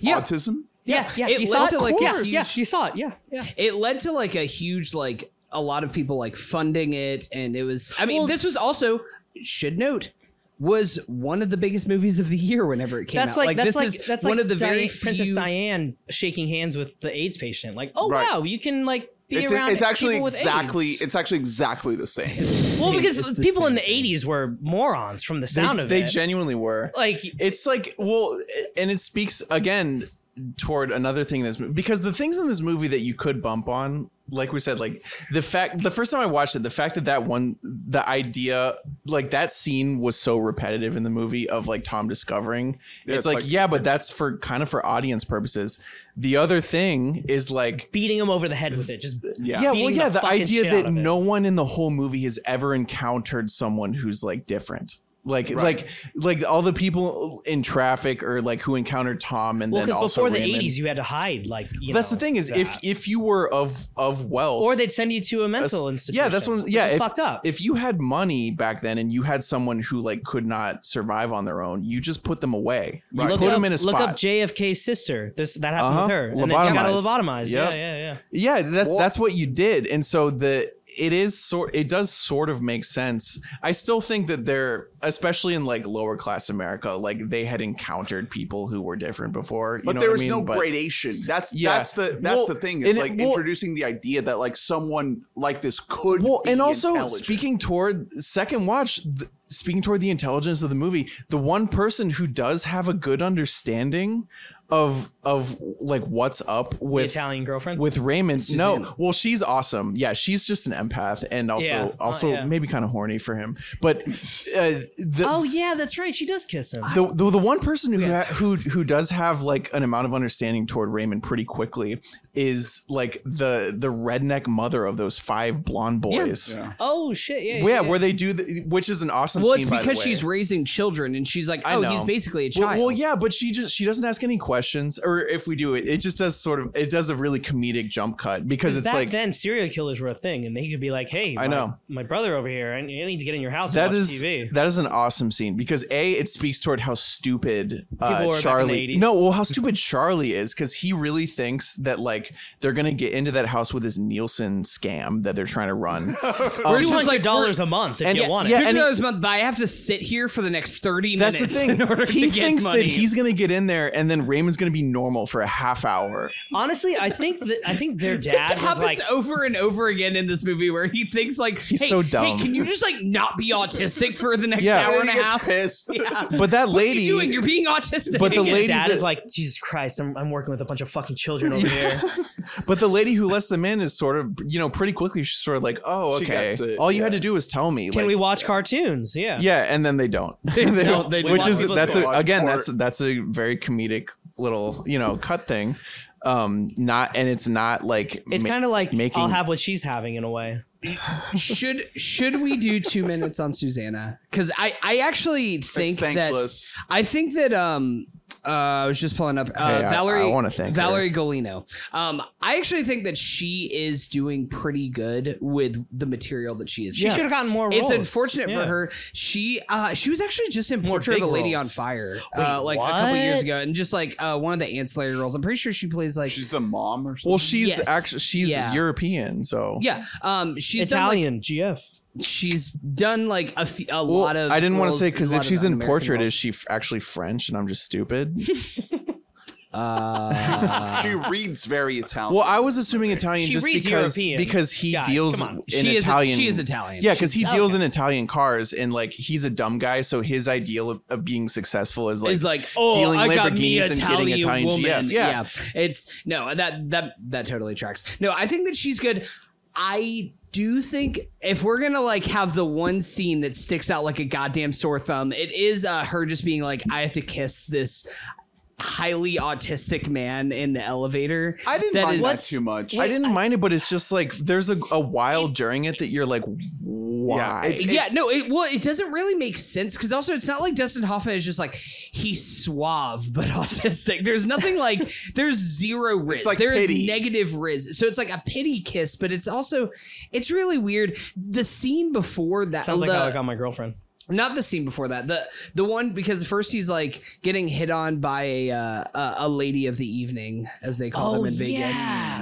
Speaker 5: Yeah.
Speaker 3: autism.
Speaker 7: yeah, yeah,
Speaker 5: It
Speaker 7: you
Speaker 5: led
Speaker 7: saw it.
Speaker 5: to, like, a
Speaker 7: yeah,
Speaker 5: huge-
Speaker 7: yeah, you saw it, yeah, yeah.
Speaker 5: it led to like a huge like a lot of people like funding it, and it was. I mean,
Speaker 7: Well-
Speaker 5: this was also should note was one of the biggest movies of the year whenever it came
Speaker 7: That's
Speaker 5: out.
Speaker 7: like, that's
Speaker 5: this
Speaker 7: like
Speaker 5: is
Speaker 7: that's
Speaker 5: one
Speaker 7: like
Speaker 5: of the very
Speaker 7: Diane- Princess
Speaker 5: few-
Speaker 7: Diane shaking hands with the AIDS patient. Like, oh
Speaker 3: Right.
Speaker 7: wow, you can like be
Speaker 3: It's,
Speaker 7: around.
Speaker 3: it's actually
Speaker 7: people with
Speaker 3: exactly
Speaker 7: AIDS.
Speaker 3: it's actually exactly the same.
Speaker 7: well because
Speaker 5: It's the
Speaker 7: people
Speaker 5: same
Speaker 7: in the
Speaker 5: thing.
Speaker 7: '80s were morons from the
Speaker 6: They-
Speaker 7: sound of
Speaker 6: they
Speaker 7: it.
Speaker 6: genuinely were.
Speaker 7: like
Speaker 6: It's like well, and it speaks again toward another thing in this movie because the things in this movie that you could bump on, like we said, like the fact the first time I watched it, the fact that that one, the idea, like that scene was so repetitive in the movie of like Tom discovering.
Speaker 3: Yeah,
Speaker 6: it's,
Speaker 3: it's
Speaker 6: like,
Speaker 3: like-
Speaker 6: yeah, but that's for kind of for audience purposes. The other thing is like
Speaker 7: beating him over the head with it. Just
Speaker 3: Yeah.
Speaker 6: yeah,
Speaker 7: beating
Speaker 6: well, yeah,
Speaker 7: the
Speaker 6: the,
Speaker 7: fucking shit
Speaker 6: idea
Speaker 7: out
Speaker 6: that
Speaker 7: of it.
Speaker 6: no one in the whole movie has ever encountered someone who's like different. Like,
Speaker 3: Right.
Speaker 6: like, like all the people in traffic or like who encountered Tom and
Speaker 7: well,
Speaker 6: then
Speaker 7: because
Speaker 6: also
Speaker 7: before the
Speaker 6: Raymond.
Speaker 7: '80s, you had to hide. Like you
Speaker 6: That's
Speaker 7: know,
Speaker 6: the thing is if
Speaker 7: that.
Speaker 6: if you were of of wealth
Speaker 7: or they'd send you to a
Speaker 6: that's-
Speaker 7: mental institution.
Speaker 6: yeah, that's one.
Speaker 7: which
Speaker 6: Yeah,
Speaker 7: is
Speaker 6: if,
Speaker 7: fucked up.
Speaker 6: If you had money back then and you had someone who like could not survive on their own, you just put them away. You
Speaker 7: look
Speaker 6: put
Speaker 7: up,
Speaker 6: them in a spot.
Speaker 7: Look up JFK's sister. This that happened
Speaker 6: Uh-huh.
Speaker 7: with her. And then she got
Speaker 6: Lobotomized.
Speaker 7: lobotomized.
Speaker 6: Yep.
Speaker 7: Yeah, yeah, yeah.
Speaker 6: Yeah, that's
Speaker 3: Well-
Speaker 6: that's what you did, and so the it is sort it does sort of make sense. I still think that they're especially in like lower class America, like they had encountered people who were different before. You
Speaker 3: But
Speaker 6: know
Speaker 3: there was
Speaker 6: what I mean?
Speaker 3: no
Speaker 6: But-
Speaker 3: gradation. That's
Speaker 6: Yeah.
Speaker 3: that's the that's
Speaker 6: Well,
Speaker 3: the thing. It's
Speaker 6: and it-
Speaker 3: like
Speaker 6: well-
Speaker 3: introducing the idea that like someone like this could
Speaker 6: Well,
Speaker 3: be
Speaker 6: and also
Speaker 3: intelligent.
Speaker 6: speaking toward second watch, th- speaking toward the intelligence of the movie, the one person who does have a good understanding of of like what's up
Speaker 7: the
Speaker 6: with
Speaker 7: Italian girlfriend.
Speaker 6: with Raymond.
Speaker 5: Suzanne.
Speaker 6: No, well, she's awesome. Yeah, she's just an empath and also
Speaker 7: Yeah.
Speaker 5: Oh,
Speaker 7: Uh,
Speaker 6: also
Speaker 7: yeah.
Speaker 6: maybe kind of horny for him. But uh, the
Speaker 7: oh yeah, that's right. She does kiss him.
Speaker 6: the, the the one person who ha- who who does have like an amount of understanding toward Raymond pretty quickly is like the the redneck mother of those five blonde boys.
Speaker 3: Yeah.
Speaker 7: Oh shit! Yeah,
Speaker 6: Yeah, where they do, the, which is an awesome.
Speaker 5: Well, it's
Speaker 6: scene, by the
Speaker 5: because
Speaker 6: way.
Speaker 5: she's raising children, and she's like,
Speaker 6: I
Speaker 5: "Oh,
Speaker 6: know.
Speaker 5: he's basically a
Speaker 6: Well-
Speaker 5: child."
Speaker 6: Well, yeah, but she just she doesn't ask any questions, or if we do it, it just does sort of it does a really comedic jump cut because it's
Speaker 7: back
Speaker 6: like
Speaker 7: then serial killers were a thing, and they could be like, "Hey,
Speaker 6: I
Speaker 7: my-
Speaker 6: know.
Speaker 7: my brother over here. I I need to get in your house and
Speaker 6: that
Speaker 7: watch
Speaker 6: is
Speaker 7: TV."
Speaker 6: that is an awesome scene because a it speaks toward how stupid uh,
Speaker 7: People were back in the
Speaker 6: Charlie
Speaker 7: 80s.
Speaker 6: no well how stupid Charlie is because he really thinks that like they're gonna get into that house with this Nielsen scam that they're trying to run. Um,
Speaker 7: Two
Speaker 5: like,
Speaker 7: hundred dollars a month if
Speaker 6: and-
Speaker 7: you
Speaker 6: yeah,
Speaker 7: want it.
Speaker 6: yeah,
Speaker 5: Here's
Speaker 6: and-
Speaker 5: what I was about- but I have to sit here for the next thirty
Speaker 6: that's the
Speaker 5: minutes
Speaker 6: thing.
Speaker 5: in order
Speaker 6: He
Speaker 5: to get
Speaker 6: thinks
Speaker 5: money.
Speaker 6: that he's gonna get in there, and then Raymond's gonna be normal for a half hour.
Speaker 7: Honestly, I think that I think their
Speaker 5: it
Speaker 7: dad was
Speaker 5: happens
Speaker 7: like,
Speaker 5: over and over again in this movie where he thinks like
Speaker 6: He's
Speaker 5: hey,
Speaker 6: so
Speaker 5: Hey,
Speaker 6: dumb.
Speaker 5: can you just like not be autistic for the next
Speaker 6: Yeah.
Speaker 5: hour and
Speaker 3: And
Speaker 5: a
Speaker 3: he gets
Speaker 5: half?
Speaker 3: pissed.
Speaker 5: Yeah.
Speaker 6: But that
Speaker 5: What are
Speaker 6: lady,
Speaker 5: you doing? You're being autistic.
Speaker 6: But the
Speaker 7: his
Speaker 6: lady
Speaker 7: dad
Speaker 6: that-
Speaker 7: is like, Jesus Christ, I'm, I'm working with a bunch of fucking children over here.
Speaker 6: But the lady who lets them in is sort of, you know, pretty quickly she's sort of like, oh,
Speaker 3: She
Speaker 6: okay.
Speaker 3: gets it,
Speaker 6: All you had
Speaker 3: yeah.
Speaker 6: to do was tell me.
Speaker 7: Can
Speaker 6: like,
Speaker 7: we watch cartoons? Yeah.
Speaker 6: yeah, and then they don't. They
Speaker 5: don't, they
Speaker 6: which
Speaker 5: don't.
Speaker 6: is
Speaker 7: People
Speaker 6: that's a,
Speaker 3: don't.
Speaker 6: again
Speaker 3: Or-
Speaker 6: that's that's a very comedic little you know cut thing. Um, not and it's not like
Speaker 7: It's kind of like
Speaker 6: making-
Speaker 7: I'll have what she's having in a way.
Speaker 5: should should we do two minutes on Susanna? Because I I actually think that
Speaker 3: thankless.
Speaker 5: I think that um uh, I was just pulling up uh,
Speaker 6: Hey, I-
Speaker 5: Valerie.
Speaker 6: I wanna thank her.
Speaker 5: Valerie Golino. Um, I actually think that she is doing pretty good with the material that she is.
Speaker 7: She should have gotten more
Speaker 5: It's
Speaker 7: roles.
Speaker 5: unfortunate
Speaker 7: Yeah.
Speaker 5: for her. She uh she was actually just in
Speaker 7: More
Speaker 5: Portrait of a
Speaker 7: big
Speaker 5: Lady
Speaker 7: roles.
Speaker 5: on Fire uh, like a couple
Speaker 7: what?
Speaker 5: years ago, and just like uh, one of the ancillary roles. I'm pretty sure she plays like
Speaker 3: She's the mom or something.
Speaker 6: well, she's
Speaker 5: Yes,
Speaker 6: actually she's
Speaker 5: yeah.
Speaker 6: European, so
Speaker 5: yeah. Um, she's done, like,
Speaker 7: Italian GF.
Speaker 5: she's done like a, f- a
Speaker 6: Well,
Speaker 5: lot of.
Speaker 6: I didn't want to
Speaker 5: roles-
Speaker 6: say because
Speaker 5: a lot
Speaker 6: if
Speaker 5: of
Speaker 6: she's in
Speaker 5: American
Speaker 6: portrait,
Speaker 5: roles.
Speaker 6: is she f- actually French? And I'm just stupid. Ah.
Speaker 5: Uh,
Speaker 3: she reads very Italian.
Speaker 6: Well, I was assuming Italian
Speaker 7: She
Speaker 6: just
Speaker 7: reads
Speaker 6: because
Speaker 7: European.
Speaker 6: because he
Speaker 7: Guys,
Speaker 6: deals
Speaker 7: come on.
Speaker 6: in
Speaker 5: She is-
Speaker 6: Italian.
Speaker 5: she is Italian.
Speaker 6: Yeah, because he
Speaker 7: She's-
Speaker 6: deals
Speaker 7: okay.
Speaker 6: in Italian cars, and like he's a dumb guy, so his ideal of, of being successful is like
Speaker 5: is like oh
Speaker 6: dealing
Speaker 5: I got me
Speaker 6: Lamborghinis and
Speaker 5: Italian,
Speaker 6: getting Italian
Speaker 5: woman.
Speaker 6: GF.
Speaker 5: Yeah.
Speaker 6: Yeah.
Speaker 5: it's no that that that totally tracks. No, I think that she's good. I do think if we're gonna like have the one scene that sticks out like a goddamn sore thumb, it is uh, her just being like, I have to kiss this highly autistic man in the elevator.
Speaker 3: I didn't
Speaker 5: that
Speaker 3: mind
Speaker 5: is-
Speaker 3: that too much.
Speaker 6: I didn't mind it, but it's just like there's a, a while during it that you're like, why?
Speaker 3: it's-
Speaker 5: yeah, no, it well, it doesn't really make sense because also it's not like Dustin Hoffman is just like he's suave but autistic. There's nothing like there's zero riz.
Speaker 3: like
Speaker 5: there is
Speaker 3: pity.
Speaker 5: negative riz. So it's like a pity kiss, but it's also it's really weird. The scene before that
Speaker 7: Sounds like
Speaker 5: the-
Speaker 7: how I got my girlfriend.
Speaker 5: not the scene before that the the one because first he's like getting hit on by a uh, a, a lady of the evening as they call them in Vegas.
Speaker 7: Oh,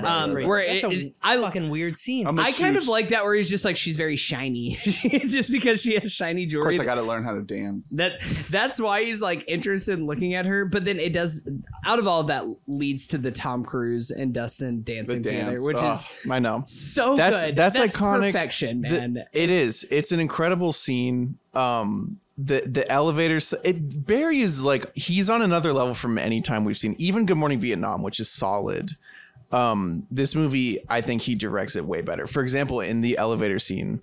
Speaker 7: That's
Speaker 5: Um,
Speaker 7: great.
Speaker 5: where
Speaker 7: That's
Speaker 5: it-
Speaker 7: a
Speaker 5: it- I-
Speaker 7: fucking weird scene.
Speaker 3: I'm a
Speaker 5: I kind of
Speaker 3: masseuse.
Speaker 5: like that where he's just like she's very shiny, just because she has shiny
Speaker 3: Of
Speaker 5: jewelry.
Speaker 3: course, I got to learn how to dance.
Speaker 5: That that's why he's like interested in looking at her. But then it does out of all of that leads to the Tom Cruise and Dustin dancing
Speaker 3: The dance.
Speaker 5: together, which
Speaker 3: Ugh.
Speaker 5: is
Speaker 6: I know.
Speaker 5: so
Speaker 6: Ah. That's-
Speaker 5: good.
Speaker 6: that's iconic.
Speaker 5: perfection,
Speaker 6: The-
Speaker 5: man.
Speaker 6: it is. It's an incredible scene. Um, the the elevator. s- It Barry is like he's on another level from any time we've seen. Even Good Morning Vietnam, which is solid. Um, this movie, I think he directs it way better. For example, in the elevator scene,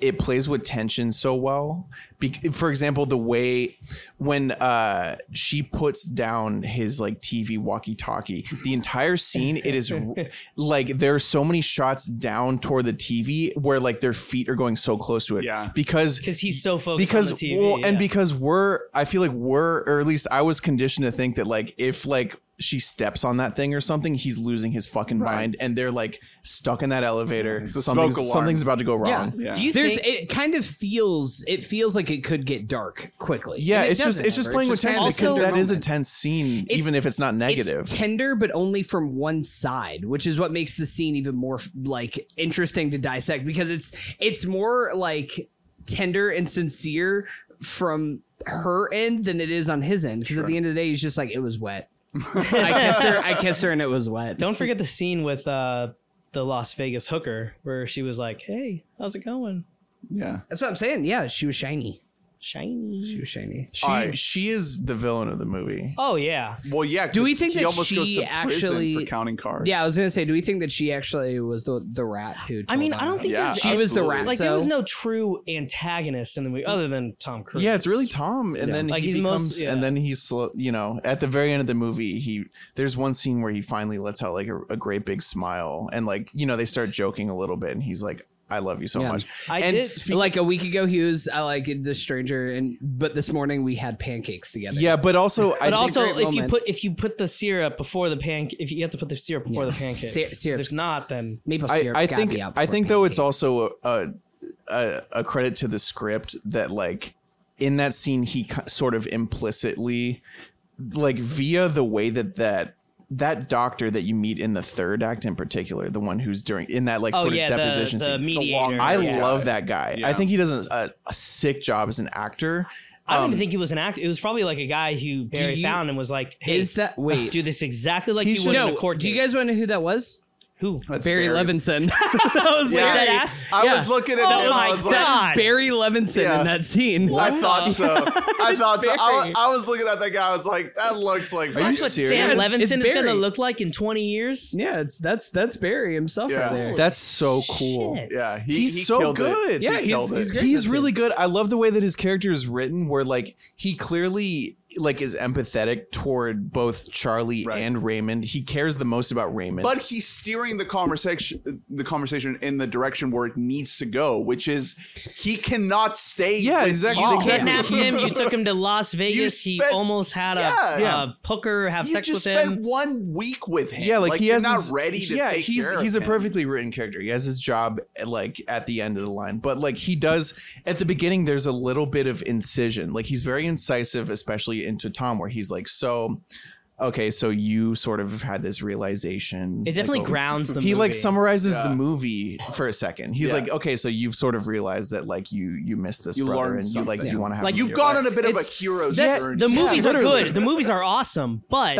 Speaker 6: it plays with tension so well. Bec for example, the way when uh, she puts down his like TV walkie-talkie, the entire scene it is r- like there are so many shots down toward the TV where like their feet are going so close to it.
Speaker 3: Yeah.
Speaker 6: because
Speaker 7: because he's so focused
Speaker 6: because
Speaker 7: on the TV.
Speaker 6: well, and
Speaker 7: yeah.
Speaker 6: because we're I feel like we're or at least I was conditioned to think that like if like she steps on that thing or something, he's losing his fucking
Speaker 3: Right.
Speaker 6: mind, and they're like stuck in that elevator.
Speaker 3: It's a
Speaker 6: Something's,
Speaker 3: smoke alarm.
Speaker 6: something's about to go wrong.
Speaker 5: Yeah.
Speaker 3: Yeah.
Speaker 7: do you
Speaker 5: There's
Speaker 7: think
Speaker 5: it kind of feels it feels like it could get dark quickly.
Speaker 6: Yeah,
Speaker 5: And it
Speaker 6: it's just
Speaker 5: doesn't
Speaker 6: it's just
Speaker 5: ever.
Speaker 6: playing with
Speaker 5: kind
Speaker 6: tension
Speaker 5: of
Speaker 6: because
Speaker 5: a
Speaker 6: that is a
Speaker 5: moment.
Speaker 6: tense scene, even if it's not negative.
Speaker 5: It's tender, but only from one side, which is what makes the scene even more like interesting to dissect because it's it's more like tender and sincere from her end than it is on his end. Because at the end of the day, he's just like, it was wet. I kissed her. I kissed her, and it was wet.
Speaker 7: Don't forget the scene with uh, the Las Vegas hooker where she was like, "Hey, how's it going?"
Speaker 3: yeah.
Speaker 5: That's what I'm saying. Yeah, she was shiny. She
Speaker 7: shiny.
Speaker 5: was shiny.
Speaker 6: She
Speaker 3: Alright.
Speaker 6: she is the villain of the movie.
Speaker 7: Oh yeah,
Speaker 3: Well, yeah.
Speaker 5: Do we
Speaker 3: 'cause
Speaker 5: think
Speaker 3: he
Speaker 5: that
Speaker 3: almost
Speaker 5: she
Speaker 3: goes to prison
Speaker 5: actually-
Speaker 3: for counting cards?
Speaker 5: Yeah, I was gonna say, do we think that she actually was the the rat who?
Speaker 7: I mean,
Speaker 5: told
Speaker 7: I
Speaker 5: on
Speaker 7: don't
Speaker 5: him?
Speaker 7: think
Speaker 3: Yeah,
Speaker 7: there's
Speaker 5: she was the
Speaker 3: absolutely.
Speaker 5: rat.
Speaker 7: like
Speaker 5: so
Speaker 7: there was no true antagonist in the movie other than Tom Cruise.
Speaker 6: Yeah, it's really Tom, and
Speaker 5: Yeah.
Speaker 6: then
Speaker 7: Like,
Speaker 6: he
Speaker 7: he's
Speaker 6: becomes,
Speaker 7: most- yeah.
Speaker 6: and then he's slow. You know, at the very end of the movie, he there's one scene where he finally lets out like a, a great big smile, and like you know they start joking a little bit, and he's like, "I love you so
Speaker 5: Yeah.
Speaker 6: much."
Speaker 7: I
Speaker 6: and
Speaker 7: did.
Speaker 6: speak-
Speaker 5: Like a week ago, he was I like the stranger, and but this morning we had pancakes together.
Speaker 6: yeah, but also, I
Speaker 7: But
Speaker 6: think-
Speaker 7: also,
Speaker 5: great
Speaker 7: if you
Speaker 5: moment.
Speaker 7: put if you put the syrup before the pancake, if you have to put the syrup before
Speaker 5: Yeah.
Speaker 7: the pancakes,
Speaker 5: Sy- syrup.
Speaker 7: if not, then
Speaker 5: maple
Speaker 6: I,
Speaker 5: syrup.
Speaker 6: I think I think though it's also a, a a credit to the script that like in that scene he ki- sort of implicitly like via the way that that that doctor that you meet in the third act in particular the one who's during in that like
Speaker 7: oh
Speaker 6: sort
Speaker 7: yeah,
Speaker 6: of deposition
Speaker 7: the, the
Speaker 6: scene
Speaker 7: mediator.
Speaker 6: I
Speaker 7: yeah.
Speaker 6: love that guy.
Speaker 3: Yeah.
Speaker 6: I think he does a, a sick job as an actor.
Speaker 7: I don't
Speaker 6: um,
Speaker 7: even think he was an actor. It was probably like a guy who Barry
Speaker 5: you-
Speaker 7: found and was like, hey, uh,
Speaker 5: is that wait?
Speaker 7: do this exactly like
Speaker 6: He's
Speaker 7: you would
Speaker 6: just-
Speaker 7: in a
Speaker 5: no,
Speaker 7: court
Speaker 5: do you
Speaker 7: case."
Speaker 5: guys want to know who that was?
Speaker 7: who?
Speaker 5: Barry,
Speaker 3: Barry.
Speaker 5: Levinson. that was
Speaker 3: Yeah.
Speaker 7: Dead
Speaker 5: Barry.
Speaker 7: ass.
Speaker 3: I
Speaker 5: Yeah.
Speaker 3: was looking at
Speaker 7: Oh
Speaker 3: him.
Speaker 7: my
Speaker 3: I was like,
Speaker 7: God.
Speaker 5: Barry Levinson
Speaker 3: Yeah.
Speaker 5: in that scene.
Speaker 3: I thought so. I thought so. I, wa-
Speaker 5: Barry.
Speaker 3: I was looking at that guy. I was like, that looks like.
Speaker 6: Are you
Speaker 7: That's what
Speaker 6: serious?
Speaker 7: Sam
Speaker 5: It's-
Speaker 7: Levinson
Speaker 5: it's
Speaker 7: is going
Speaker 5: Barry.
Speaker 7: to look like in 20 years.
Speaker 5: Yeah, it's that's that's Barry himself
Speaker 3: Yeah.
Speaker 5: right there.
Speaker 6: That's so cool.
Speaker 7: Shit.
Speaker 3: Yeah, Uh, he,
Speaker 6: He's
Speaker 3: he
Speaker 6: so
Speaker 3: killed it.
Speaker 6: good.
Speaker 5: Yeah, he's-
Speaker 3: He killed it.
Speaker 5: he's great.
Speaker 6: He's
Speaker 5: that's it.
Speaker 6: really good. I love the way that his character is written, where like he clearly like is empathetic toward both Charlie
Speaker 3: Right.
Speaker 6: and Raymond. He cares the most about Raymond.
Speaker 3: but he's steering the conversation the conversation in the direction where it needs to go, which is he cannot stay.
Speaker 6: Yeah,
Speaker 3: with
Speaker 6: exactly-
Speaker 3: Mom.
Speaker 5: Oh,
Speaker 7: You
Speaker 6: Exactly.
Speaker 7: kidnapped him. You took him to Las Vegas. he
Speaker 3: spent-
Speaker 7: almost had a,
Speaker 3: Yeah.
Speaker 7: uh, hooker have
Speaker 3: You
Speaker 7: sex
Speaker 3: just
Speaker 7: with
Speaker 3: spent
Speaker 7: him.
Speaker 3: one week with him.
Speaker 6: yeah, like, he
Speaker 3: you're
Speaker 6: has
Speaker 3: not
Speaker 6: his-
Speaker 3: ready to
Speaker 6: yeah,
Speaker 3: take
Speaker 6: he's
Speaker 3: care of
Speaker 6: he's a
Speaker 3: him.
Speaker 6: perfectly written character. He has his job like at the end of the line, but like he does at the beginning. There's a little bit of incision. Like he's very incisive, especially into Tom, where he's like, so. Okay, so you sort of had this
Speaker 7: It
Speaker 6: realization. like,
Speaker 7: definitely
Speaker 6: over-
Speaker 7: grounds the
Speaker 6: he
Speaker 7: movie.
Speaker 6: like summarizes
Speaker 3: Yeah.
Speaker 6: the movie for a second. He's
Speaker 3: Yeah.
Speaker 6: like, okay, so you've sort of realized that like you you missed this
Speaker 3: You
Speaker 6: brother
Speaker 3: learned
Speaker 6: and you like
Speaker 3: something.
Speaker 6: you want to have
Speaker 7: Like,
Speaker 6: him
Speaker 3: You've
Speaker 6: in your
Speaker 3: gone
Speaker 6: life.
Speaker 3: on a bit of a
Speaker 7: It's-
Speaker 3: hero's
Speaker 7: That's-
Speaker 3: journey.
Speaker 7: the movies are
Speaker 6: literally.
Speaker 7: good. The movies are awesome, but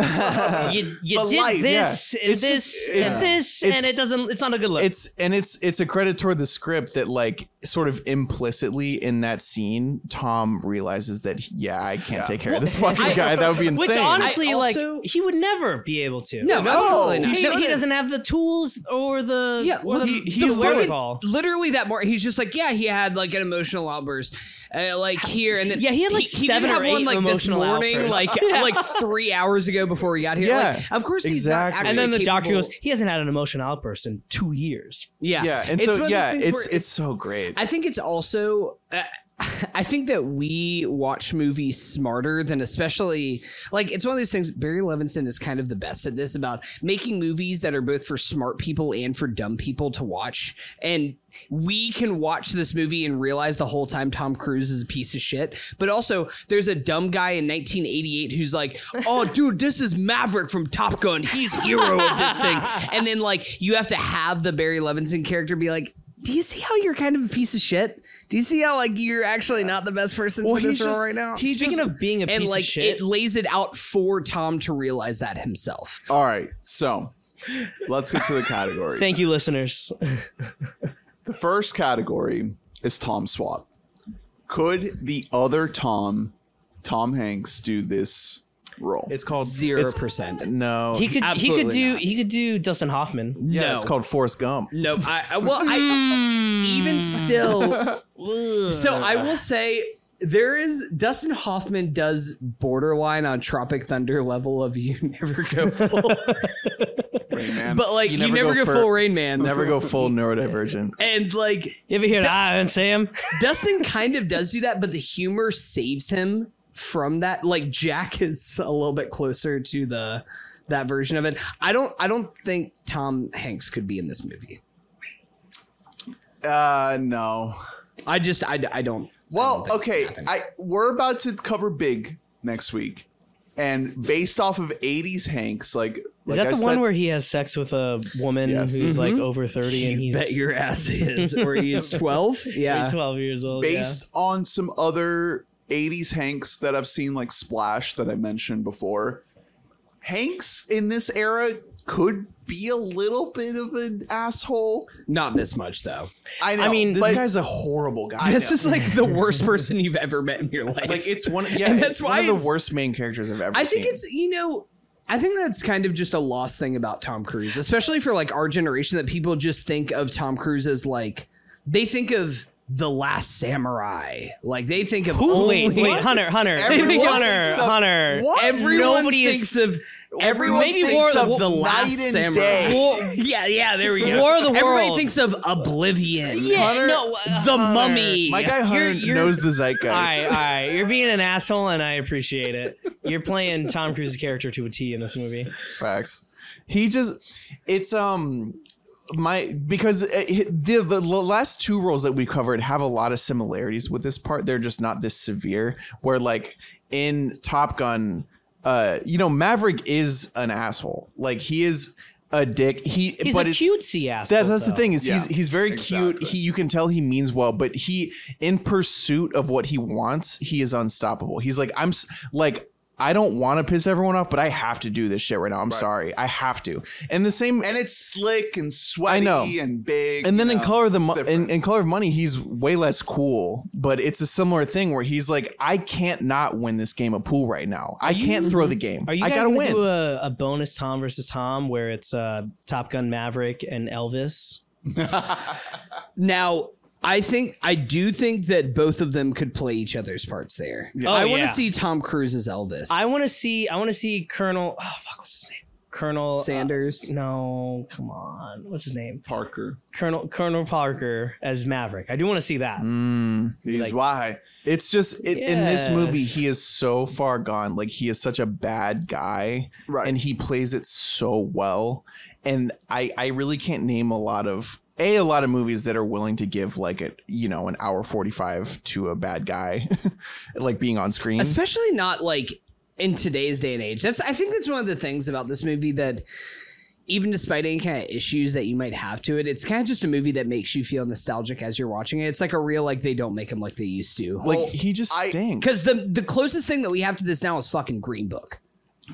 Speaker 7: you, you
Speaker 3: But
Speaker 7: did
Speaker 3: life,
Speaker 7: this and
Speaker 6: It's
Speaker 7: this
Speaker 6: just-
Speaker 7: and
Speaker 6: it's-
Speaker 7: this,
Speaker 6: it's-
Speaker 7: and it doesn't. It's not a good look.
Speaker 6: It's and it's it's a credit toward the script that like sort of implicitly in that scene, Tom realizes that yeah, I can't
Speaker 3: Yeah.
Speaker 6: take care of this fucking guy. That would be insane.
Speaker 7: Which honestly,
Speaker 5: I
Speaker 7: like,
Speaker 5: also-
Speaker 7: he would never be able to.
Speaker 5: No, absolutely not.
Speaker 7: he, he doesn't have the tools or the
Speaker 5: Yeah,
Speaker 7: or
Speaker 5: look,
Speaker 7: the,
Speaker 6: he-
Speaker 7: the
Speaker 6: he's like-
Speaker 7: wherewithal.
Speaker 5: literally that morning he's just like yeah he had like an emotional outburst uh, like here and then
Speaker 7: Yeah, he had, like,
Speaker 5: did
Speaker 7: seven or eight emotional
Speaker 5: this morning
Speaker 7: outbursts.
Speaker 5: like like three hours ago before we got here
Speaker 6: Yeah,
Speaker 5: like of course he's not
Speaker 6: exactly.
Speaker 5: actually
Speaker 7: And then the
Speaker 5: capable-
Speaker 7: doctor goes, he hasn't had an emotional outburst in two years.
Speaker 5: yeah
Speaker 6: yeah. and
Speaker 5: It's one of
Speaker 6: so
Speaker 5: those
Speaker 6: yeah,
Speaker 5: things
Speaker 6: it's
Speaker 5: where
Speaker 6: it's, so great.
Speaker 5: I think it's also. Uh, I think that we watch movies smarter than, especially like it's one of those things. Barry Levinson is kind of the best at this about making movies that are both for smart people and for dumb people to watch. And we can watch this movie and realize the whole time Tom Cruise is a piece of shit. But also, there's a dumb guy in 1988 who's like, "Oh, dude, this is Maverick from Top Gun. He's hero of this thing." And then like you have to have the Barry Levinson character be like do you see how you're kind of a piece of shit? Do you see how like you're actually not the best person
Speaker 6: Well,
Speaker 5: for this
Speaker 6: he's
Speaker 5: role
Speaker 6: just-
Speaker 5: right now?
Speaker 6: he
Speaker 7: Speaking
Speaker 6: just-
Speaker 7: of being a
Speaker 5: and
Speaker 7: piece
Speaker 5: like
Speaker 7: of shit,
Speaker 5: it lays it out for Tom to realize that himself.
Speaker 3: All right, so let's get to the categories.
Speaker 7: thank you, listeners.
Speaker 6: Oh,
Speaker 3: The first category is Tom Swap. Could the other Tom, Tom Hanks, do this role?
Speaker 6: it's called
Speaker 5: Zero
Speaker 6: it's-
Speaker 5: percent.
Speaker 6: No,
Speaker 7: He could he could
Speaker 5: Absolutely
Speaker 7: do
Speaker 5: not.
Speaker 7: he could do Dustin Hoffman.
Speaker 6: yeah,
Speaker 5: no.
Speaker 6: it's called Forrest Gump.
Speaker 5: No, I, I well, I even still. so I will say there is Dustin Hoffman does borderline on Tropic Thunder level of you never go full,
Speaker 3: Rain Man.
Speaker 5: but like you never, go,
Speaker 6: for-
Speaker 5: full Rain Man.
Speaker 6: Never go full neurodivergent.
Speaker 5: And like
Speaker 7: You ever hear that Iron Sam?
Speaker 5: Dustin kind of does do that, but the humor saves him from that. Like Jack is a little bit closer to the that version of it. I don't I don't think Tom Hanks could be in this movie.
Speaker 3: uh, no.
Speaker 5: I just I, I don't
Speaker 3: Well, okay,
Speaker 5: happened.
Speaker 3: I we're about to cover Big next week, and based off of '80s Hanks, like
Speaker 7: Is
Speaker 3: like
Speaker 7: that
Speaker 3: I
Speaker 7: the one
Speaker 3: said-
Speaker 7: where he has sex with a woman
Speaker 3: Yes.
Speaker 7: who's like over thirty and
Speaker 5: you
Speaker 7: he's
Speaker 5: bet your ass he is or he is 12. Yeah.
Speaker 7: twelve years old? yeah.
Speaker 3: based on some other 80s Hanks that I've seen, like Splash that I mentioned before. Hanks in this era could be a little bit of an asshole.
Speaker 5: Not this much though.
Speaker 3: I know.
Speaker 7: I mean,
Speaker 6: This
Speaker 7: like-
Speaker 6: guy's a horrible guy.
Speaker 5: This is like the worst person you've ever met in your life.
Speaker 6: like it's one. Yeah,
Speaker 5: And
Speaker 6: that's
Speaker 5: that's
Speaker 6: it's one
Speaker 5: why
Speaker 6: of the
Speaker 5: it's-
Speaker 6: worst main characters I've ever.
Speaker 5: I think
Speaker 6: seen.
Speaker 5: it's you know, I think that's kind of just a lost thing about Tom Cruise, especially for like our generation that people just think of Tom Cruise as like they think of the last samurai. Like they think of
Speaker 7: Who?
Speaker 5: only
Speaker 7: Oh, Wait, wait, Hunter, Hunter,
Speaker 3: Everyone
Speaker 7: Hunter,
Speaker 3: thinks of-
Speaker 7: Hunter.
Speaker 3: What?
Speaker 5: Everyone
Speaker 7: Nobody is-
Speaker 5: thinks of
Speaker 3: Everyone
Speaker 7: maybe
Speaker 3: thinks
Speaker 7: War of the-
Speaker 3: of
Speaker 5: the
Speaker 3: Night
Speaker 5: last
Speaker 3: and
Speaker 5: samurai.
Speaker 3: Day.
Speaker 7: War,
Speaker 5: Yeah, yeah, there we go.
Speaker 7: War of the
Speaker 5: Everybody
Speaker 7: Worlds.
Speaker 5: thinks of Oblivion.
Speaker 7: Yeah,
Speaker 6: Hunter-
Speaker 7: no, uh,
Speaker 5: The
Speaker 7: Hunter.
Speaker 5: Mummy.
Speaker 6: my guy Hunter
Speaker 7: You're- you're-
Speaker 6: knows the zeitgeist.
Speaker 7: All right, all right. You're being an asshole, and I appreciate it. You're playing Tom Cruise's character to a T in this movie.
Speaker 6: Facts. He just it's um my because uh, hi- the the last two roles that we covered have a lot of similarities with this part. They're just not this severe. Where like in Top Gun, uh, you know, Maverick is an asshole. Like he is a dick. He
Speaker 7: He's
Speaker 6: but
Speaker 7: a
Speaker 6: it's,
Speaker 7: cutesy asshole.
Speaker 6: That's, that's the
Speaker 7: though.
Speaker 6: thing is he's
Speaker 3: Yeah,
Speaker 6: he's very
Speaker 3: exactly.
Speaker 6: cute. He you can tell he means well, but he in pursuit of what he wants, he is unstoppable. He's like I'm s- like I don't want to piss everyone off, but I have to do this shit right now. I'm sorry, I have to. And the same
Speaker 3: and it's slick and sweaty
Speaker 6: know.
Speaker 3: and big.
Speaker 6: and then
Speaker 3: you
Speaker 6: in
Speaker 3: know,
Speaker 6: color of the
Speaker 3: it's
Speaker 6: Mo-
Speaker 3: different.
Speaker 6: in, in color of money he's way less cool but it's a similar thing where he's like i can't not win this game of pool right now i can't throw the game
Speaker 7: Are you
Speaker 6: i
Speaker 7: guys
Speaker 6: gotta
Speaker 7: gonna
Speaker 6: win
Speaker 7: do a, a bonus Tom versus Tom where it's uh, Top Gun Maverick and Elvis?
Speaker 5: Now, I think I do think that both of them could play each other's parts there.
Speaker 7: Oh,
Speaker 5: I want to
Speaker 7: yeah.
Speaker 5: see Tom Cruise as Elvis.
Speaker 7: I want to see. I want to see Colonel. Oh fuck, what's his name? Colonel uh,
Speaker 5: Sanders.
Speaker 7: no, come on. What's his name?
Speaker 3: Parker.
Speaker 7: Colonel Colonel Parker as Maverick. I do want to see that.
Speaker 6: Mm.
Speaker 3: He's
Speaker 7: Like-
Speaker 3: why.
Speaker 6: It's just it, in this
Speaker 7: Yes.
Speaker 6: movie, he is so far gone. Like he is such a bad guy,
Speaker 3: Right.
Speaker 6: and he plays it so well. And I I really can't name a lot of a a lot of movies that are willing to give like a you know an hour forty five to a bad guy, like being on screen.
Speaker 5: especially not like in today's day and age. That's I think that's one of the things about this movie that even despite any kind of issues that you might have to it, it's kind of just a movie that makes you feel nostalgic as you're watching it. It's like a real like they don't make him like they used to.
Speaker 6: like
Speaker 3: Well,
Speaker 6: he just
Speaker 3: I-
Speaker 6: stinks.
Speaker 5: Because the the closest thing that we have to this now is fucking Green Book.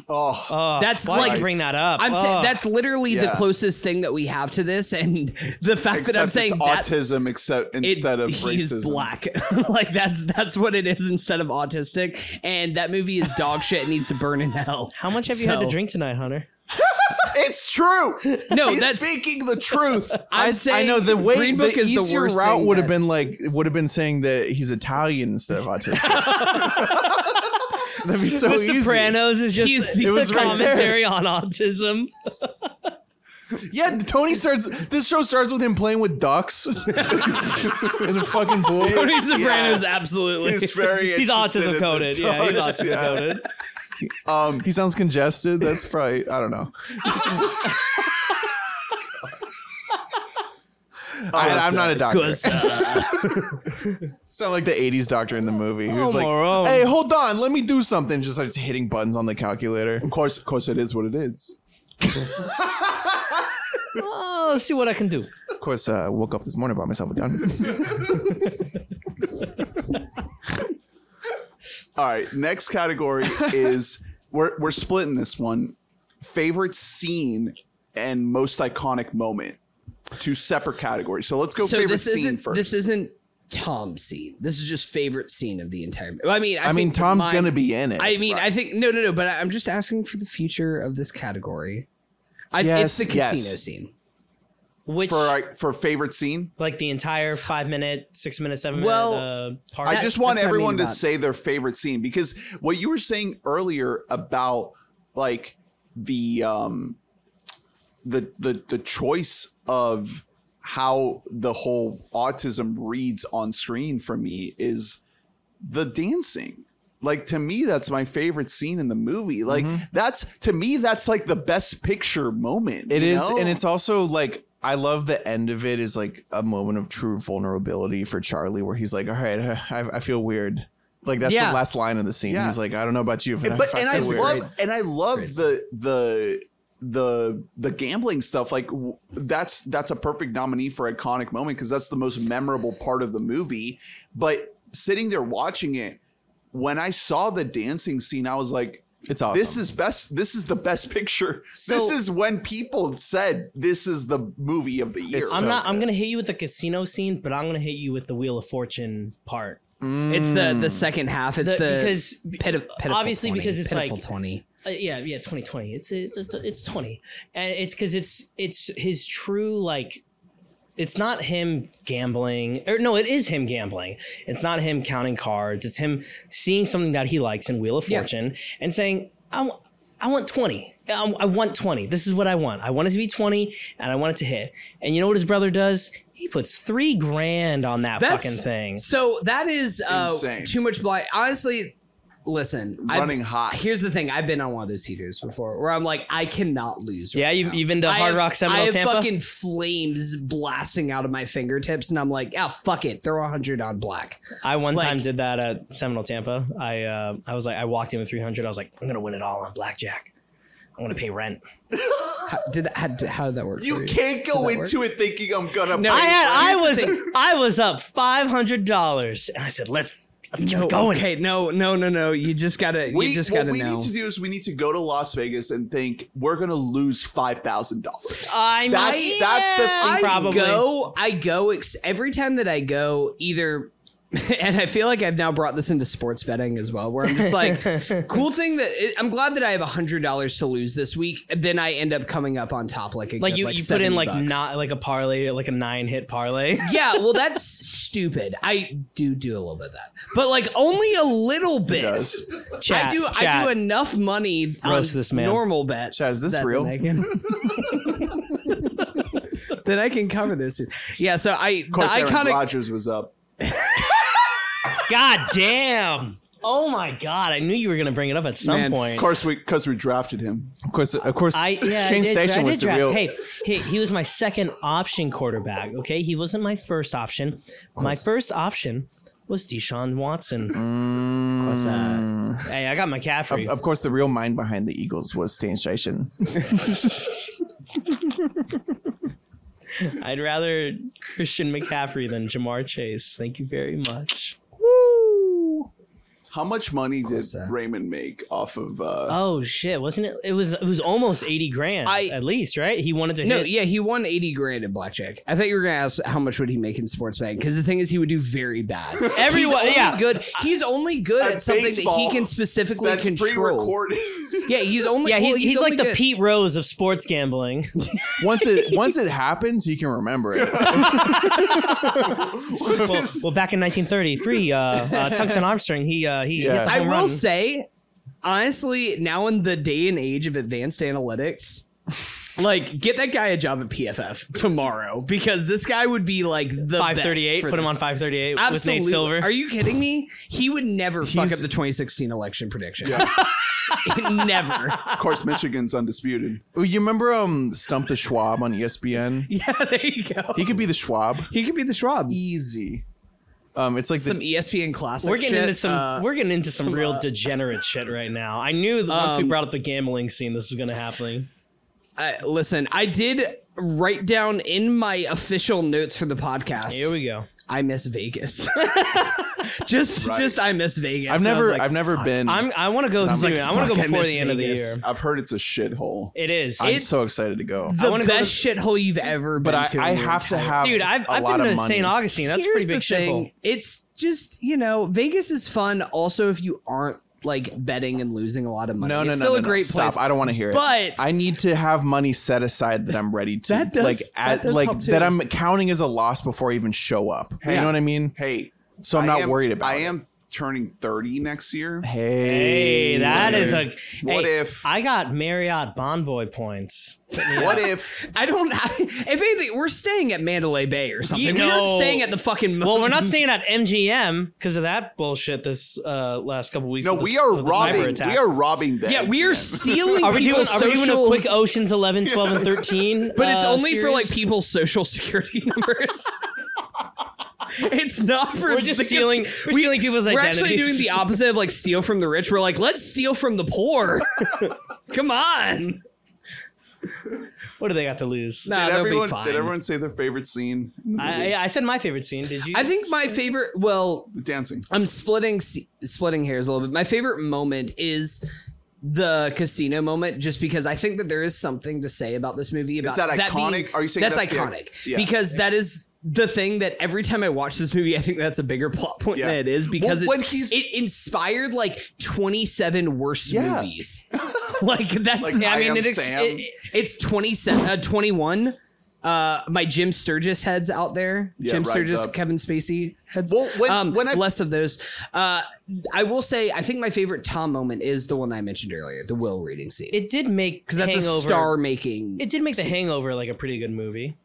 Speaker 3: Oh,
Speaker 7: Oh,
Speaker 5: That's
Speaker 7: why'd
Speaker 5: like-
Speaker 7: you bring that up.
Speaker 5: I'm
Speaker 7: Oh.
Speaker 5: saying that's literally the
Speaker 3: Uh, Yeah.
Speaker 5: closest thing that we have to this, and the fact
Speaker 3: except
Speaker 5: that I'm saying
Speaker 3: it's
Speaker 5: that's,
Speaker 3: autism, except
Speaker 5: it-
Speaker 3: instead of
Speaker 5: he's
Speaker 3: racism.
Speaker 5: black. like that's that's what it is instead of autistic. And that movie is dog shit. It needs to burn in hell.
Speaker 7: How much have you had to
Speaker 5: So-
Speaker 7: drink tonight, Hunter?
Speaker 3: It's true.
Speaker 5: No,
Speaker 3: he's
Speaker 5: that's
Speaker 3: speaking the truth.
Speaker 5: I'm
Speaker 6: I
Speaker 5: saying
Speaker 6: know the way
Speaker 5: Green Book
Speaker 6: the
Speaker 5: is
Speaker 6: easier
Speaker 5: the worst
Speaker 6: route
Speaker 5: thing
Speaker 6: would have
Speaker 5: that-
Speaker 6: been like would have been saying that he's Italian instead of autistic. That'd be so
Speaker 7: the
Speaker 6: easy.
Speaker 7: Sopranos is just
Speaker 5: He's-
Speaker 7: the
Speaker 5: it
Speaker 6: was right there.
Speaker 7: commentary on autism.
Speaker 6: Yeah, Tony starts. This show starts with him playing with ducks in the fucking pool.
Speaker 7: Tony Sopranos, absolutely.
Speaker 3: He's very
Speaker 7: He's
Speaker 3: interested in
Speaker 7: autism
Speaker 3: the
Speaker 7: coded. Yeah, he's
Speaker 3: tones,
Speaker 7: autism
Speaker 3: yeah.
Speaker 7: coded.
Speaker 3: Um,
Speaker 6: He sounds congested. That's probably. I don't know. I, I'm not a doctor. Sound like the '80s doctor in the movie who's like,
Speaker 7: Morone.
Speaker 6: "Hey, hold on, let me do something." Just like hitting buttons on the calculator.
Speaker 3: of course, of course, it is what it is.
Speaker 7: Oh, let's see what I can do.
Speaker 6: Of course, uh, woke up this morning, bought myself a gun.
Speaker 3: All right, next category is we're we're splitting this one. Favorite scene and most iconic moment. Two separate categories. So let's go
Speaker 5: so
Speaker 3: favorite
Speaker 5: this
Speaker 3: scene
Speaker 5: isn't
Speaker 3: first.
Speaker 5: this isn't Tom's scene. This is just favorite scene of the entire. I mean, I,
Speaker 6: I mean,
Speaker 5: think
Speaker 6: Tom's
Speaker 5: mine-
Speaker 6: gonna be in it.
Speaker 5: I mean, I think no, no, no. But I, I'm just asking for the future of this category. I,
Speaker 6: Yes,
Speaker 5: it's the
Speaker 6: yes.
Speaker 5: casino scene.
Speaker 7: Which,
Speaker 3: for our- for favorite scene.
Speaker 7: like the entire five minute, six minute, seven
Speaker 5: Well,
Speaker 7: minute uh, part.
Speaker 3: I just want
Speaker 5: that's what I mean
Speaker 3: everyone to
Speaker 5: about-
Speaker 3: say their favorite scene because what you were saying earlier about like the um the the the choice of how the whole autism reads on screen for me is the dancing. Like to me, that's my favorite scene in the movie. Like
Speaker 6: Mm-hmm.
Speaker 3: that's to me, that's like the best picture moment.
Speaker 6: It
Speaker 3: you
Speaker 6: is,
Speaker 3: know?
Speaker 6: and it's also like I love the end of it is like a moment of true vulnerability for Charlie, where he's like, "All right, I, I feel weird." Like that's
Speaker 5: Yeah.
Speaker 6: the last line of the scene.
Speaker 3: Yeah.
Speaker 6: He's like, "I don't know about you, but,
Speaker 3: And- but
Speaker 6: I,
Speaker 3: and I
Speaker 6: feel weird."
Speaker 3: love and I love the the the the gambling stuff like w- that's that's a perfect nominee for iconic moment because that's the most memorable part of the movie but sitting there watching it when I saw the dancing scene I was like
Speaker 6: It's awesome.
Speaker 3: This is best. This is the best picture.
Speaker 5: So-
Speaker 3: this is when people said this is the movie of the year.
Speaker 6: It's
Speaker 7: I'm
Speaker 6: so
Speaker 7: not. I'm
Speaker 6: good.
Speaker 7: gonna hit you with the casino scene, but I'm gonna hit you with the Wheel of Fortune part.
Speaker 5: It's the the second half. It's
Speaker 7: The-
Speaker 5: the,
Speaker 7: because
Speaker 5: piti- pitiful
Speaker 7: obviously
Speaker 5: 20,
Speaker 7: because it's
Speaker 5: pitiful
Speaker 7: like-
Speaker 5: twenty.
Speaker 7: Uh, yeah, yeah, 2020. It's it's it's, it's 20, and it's because it's it's his true like. It's not him gambling, or no, it is him gambling. It's not him counting cards. It's him seeing something that he likes in Wheel of
Speaker 5: Yeah.
Speaker 7: Fortune and saying, "I, w- I want 20. I, I want 20. This is what I want. I want it to be 20, and I want it to hit." And you know what his brother does? He puts three grand on that
Speaker 5: That's-
Speaker 7: fucking thing.
Speaker 5: So that is uh,
Speaker 3: Insane.
Speaker 5: too much blind. Honestly, listen, I've-
Speaker 3: running hot.
Speaker 5: Here's the thing: I've been on one of those heaters before, where I'm like, I cannot lose.
Speaker 7: Yeah,
Speaker 5: right
Speaker 7: you-
Speaker 5: now.
Speaker 7: you've been to
Speaker 5: I
Speaker 7: Hard
Speaker 5: have-
Speaker 7: Rock Seminole
Speaker 5: I have
Speaker 7: Tampa?
Speaker 5: fucking flames blasting out of my fingertips, and I'm like, oh fuck it, throw a hundred on black.
Speaker 7: I one
Speaker 5: Like-
Speaker 7: time did that at Seminole Tampa. I uh, I was like, I walked in with 300. I was like, I'm gonna win it all on blackjack. I'm gonna pay rent.
Speaker 5: How did that, how, did- how did that work? for
Speaker 3: you can't
Speaker 5: Does
Speaker 3: go
Speaker 5: that work?
Speaker 3: into it thinking I'm gonna.
Speaker 5: No,
Speaker 7: I
Speaker 3: play.
Speaker 7: had I
Speaker 5: here's
Speaker 7: was
Speaker 5: the
Speaker 7: I was up five hundred dollars, and I said, let's let's keep
Speaker 5: No,
Speaker 7: it going.
Speaker 5: okay, no, no, no, no. You just gotta,
Speaker 3: We,
Speaker 5: you just
Speaker 3: what
Speaker 5: gotta
Speaker 3: we
Speaker 5: know.
Speaker 3: need to do is we need to go to Las Vegas and think we're gonna lose five thousand dollars.
Speaker 7: I
Speaker 3: That's-
Speaker 7: might-
Speaker 3: that's the
Speaker 7: yeah,
Speaker 5: I
Speaker 7: probably.
Speaker 5: go, I go ex- every time that I go either and I feel like I've now brought this into sports betting as well, where I'm just like, cool thing that I'm glad that I have a hundred dollars to lose this week. Then I end up coming up on top like a
Speaker 7: Like
Speaker 5: good,
Speaker 7: you,
Speaker 5: like
Speaker 7: you put in
Speaker 5: 70
Speaker 7: like
Speaker 5: bucks.
Speaker 7: not like a parlay, like a nine hit parlay.
Speaker 5: yeah, well, that's stupid. I do do a little bit of that, but like only a little bit.
Speaker 6: does.
Speaker 7: Chat,
Speaker 5: I do. I
Speaker 7: chat.
Speaker 5: do enough money on
Speaker 7: Roast this man.
Speaker 5: normal bets.
Speaker 6: Chat, is this
Speaker 5: that-
Speaker 6: real?
Speaker 5: Then I, can, then I can cover this. Yeah. So I
Speaker 3: Of course,
Speaker 5: the
Speaker 3: Aaron
Speaker 5: iconic.
Speaker 3: Rodgers was up.
Speaker 7: God damn. Oh my god! I knew you were gonna bring it up at some
Speaker 5: Man,
Speaker 7: point.
Speaker 3: Of course, we because we drafted him.
Speaker 6: of course, of course,
Speaker 7: I yeah,
Speaker 6: Shane
Speaker 7: I did- I
Speaker 6: Station
Speaker 7: did
Speaker 6: was the
Speaker 7: draft-
Speaker 6: real.
Speaker 7: Hey, hey, he was my second option quarterback. Okay, he wasn't my first option. My first option was Deshaun Watson.
Speaker 5: Mm.
Speaker 7: hey, I got McCaffrey.
Speaker 6: Of, of course, the real mind behind the Eagles was Shane Station.
Speaker 7: I'd rather Christian McCaffrey than Jamar Chase. Thank you very much.
Speaker 3: How much money did
Speaker 5: uh,
Speaker 3: Raymond make off of? Uh,
Speaker 7: Oh shit, wasn't it? It was it was almost eighty grand
Speaker 5: I-
Speaker 7: at least, right? He wanted to
Speaker 5: No,
Speaker 7: hit.
Speaker 5: yeah, he won eighty grand in blackjack. I thought you were gonna ask how much would he make in sports betting because the thing is he would do very bad.
Speaker 7: Everyone-
Speaker 5: He's only
Speaker 7: yeah.
Speaker 5: good. He's only good
Speaker 3: At
Speaker 5: at, something that he
Speaker 3: baseball,
Speaker 5: can specifically
Speaker 3: that's
Speaker 5: control.
Speaker 3: pre-recorded.
Speaker 5: Yeah, he's only
Speaker 7: Yeah, he's,
Speaker 5: well,
Speaker 7: he's, like
Speaker 5: only
Speaker 7: the
Speaker 5: good-
Speaker 7: Pete Rose of sports gambling.
Speaker 6: Once it once it happens, you can remember it.
Speaker 3: What's
Speaker 7: well,
Speaker 3: his-
Speaker 7: well, back in 1933, uh, uh, Tungsten Armstrong, he uh, he
Speaker 6: Yeah.
Speaker 7: hit the
Speaker 5: I
Speaker 7: home
Speaker 5: will
Speaker 7: run.
Speaker 5: say, honestly, now in the day and age of advanced analytics, like get that guy a job at PFF tomorrow because this guy would be like the
Speaker 7: five thirty eight.
Speaker 5: best for
Speaker 7: Put him on
Speaker 5: this.
Speaker 7: five thirty eight with
Speaker 5: Absolutely.
Speaker 7: Nate Silver.
Speaker 5: Are you kidding me? He would never fuck
Speaker 6: He's-
Speaker 5: up the 2016 election prediction. never.
Speaker 3: of course, Michigan's undisputed.
Speaker 6: Well, you remember um Stump the Schwab on E ESPN?
Speaker 5: Yeah, there you go.
Speaker 6: He could be the Schwab.
Speaker 5: He could be the Schwab.
Speaker 6: Easy. Um, it's like
Speaker 5: Some E
Speaker 6: the
Speaker 5: ESPN classic.
Speaker 7: we're getting
Speaker 5: shit.
Speaker 7: into some
Speaker 5: Uh,
Speaker 7: we're getting into some,
Speaker 5: some,
Speaker 7: real
Speaker 5: uh,
Speaker 7: degenerate shit right now. I knew that once we
Speaker 5: Um,
Speaker 7: brought up the gambling scene, this is gonna happen.
Speaker 5: I- listen, I did write down in my official notes for the podcast.
Speaker 7: Here we go.
Speaker 5: I miss Vegas. just,
Speaker 3: Right.
Speaker 5: just I miss Vegas.
Speaker 6: I've
Speaker 5: And I was
Speaker 6: never
Speaker 5: like,
Speaker 6: I've never been.
Speaker 7: I'm I want to go soon. I want to go
Speaker 5: fuck, I
Speaker 7: before
Speaker 5: miss
Speaker 7: the end of the
Speaker 5: Vegas.
Speaker 7: year.
Speaker 3: I've heard it's a shithole.
Speaker 7: It is.
Speaker 6: I'm
Speaker 7: It's-
Speaker 6: so excited to go.
Speaker 5: the
Speaker 7: wanna go
Speaker 5: best shithole you've ever
Speaker 6: But
Speaker 5: been
Speaker 6: I,
Speaker 5: to. in
Speaker 6: I
Speaker 5: your
Speaker 6: have to
Speaker 5: entire-
Speaker 6: have
Speaker 7: Dude, I've,
Speaker 6: a
Speaker 7: I've
Speaker 6: lot
Speaker 7: been
Speaker 6: of
Speaker 7: to
Speaker 6: money.
Speaker 7: St. Augustine. That's a
Speaker 5: Here's
Speaker 7: pretty big
Speaker 5: the thing.
Speaker 7: shithole.
Speaker 5: It's just you know Vegas is fun. Also, if you aren't like betting and losing a lot of money,
Speaker 6: No, no,
Speaker 5: it's
Speaker 6: no,
Speaker 5: still
Speaker 6: no,
Speaker 5: a
Speaker 6: no.
Speaker 5: great
Speaker 6: Stop.
Speaker 5: place.
Speaker 6: I don't want to hear it.
Speaker 5: But-
Speaker 6: I need to have money set aside that I'm ready to
Speaker 5: That does-
Speaker 6: like
Speaker 5: that
Speaker 6: at,
Speaker 5: does
Speaker 6: like
Speaker 5: help, too.
Speaker 6: that I'm counting as a loss before I even show up. You
Speaker 3: Yeah.
Speaker 6: know what I mean?
Speaker 3: Hey,
Speaker 6: So I'm
Speaker 3: I
Speaker 6: not
Speaker 3: am-
Speaker 6: worried about.
Speaker 3: I
Speaker 6: it.
Speaker 3: am turning thirty next year.
Speaker 6: Hey,
Speaker 7: Hey, that is a.
Speaker 3: What
Speaker 7: hey,
Speaker 3: if-
Speaker 7: I got Marriott Bonvoy points?
Speaker 3: What if
Speaker 5: I don't. I, if anything, we're staying at Mandalay Bay or something.
Speaker 7: You
Speaker 5: we're
Speaker 7: know-
Speaker 5: not staying at the fucking.
Speaker 7: Well, we're not staying at MGM because of that bullshit this uh, last couple weeks.
Speaker 3: no?
Speaker 7: with
Speaker 3: We
Speaker 7: the-
Speaker 3: are
Speaker 7: with the cyber
Speaker 3: robbing.
Speaker 7: attack.
Speaker 3: We are robbing them.
Speaker 5: Yeah, we are stealing.
Speaker 7: Are we doing?
Speaker 5: people's
Speaker 7: Are we doing a
Speaker 5: socials,
Speaker 7: quick Ocean's 11, 12, and thirteen?
Speaker 5: But it's
Speaker 7: uh,
Speaker 5: only for like
Speaker 7: series?
Speaker 5: people's social security numbers. it's not for.
Speaker 7: We're just
Speaker 5: the-
Speaker 7: stealing. We're stealing people's
Speaker 5: We're
Speaker 7: identities.
Speaker 5: actually doing the opposite of like steal from the rich. We're like, let's steal from the poor. Come on.
Speaker 7: What do they got to lose?
Speaker 5: No,
Speaker 3: Did
Speaker 5: they'll
Speaker 3: everyone?
Speaker 5: be fine.
Speaker 3: Did everyone say their favorite scene?
Speaker 7: I, I I said my favorite scene. Did you?
Speaker 5: I think my favorite. Well,
Speaker 3: The dancing.
Speaker 5: I'm splitting s- splitting hairs a little bit. My favorite moment is the casino moment just because I think that there is something to say about this movie. About
Speaker 3: that iconic?
Speaker 5: being-
Speaker 3: Are you saying
Speaker 5: that's,
Speaker 3: that's the-
Speaker 5: iconic?
Speaker 3: yeah.
Speaker 5: Because that is the thing that every time I watch this movie, I think that's a bigger plot point
Speaker 3: Yeah.
Speaker 5: than it is because
Speaker 3: Well, when
Speaker 5: it's,
Speaker 3: he's-
Speaker 5: it inspired like twenty seven worse
Speaker 3: Yeah.
Speaker 5: movies. like that's
Speaker 3: Like,
Speaker 5: I
Speaker 3: I
Speaker 5: mean
Speaker 3: Am
Speaker 5: it ex-
Speaker 3: Sam.
Speaker 5: it- it's twenty seven uh, twenty one. Uh, my Jim Sturgis heads out there.
Speaker 3: Yeah,
Speaker 5: Jim
Speaker 3: rise
Speaker 5: Sturgis,
Speaker 3: up.
Speaker 5: Kevin Spacey heads.
Speaker 3: Well, when-
Speaker 5: um,
Speaker 3: when I-
Speaker 5: less of those. Uh, I will say, I think my favorite Tom moment is the one I mentioned earlier, the will reading scene,
Speaker 7: It did make
Speaker 5: because that's
Speaker 7: Hangover.
Speaker 5: a star making.
Speaker 7: It did make the Hangover like a pretty good movie.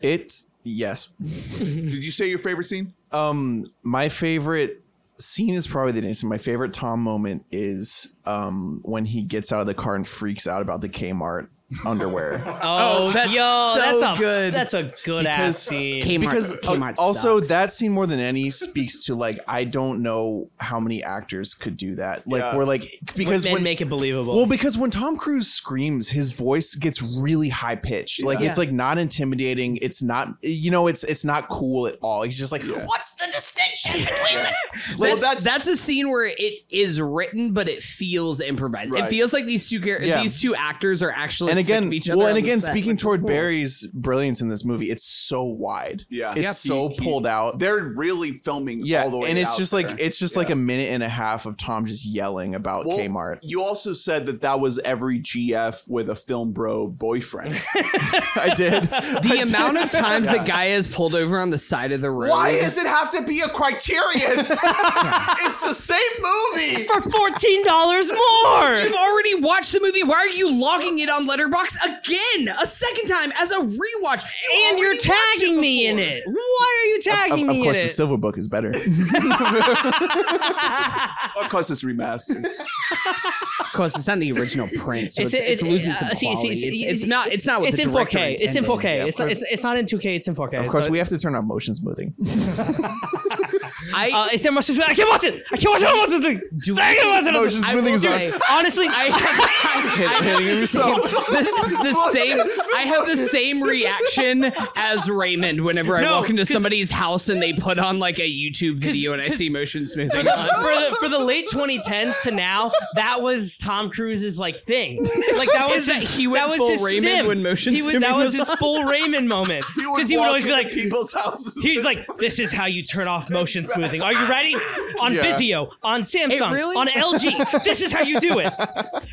Speaker 6: It yes.
Speaker 3: Did you say your favorite scene?
Speaker 6: Um, my favorite scene is probably the next. My favorite Tom moment is um when he gets out of the car and freaks out about the Kmart underwear.
Speaker 7: Oh,
Speaker 5: that's
Speaker 7: yo,
Speaker 5: so
Speaker 7: that's a
Speaker 5: good.
Speaker 7: That's a good ass
Speaker 6: Because-
Speaker 7: scene.
Speaker 5: Kmart,
Speaker 6: because uh,
Speaker 5: Kmart
Speaker 6: also
Speaker 5: sucks.
Speaker 6: that scene more than any speaks to like I don't know how many actors could do that. Like
Speaker 3: Yeah.
Speaker 6: we're like because
Speaker 7: men
Speaker 6: when
Speaker 7: make it believable.
Speaker 6: well because when Tom Cruise screams, his voice gets really high pitched. Like it's like not intimidating. It's not you know it's it's not cool at all. He's just like what's the distinction between the
Speaker 5: Well,
Speaker 6: Well,
Speaker 5: that's, that's a scene where it is written, but it feels improvised. It
Speaker 3: Right.
Speaker 5: feels like these two char-
Speaker 6: Yeah.
Speaker 5: these two actors are actually
Speaker 6: and
Speaker 5: sick
Speaker 6: again,
Speaker 5: of each other
Speaker 6: well, and
Speaker 5: on the
Speaker 6: again,
Speaker 5: set,
Speaker 6: speaking
Speaker 5: which is
Speaker 6: toward
Speaker 5: cool.
Speaker 6: Barry's brilliance in this movie, it's so wide.
Speaker 3: Yeah.
Speaker 6: it's
Speaker 3: Yeah.
Speaker 6: so
Speaker 3: He- he-
Speaker 6: pulled out.
Speaker 3: They're really filming
Speaker 6: yeah,
Speaker 3: all the way
Speaker 6: and it's
Speaker 3: out
Speaker 6: just
Speaker 3: there.
Speaker 6: like it's just like a minute and a half of Tom just yelling about
Speaker 3: Well,
Speaker 6: Kmart.
Speaker 3: You also said that that was every GF with a film bro boyfriend.
Speaker 6: I did.
Speaker 5: the amount of times that guy is pulled over on the side of the road.
Speaker 3: Why does it have to be a criterion? it's the same movie.
Speaker 7: for fourteen dollars more.
Speaker 5: You've already watched the movie. Why are you logging it on Letterbox again, a second time as a rewatch? oh, You
Speaker 7: and you're
Speaker 5: already watched it
Speaker 7: tagging me in
Speaker 5: before.
Speaker 7: it. Why are you
Speaker 6: Of,
Speaker 7: tagging
Speaker 6: of
Speaker 7: me
Speaker 6: course,
Speaker 7: in
Speaker 6: the
Speaker 7: it?
Speaker 6: silver book is better.
Speaker 3: Because it's remastered.
Speaker 5: Of course, it's not the original print, so it's,
Speaker 7: It's-
Speaker 5: it's,
Speaker 7: it's-
Speaker 5: losing some
Speaker 7: uh, see, see,
Speaker 5: quality.
Speaker 7: see,
Speaker 5: it's,
Speaker 7: see,
Speaker 5: it's not. It's not. What
Speaker 7: It's
Speaker 5: the
Speaker 7: in
Speaker 5: director
Speaker 7: 4K. It's in
Speaker 5: intended.
Speaker 7: 4K.
Speaker 6: Yeah, of
Speaker 7: it's, not,
Speaker 6: course.
Speaker 7: it's it's not in 2K. It's in 4K.
Speaker 6: Of course, we have to turn on motion smoothing.
Speaker 5: I
Speaker 7: Uh, it's in my I can't watch it. I can't watch it. I can't watch it.
Speaker 5: do.
Speaker 7: I can't watch it.
Speaker 6: No, Oh, it's just
Speaker 5: I
Speaker 6: moving
Speaker 5: will
Speaker 6: his
Speaker 5: say,
Speaker 7: Honestly, I
Speaker 6: Hit- hitting yourself.
Speaker 5: the, the same. I have the same reaction as Raymond whenever I
Speaker 7: No,
Speaker 5: walk into
Speaker 7: 'cause-
Speaker 5: somemba's house and they put on like a YouTube video and I
Speaker 7: 'cause-
Speaker 5: see motion smoothing.
Speaker 7: for the for the late 2010s to now, that was Tom Cruise's like thing. Like that was
Speaker 5: Is that
Speaker 7: his,
Speaker 5: he went
Speaker 7: that was
Speaker 5: full
Speaker 7: his
Speaker 5: Raymond
Speaker 7: stim.
Speaker 5: when motion
Speaker 7: He would, that
Speaker 5: stimming
Speaker 7: was
Speaker 5: was
Speaker 7: his
Speaker 5: on?
Speaker 7: full Raymond moment because he would always be
Speaker 3: walk into
Speaker 7: like.
Speaker 3: people's houses.
Speaker 7: He's like, this is how you turn off motion smoothing. Are you ready? On
Speaker 6: Yeah.
Speaker 7: Vizio, on Samsung,
Speaker 5: really-
Speaker 7: on LG. This is how you do it.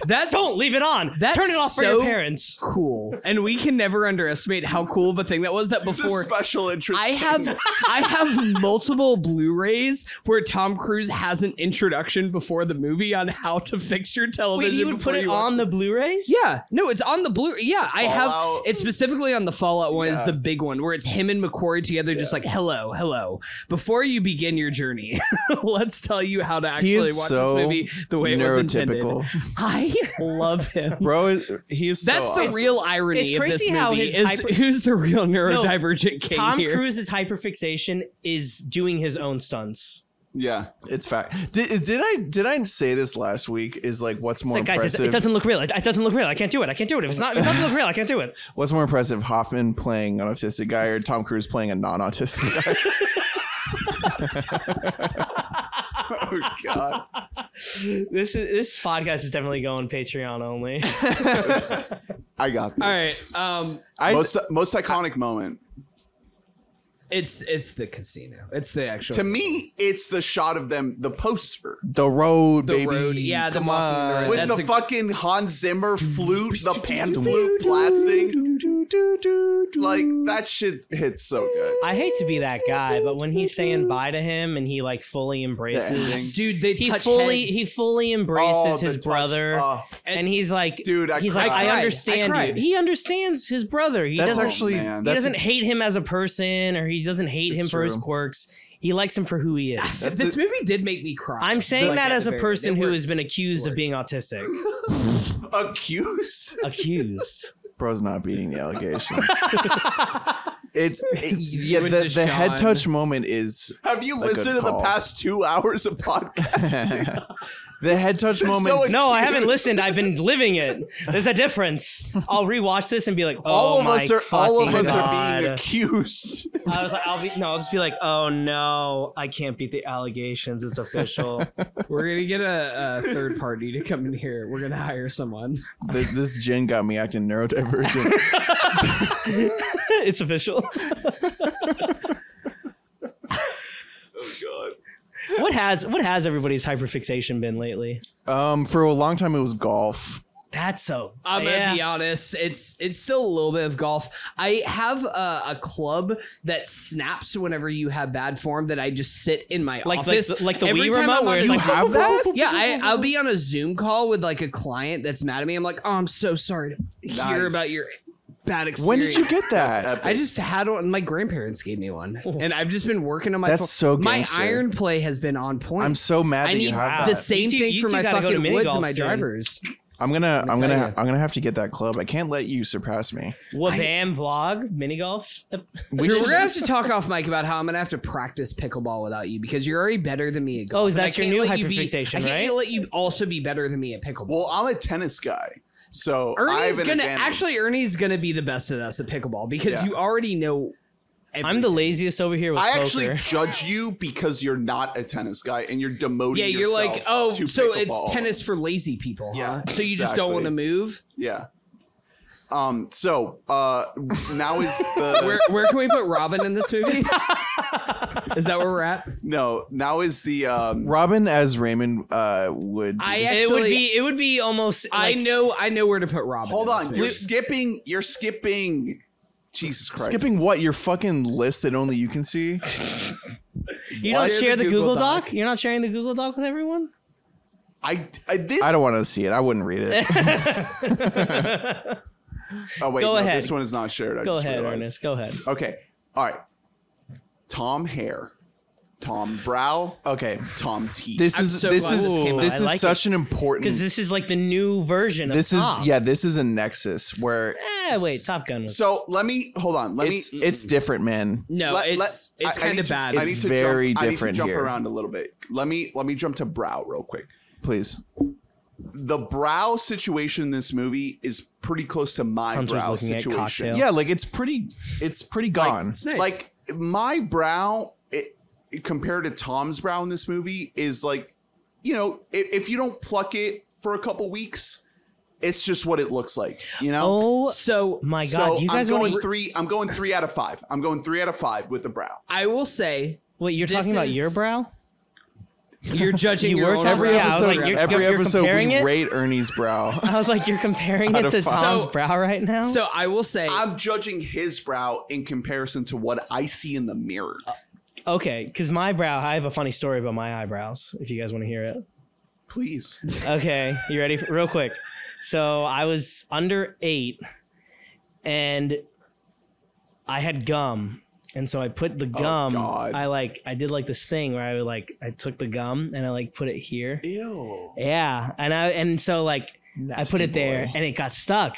Speaker 5: That's
Speaker 7: Don't leave it on.
Speaker 5: That's
Speaker 7: turn it off for
Speaker 5: so
Speaker 7: your parents.
Speaker 5: cool, and we can never underestimate how cool of a thing that was. That
Speaker 3: It's a
Speaker 5: before
Speaker 3: special interest.
Speaker 5: I have I have multiple Blu-rays where Tom Cruise has an introduction before the movie on how to fix your television.
Speaker 7: Wait, you would
Speaker 5: before
Speaker 7: put it
Speaker 5: you watch
Speaker 7: on the Blu-rays?
Speaker 5: Yeah, no, it's on the blue. Yeah, I have.
Speaker 3: Fallout.
Speaker 5: It's specifically on the Fallout one. Is
Speaker 3: Yeah.
Speaker 5: the big one where it's him and McQuarrie together, just like hello, hello. Before you begin your journey, let's tell you how to
Speaker 6: He
Speaker 5: actually
Speaker 6: is
Speaker 5: watch
Speaker 6: so
Speaker 5: this movie the way it was intended.
Speaker 6: neurotypical.
Speaker 5: I love him.
Speaker 6: Bro, is- he is so
Speaker 5: That's the
Speaker 6: awesome.
Speaker 5: real irony
Speaker 7: it's
Speaker 5: of this
Speaker 7: crazy how
Speaker 5: movie.
Speaker 7: his
Speaker 5: is
Speaker 7: hyper-
Speaker 5: who's the real neurodivergent king
Speaker 7: Tom
Speaker 5: here?
Speaker 7: Cruise's hyperfixation is doing his own stunts.
Speaker 3: yeah.
Speaker 6: It's fact. Did, did I did I say this last week? Is like what's
Speaker 7: It's
Speaker 6: more
Speaker 7: like, guys, it,
Speaker 6: impressive?
Speaker 7: it doesn't look real. It, it doesn't look real. I can't do it. I can't do it. If it's not, if it doesn't look real. I can't do it.
Speaker 6: what's more impressive? Hoffman playing an autistic guy or Tom Cruise playing a non-autistic guy?
Speaker 3: Oh god.
Speaker 7: This is this podcast is definitely going Patreon only.
Speaker 3: I got this.
Speaker 5: All right, um,
Speaker 6: I
Speaker 3: Most most iconic moment.
Speaker 5: it's it's the casino. It's the actual
Speaker 3: To me, it's the shot of them, the poster.
Speaker 6: the road,
Speaker 5: The
Speaker 6: baby.
Speaker 5: road. Yeah, the
Speaker 6: come
Speaker 5: walking the
Speaker 6: on.
Speaker 5: road.
Speaker 3: With
Speaker 5: That's
Speaker 3: the
Speaker 5: a-
Speaker 3: fucking Hans Zimmer flute, the pan flute blasting. Like that shit hits so good.
Speaker 7: I hate to be that guy, but when he's saying bye to him and he like fully embraces,
Speaker 5: dude. They
Speaker 7: he
Speaker 5: touch
Speaker 7: fully
Speaker 5: heads.
Speaker 7: he fully
Speaker 3: Oh,
Speaker 7: embraces
Speaker 3: the
Speaker 7: his
Speaker 3: touch.
Speaker 7: brother.
Speaker 3: Oh.
Speaker 7: and
Speaker 5: It's-
Speaker 7: he's like,
Speaker 3: Dude, I
Speaker 7: he's
Speaker 3: cried.
Speaker 7: like,
Speaker 5: I
Speaker 7: I,
Speaker 5: cried.
Speaker 7: understand
Speaker 5: I
Speaker 7: you.
Speaker 5: cried.
Speaker 7: He understands his brother. He
Speaker 6: That's
Speaker 7: doesn't,
Speaker 6: actually
Speaker 3: man.
Speaker 7: he
Speaker 6: that's
Speaker 7: doesn't hate him as a person, or he doesn't hate
Speaker 6: It's
Speaker 7: him for his
Speaker 6: true.
Speaker 7: quirks. He likes him for who he is.
Speaker 5: this movie did make me cry.
Speaker 7: I'm saying
Speaker 5: Like,
Speaker 7: that
Speaker 5: at
Speaker 7: as
Speaker 5: the
Speaker 7: a
Speaker 5: very-
Speaker 7: person
Speaker 5: it
Speaker 7: who
Speaker 5: worked.
Speaker 7: has been accused of being autistic.
Speaker 3: Accused.
Speaker 7: accused.
Speaker 6: bro's not beating the allegations. it's yeah,
Speaker 5: with
Speaker 6: the, the
Speaker 5: Deshaun.
Speaker 6: head touch moment is
Speaker 3: Have you
Speaker 6: A good
Speaker 3: listened to the
Speaker 6: call.
Speaker 3: past two hours of podcast?
Speaker 6: the The head touch moment.
Speaker 3: no-
Speaker 7: No, I haven't listened. I've been living it. There's a difference. I'll rewatch this and be like, oh
Speaker 3: all of
Speaker 7: my
Speaker 3: us are all of us
Speaker 7: fucking
Speaker 3: are being
Speaker 7: God.
Speaker 3: accused.
Speaker 7: I was like, I'll be no, I'll just be like, oh no, I can't beat the allegations. It's official.
Speaker 5: We're gonna get a, a third party to come in here. We're gonna hire someone.
Speaker 6: Th- this gin got me acting neurodivergent.
Speaker 7: it's official.
Speaker 3: oh
Speaker 7: What has what has everybody's hyperfixation been lately?
Speaker 6: um, for a long time it was golf.
Speaker 7: That's so.
Speaker 5: I'm
Speaker 7: yeah.
Speaker 5: gonna be honest. It's it's still a little bit of golf. I have a, a club that snaps whenever you have bad form. That I just sit in my
Speaker 7: Like- like
Speaker 5: office,
Speaker 7: the- like the
Speaker 5: Every
Speaker 7: Wii
Speaker 5: time
Speaker 7: remote
Speaker 5: I'm
Speaker 7: where
Speaker 5: on
Speaker 7: it's
Speaker 5: the-
Speaker 7: like-
Speaker 6: Have that?
Speaker 5: yeah, I, I'll be on a Zoom call with like a client that's mad at me. I'm like, oh, I'm so sorry to hear
Speaker 3: Nice.
Speaker 5: about your bad experience.
Speaker 6: When did you get that?
Speaker 5: I just had one. My grandparents gave me one, and I've just been working on my.
Speaker 6: That's
Speaker 5: phone.
Speaker 6: so
Speaker 5: My
Speaker 6: gangster.
Speaker 5: iron play has been on point.
Speaker 6: I'm so mad
Speaker 5: I
Speaker 6: that you
Speaker 5: need
Speaker 6: have
Speaker 5: the
Speaker 6: that.
Speaker 5: same
Speaker 7: You two-
Speaker 5: thing
Speaker 7: you
Speaker 5: for
Speaker 7: two
Speaker 5: my
Speaker 7: gotta go to
Speaker 5: fucking
Speaker 7: mini
Speaker 5: woods
Speaker 7: golf
Speaker 5: and my
Speaker 7: soon.
Speaker 5: drivers.
Speaker 6: I'm gonna,
Speaker 5: Let me
Speaker 6: I'm
Speaker 5: tell
Speaker 6: gonna,
Speaker 5: ya.
Speaker 6: I'm gonna have to get that club. I can't let you surpass me.
Speaker 7: Wabam vlog mini golf.
Speaker 6: We
Speaker 5: Drew,
Speaker 6: should-
Speaker 5: we're gonna have to talk off mic about how I'm gonna have to practice pickleball without you because you're already better than me at golf.
Speaker 7: Oh,
Speaker 5: and
Speaker 7: that's
Speaker 5: I
Speaker 7: your
Speaker 5: can't
Speaker 7: new
Speaker 5: let you be-
Speaker 7: hyperfixation,
Speaker 5: I
Speaker 7: right?
Speaker 5: can't let you also be better than me at pickleball.
Speaker 3: Well, I'm a tennis guy, so I have
Speaker 5: Ernie's
Speaker 3: an
Speaker 5: gonna
Speaker 3: advantage.
Speaker 5: actually Ernie's gonna be the best at us at pickleball because
Speaker 6: Yeah.
Speaker 5: you already know.
Speaker 7: I'm the laziest over here with
Speaker 3: I
Speaker 7: poker.
Speaker 3: actually judge you because you're not a tennis guy and you're demoting.
Speaker 5: Yeah, you're like, oh,
Speaker 3: yourself to
Speaker 5: so it's
Speaker 3: pickleball."
Speaker 5: tennis for lazy people,
Speaker 3: Yeah,
Speaker 5: huh? So you just don't
Speaker 3: exactly.
Speaker 5: want to move.
Speaker 3: Yeah. Um. So, uh, now is the
Speaker 5: Where where can we put Robin in this movie? Is that where we're at?
Speaker 3: no. Now is the um.
Speaker 6: Robin as Raymond uh, would.
Speaker 5: I
Speaker 6: be-
Speaker 5: actually,
Speaker 7: it would be it would be almost
Speaker 5: I
Speaker 7: like,
Speaker 5: know, I know where to put Robin.
Speaker 3: Hold
Speaker 5: in this
Speaker 3: on.
Speaker 5: movie.
Speaker 3: You're skipping. You're skipping. Jesus Christ.
Speaker 6: skipping what your fucking list that only you can see.
Speaker 7: you don't
Speaker 3: What?
Speaker 7: share the Google,
Speaker 5: Google
Speaker 7: Doc?
Speaker 5: Doc.
Speaker 7: You're not sharing the Google Doc with everyone?
Speaker 3: I. I this.
Speaker 6: I don't want to see it. I wouldn't read it.
Speaker 3: Oh wait.
Speaker 7: Go
Speaker 3: no,
Speaker 7: ahead.
Speaker 3: This one is not shared. I
Speaker 7: Go
Speaker 3: just
Speaker 7: ahead,
Speaker 3: realized.
Speaker 7: Ernest. Go ahead.
Speaker 3: Okay. All right. Tom Hare, Tom Brow,
Speaker 6: Okay.
Speaker 3: Tom T.
Speaker 6: This
Speaker 5: I'm
Speaker 6: is
Speaker 5: so
Speaker 6: this
Speaker 5: glad
Speaker 6: is
Speaker 5: this
Speaker 7: came out.
Speaker 6: this
Speaker 7: I
Speaker 6: is
Speaker 7: like
Speaker 6: such an
Speaker 7: Because
Speaker 6: important.
Speaker 7: this is like the new version of
Speaker 6: this is
Speaker 7: Top.
Speaker 6: yeah. This is a nexus where
Speaker 7: Eh, wait, Top Gun was
Speaker 3: So um, let me hold on. Let
Speaker 6: it's
Speaker 3: me.
Speaker 6: it's different, man.
Speaker 5: No,
Speaker 3: let-
Speaker 5: it's
Speaker 3: let-
Speaker 5: it's
Speaker 3: I- I
Speaker 5: kind
Speaker 3: need
Speaker 5: of
Speaker 3: to-
Speaker 5: bad.
Speaker 3: I
Speaker 6: It's
Speaker 3: need to
Speaker 6: very
Speaker 3: jump, I need to
Speaker 6: different
Speaker 3: jump
Speaker 6: here.
Speaker 3: around a little bit. Let me let me jump to Brow real quick.
Speaker 6: Please.
Speaker 3: The Brow situation in this movie is pretty close to my
Speaker 7: Hunter's
Speaker 3: Brow
Speaker 7: looking at
Speaker 3: situation.
Speaker 7: cocktail.
Speaker 6: Yeah, like it's pretty. It's pretty gone.
Speaker 5: It's nice.
Speaker 3: like my brow it, it- compared to tom's brow in this movie is like you know if, if you don't pluck it for a couple weeks it's just what it looks like you know
Speaker 7: Oh
Speaker 5: so
Speaker 7: my god,
Speaker 3: so
Speaker 7: you guys
Speaker 3: i'm
Speaker 7: want
Speaker 3: going
Speaker 7: to
Speaker 3: three i'm going three out of five i'm going three out of five with the brow
Speaker 5: I will say
Speaker 7: Wait, you're
Speaker 5: This
Speaker 7: talking about
Speaker 5: is-
Speaker 7: your brow?
Speaker 5: you're judging
Speaker 7: You
Speaker 5: your
Speaker 7: were
Speaker 5: own
Speaker 7: talking-
Speaker 6: every
Speaker 7: Yeah, I was
Speaker 6: episode,
Speaker 7: like, you're-
Speaker 6: every
Speaker 7: you're
Speaker 6: episode,
Speaker 7: comparing
Speaker 6: we
Speaker 7: it?
Speaker 6: rate Ernie's brow.
Speaker 7: I was like, you're comparing it
Speaker 6: Out of
Speaker 7: to
Speaker 6: five.
Speaker 7: Tom's
Speaker 5: So-
Speaker 7: brow right now?
Speaker 5: So I will say
Speaker 3: i'm judging his brow in comparison to what i see in the mirror
Speaker 7: Uh, okay, because my brow, I have a funny story about my eyebrows, if you guys want to hear it.
Speaker 3: please
Speaker 7: Okay, you ready? Real quick. So I was under eight, and I had gum, and so I put
Speaker 5: Oh,
Speaker 7: the gum.
Speaker 3: God.
Speaker 7: I like I did like this thing where I would like I took the gum and I like put it here.
Speaker 3: ew
Speaker 7: Yeah, and I and so like I put
Speaker 6: Nasty
Speaker 7: it there,
Speaker 6: boy.
Speaker 7: and it got stuck,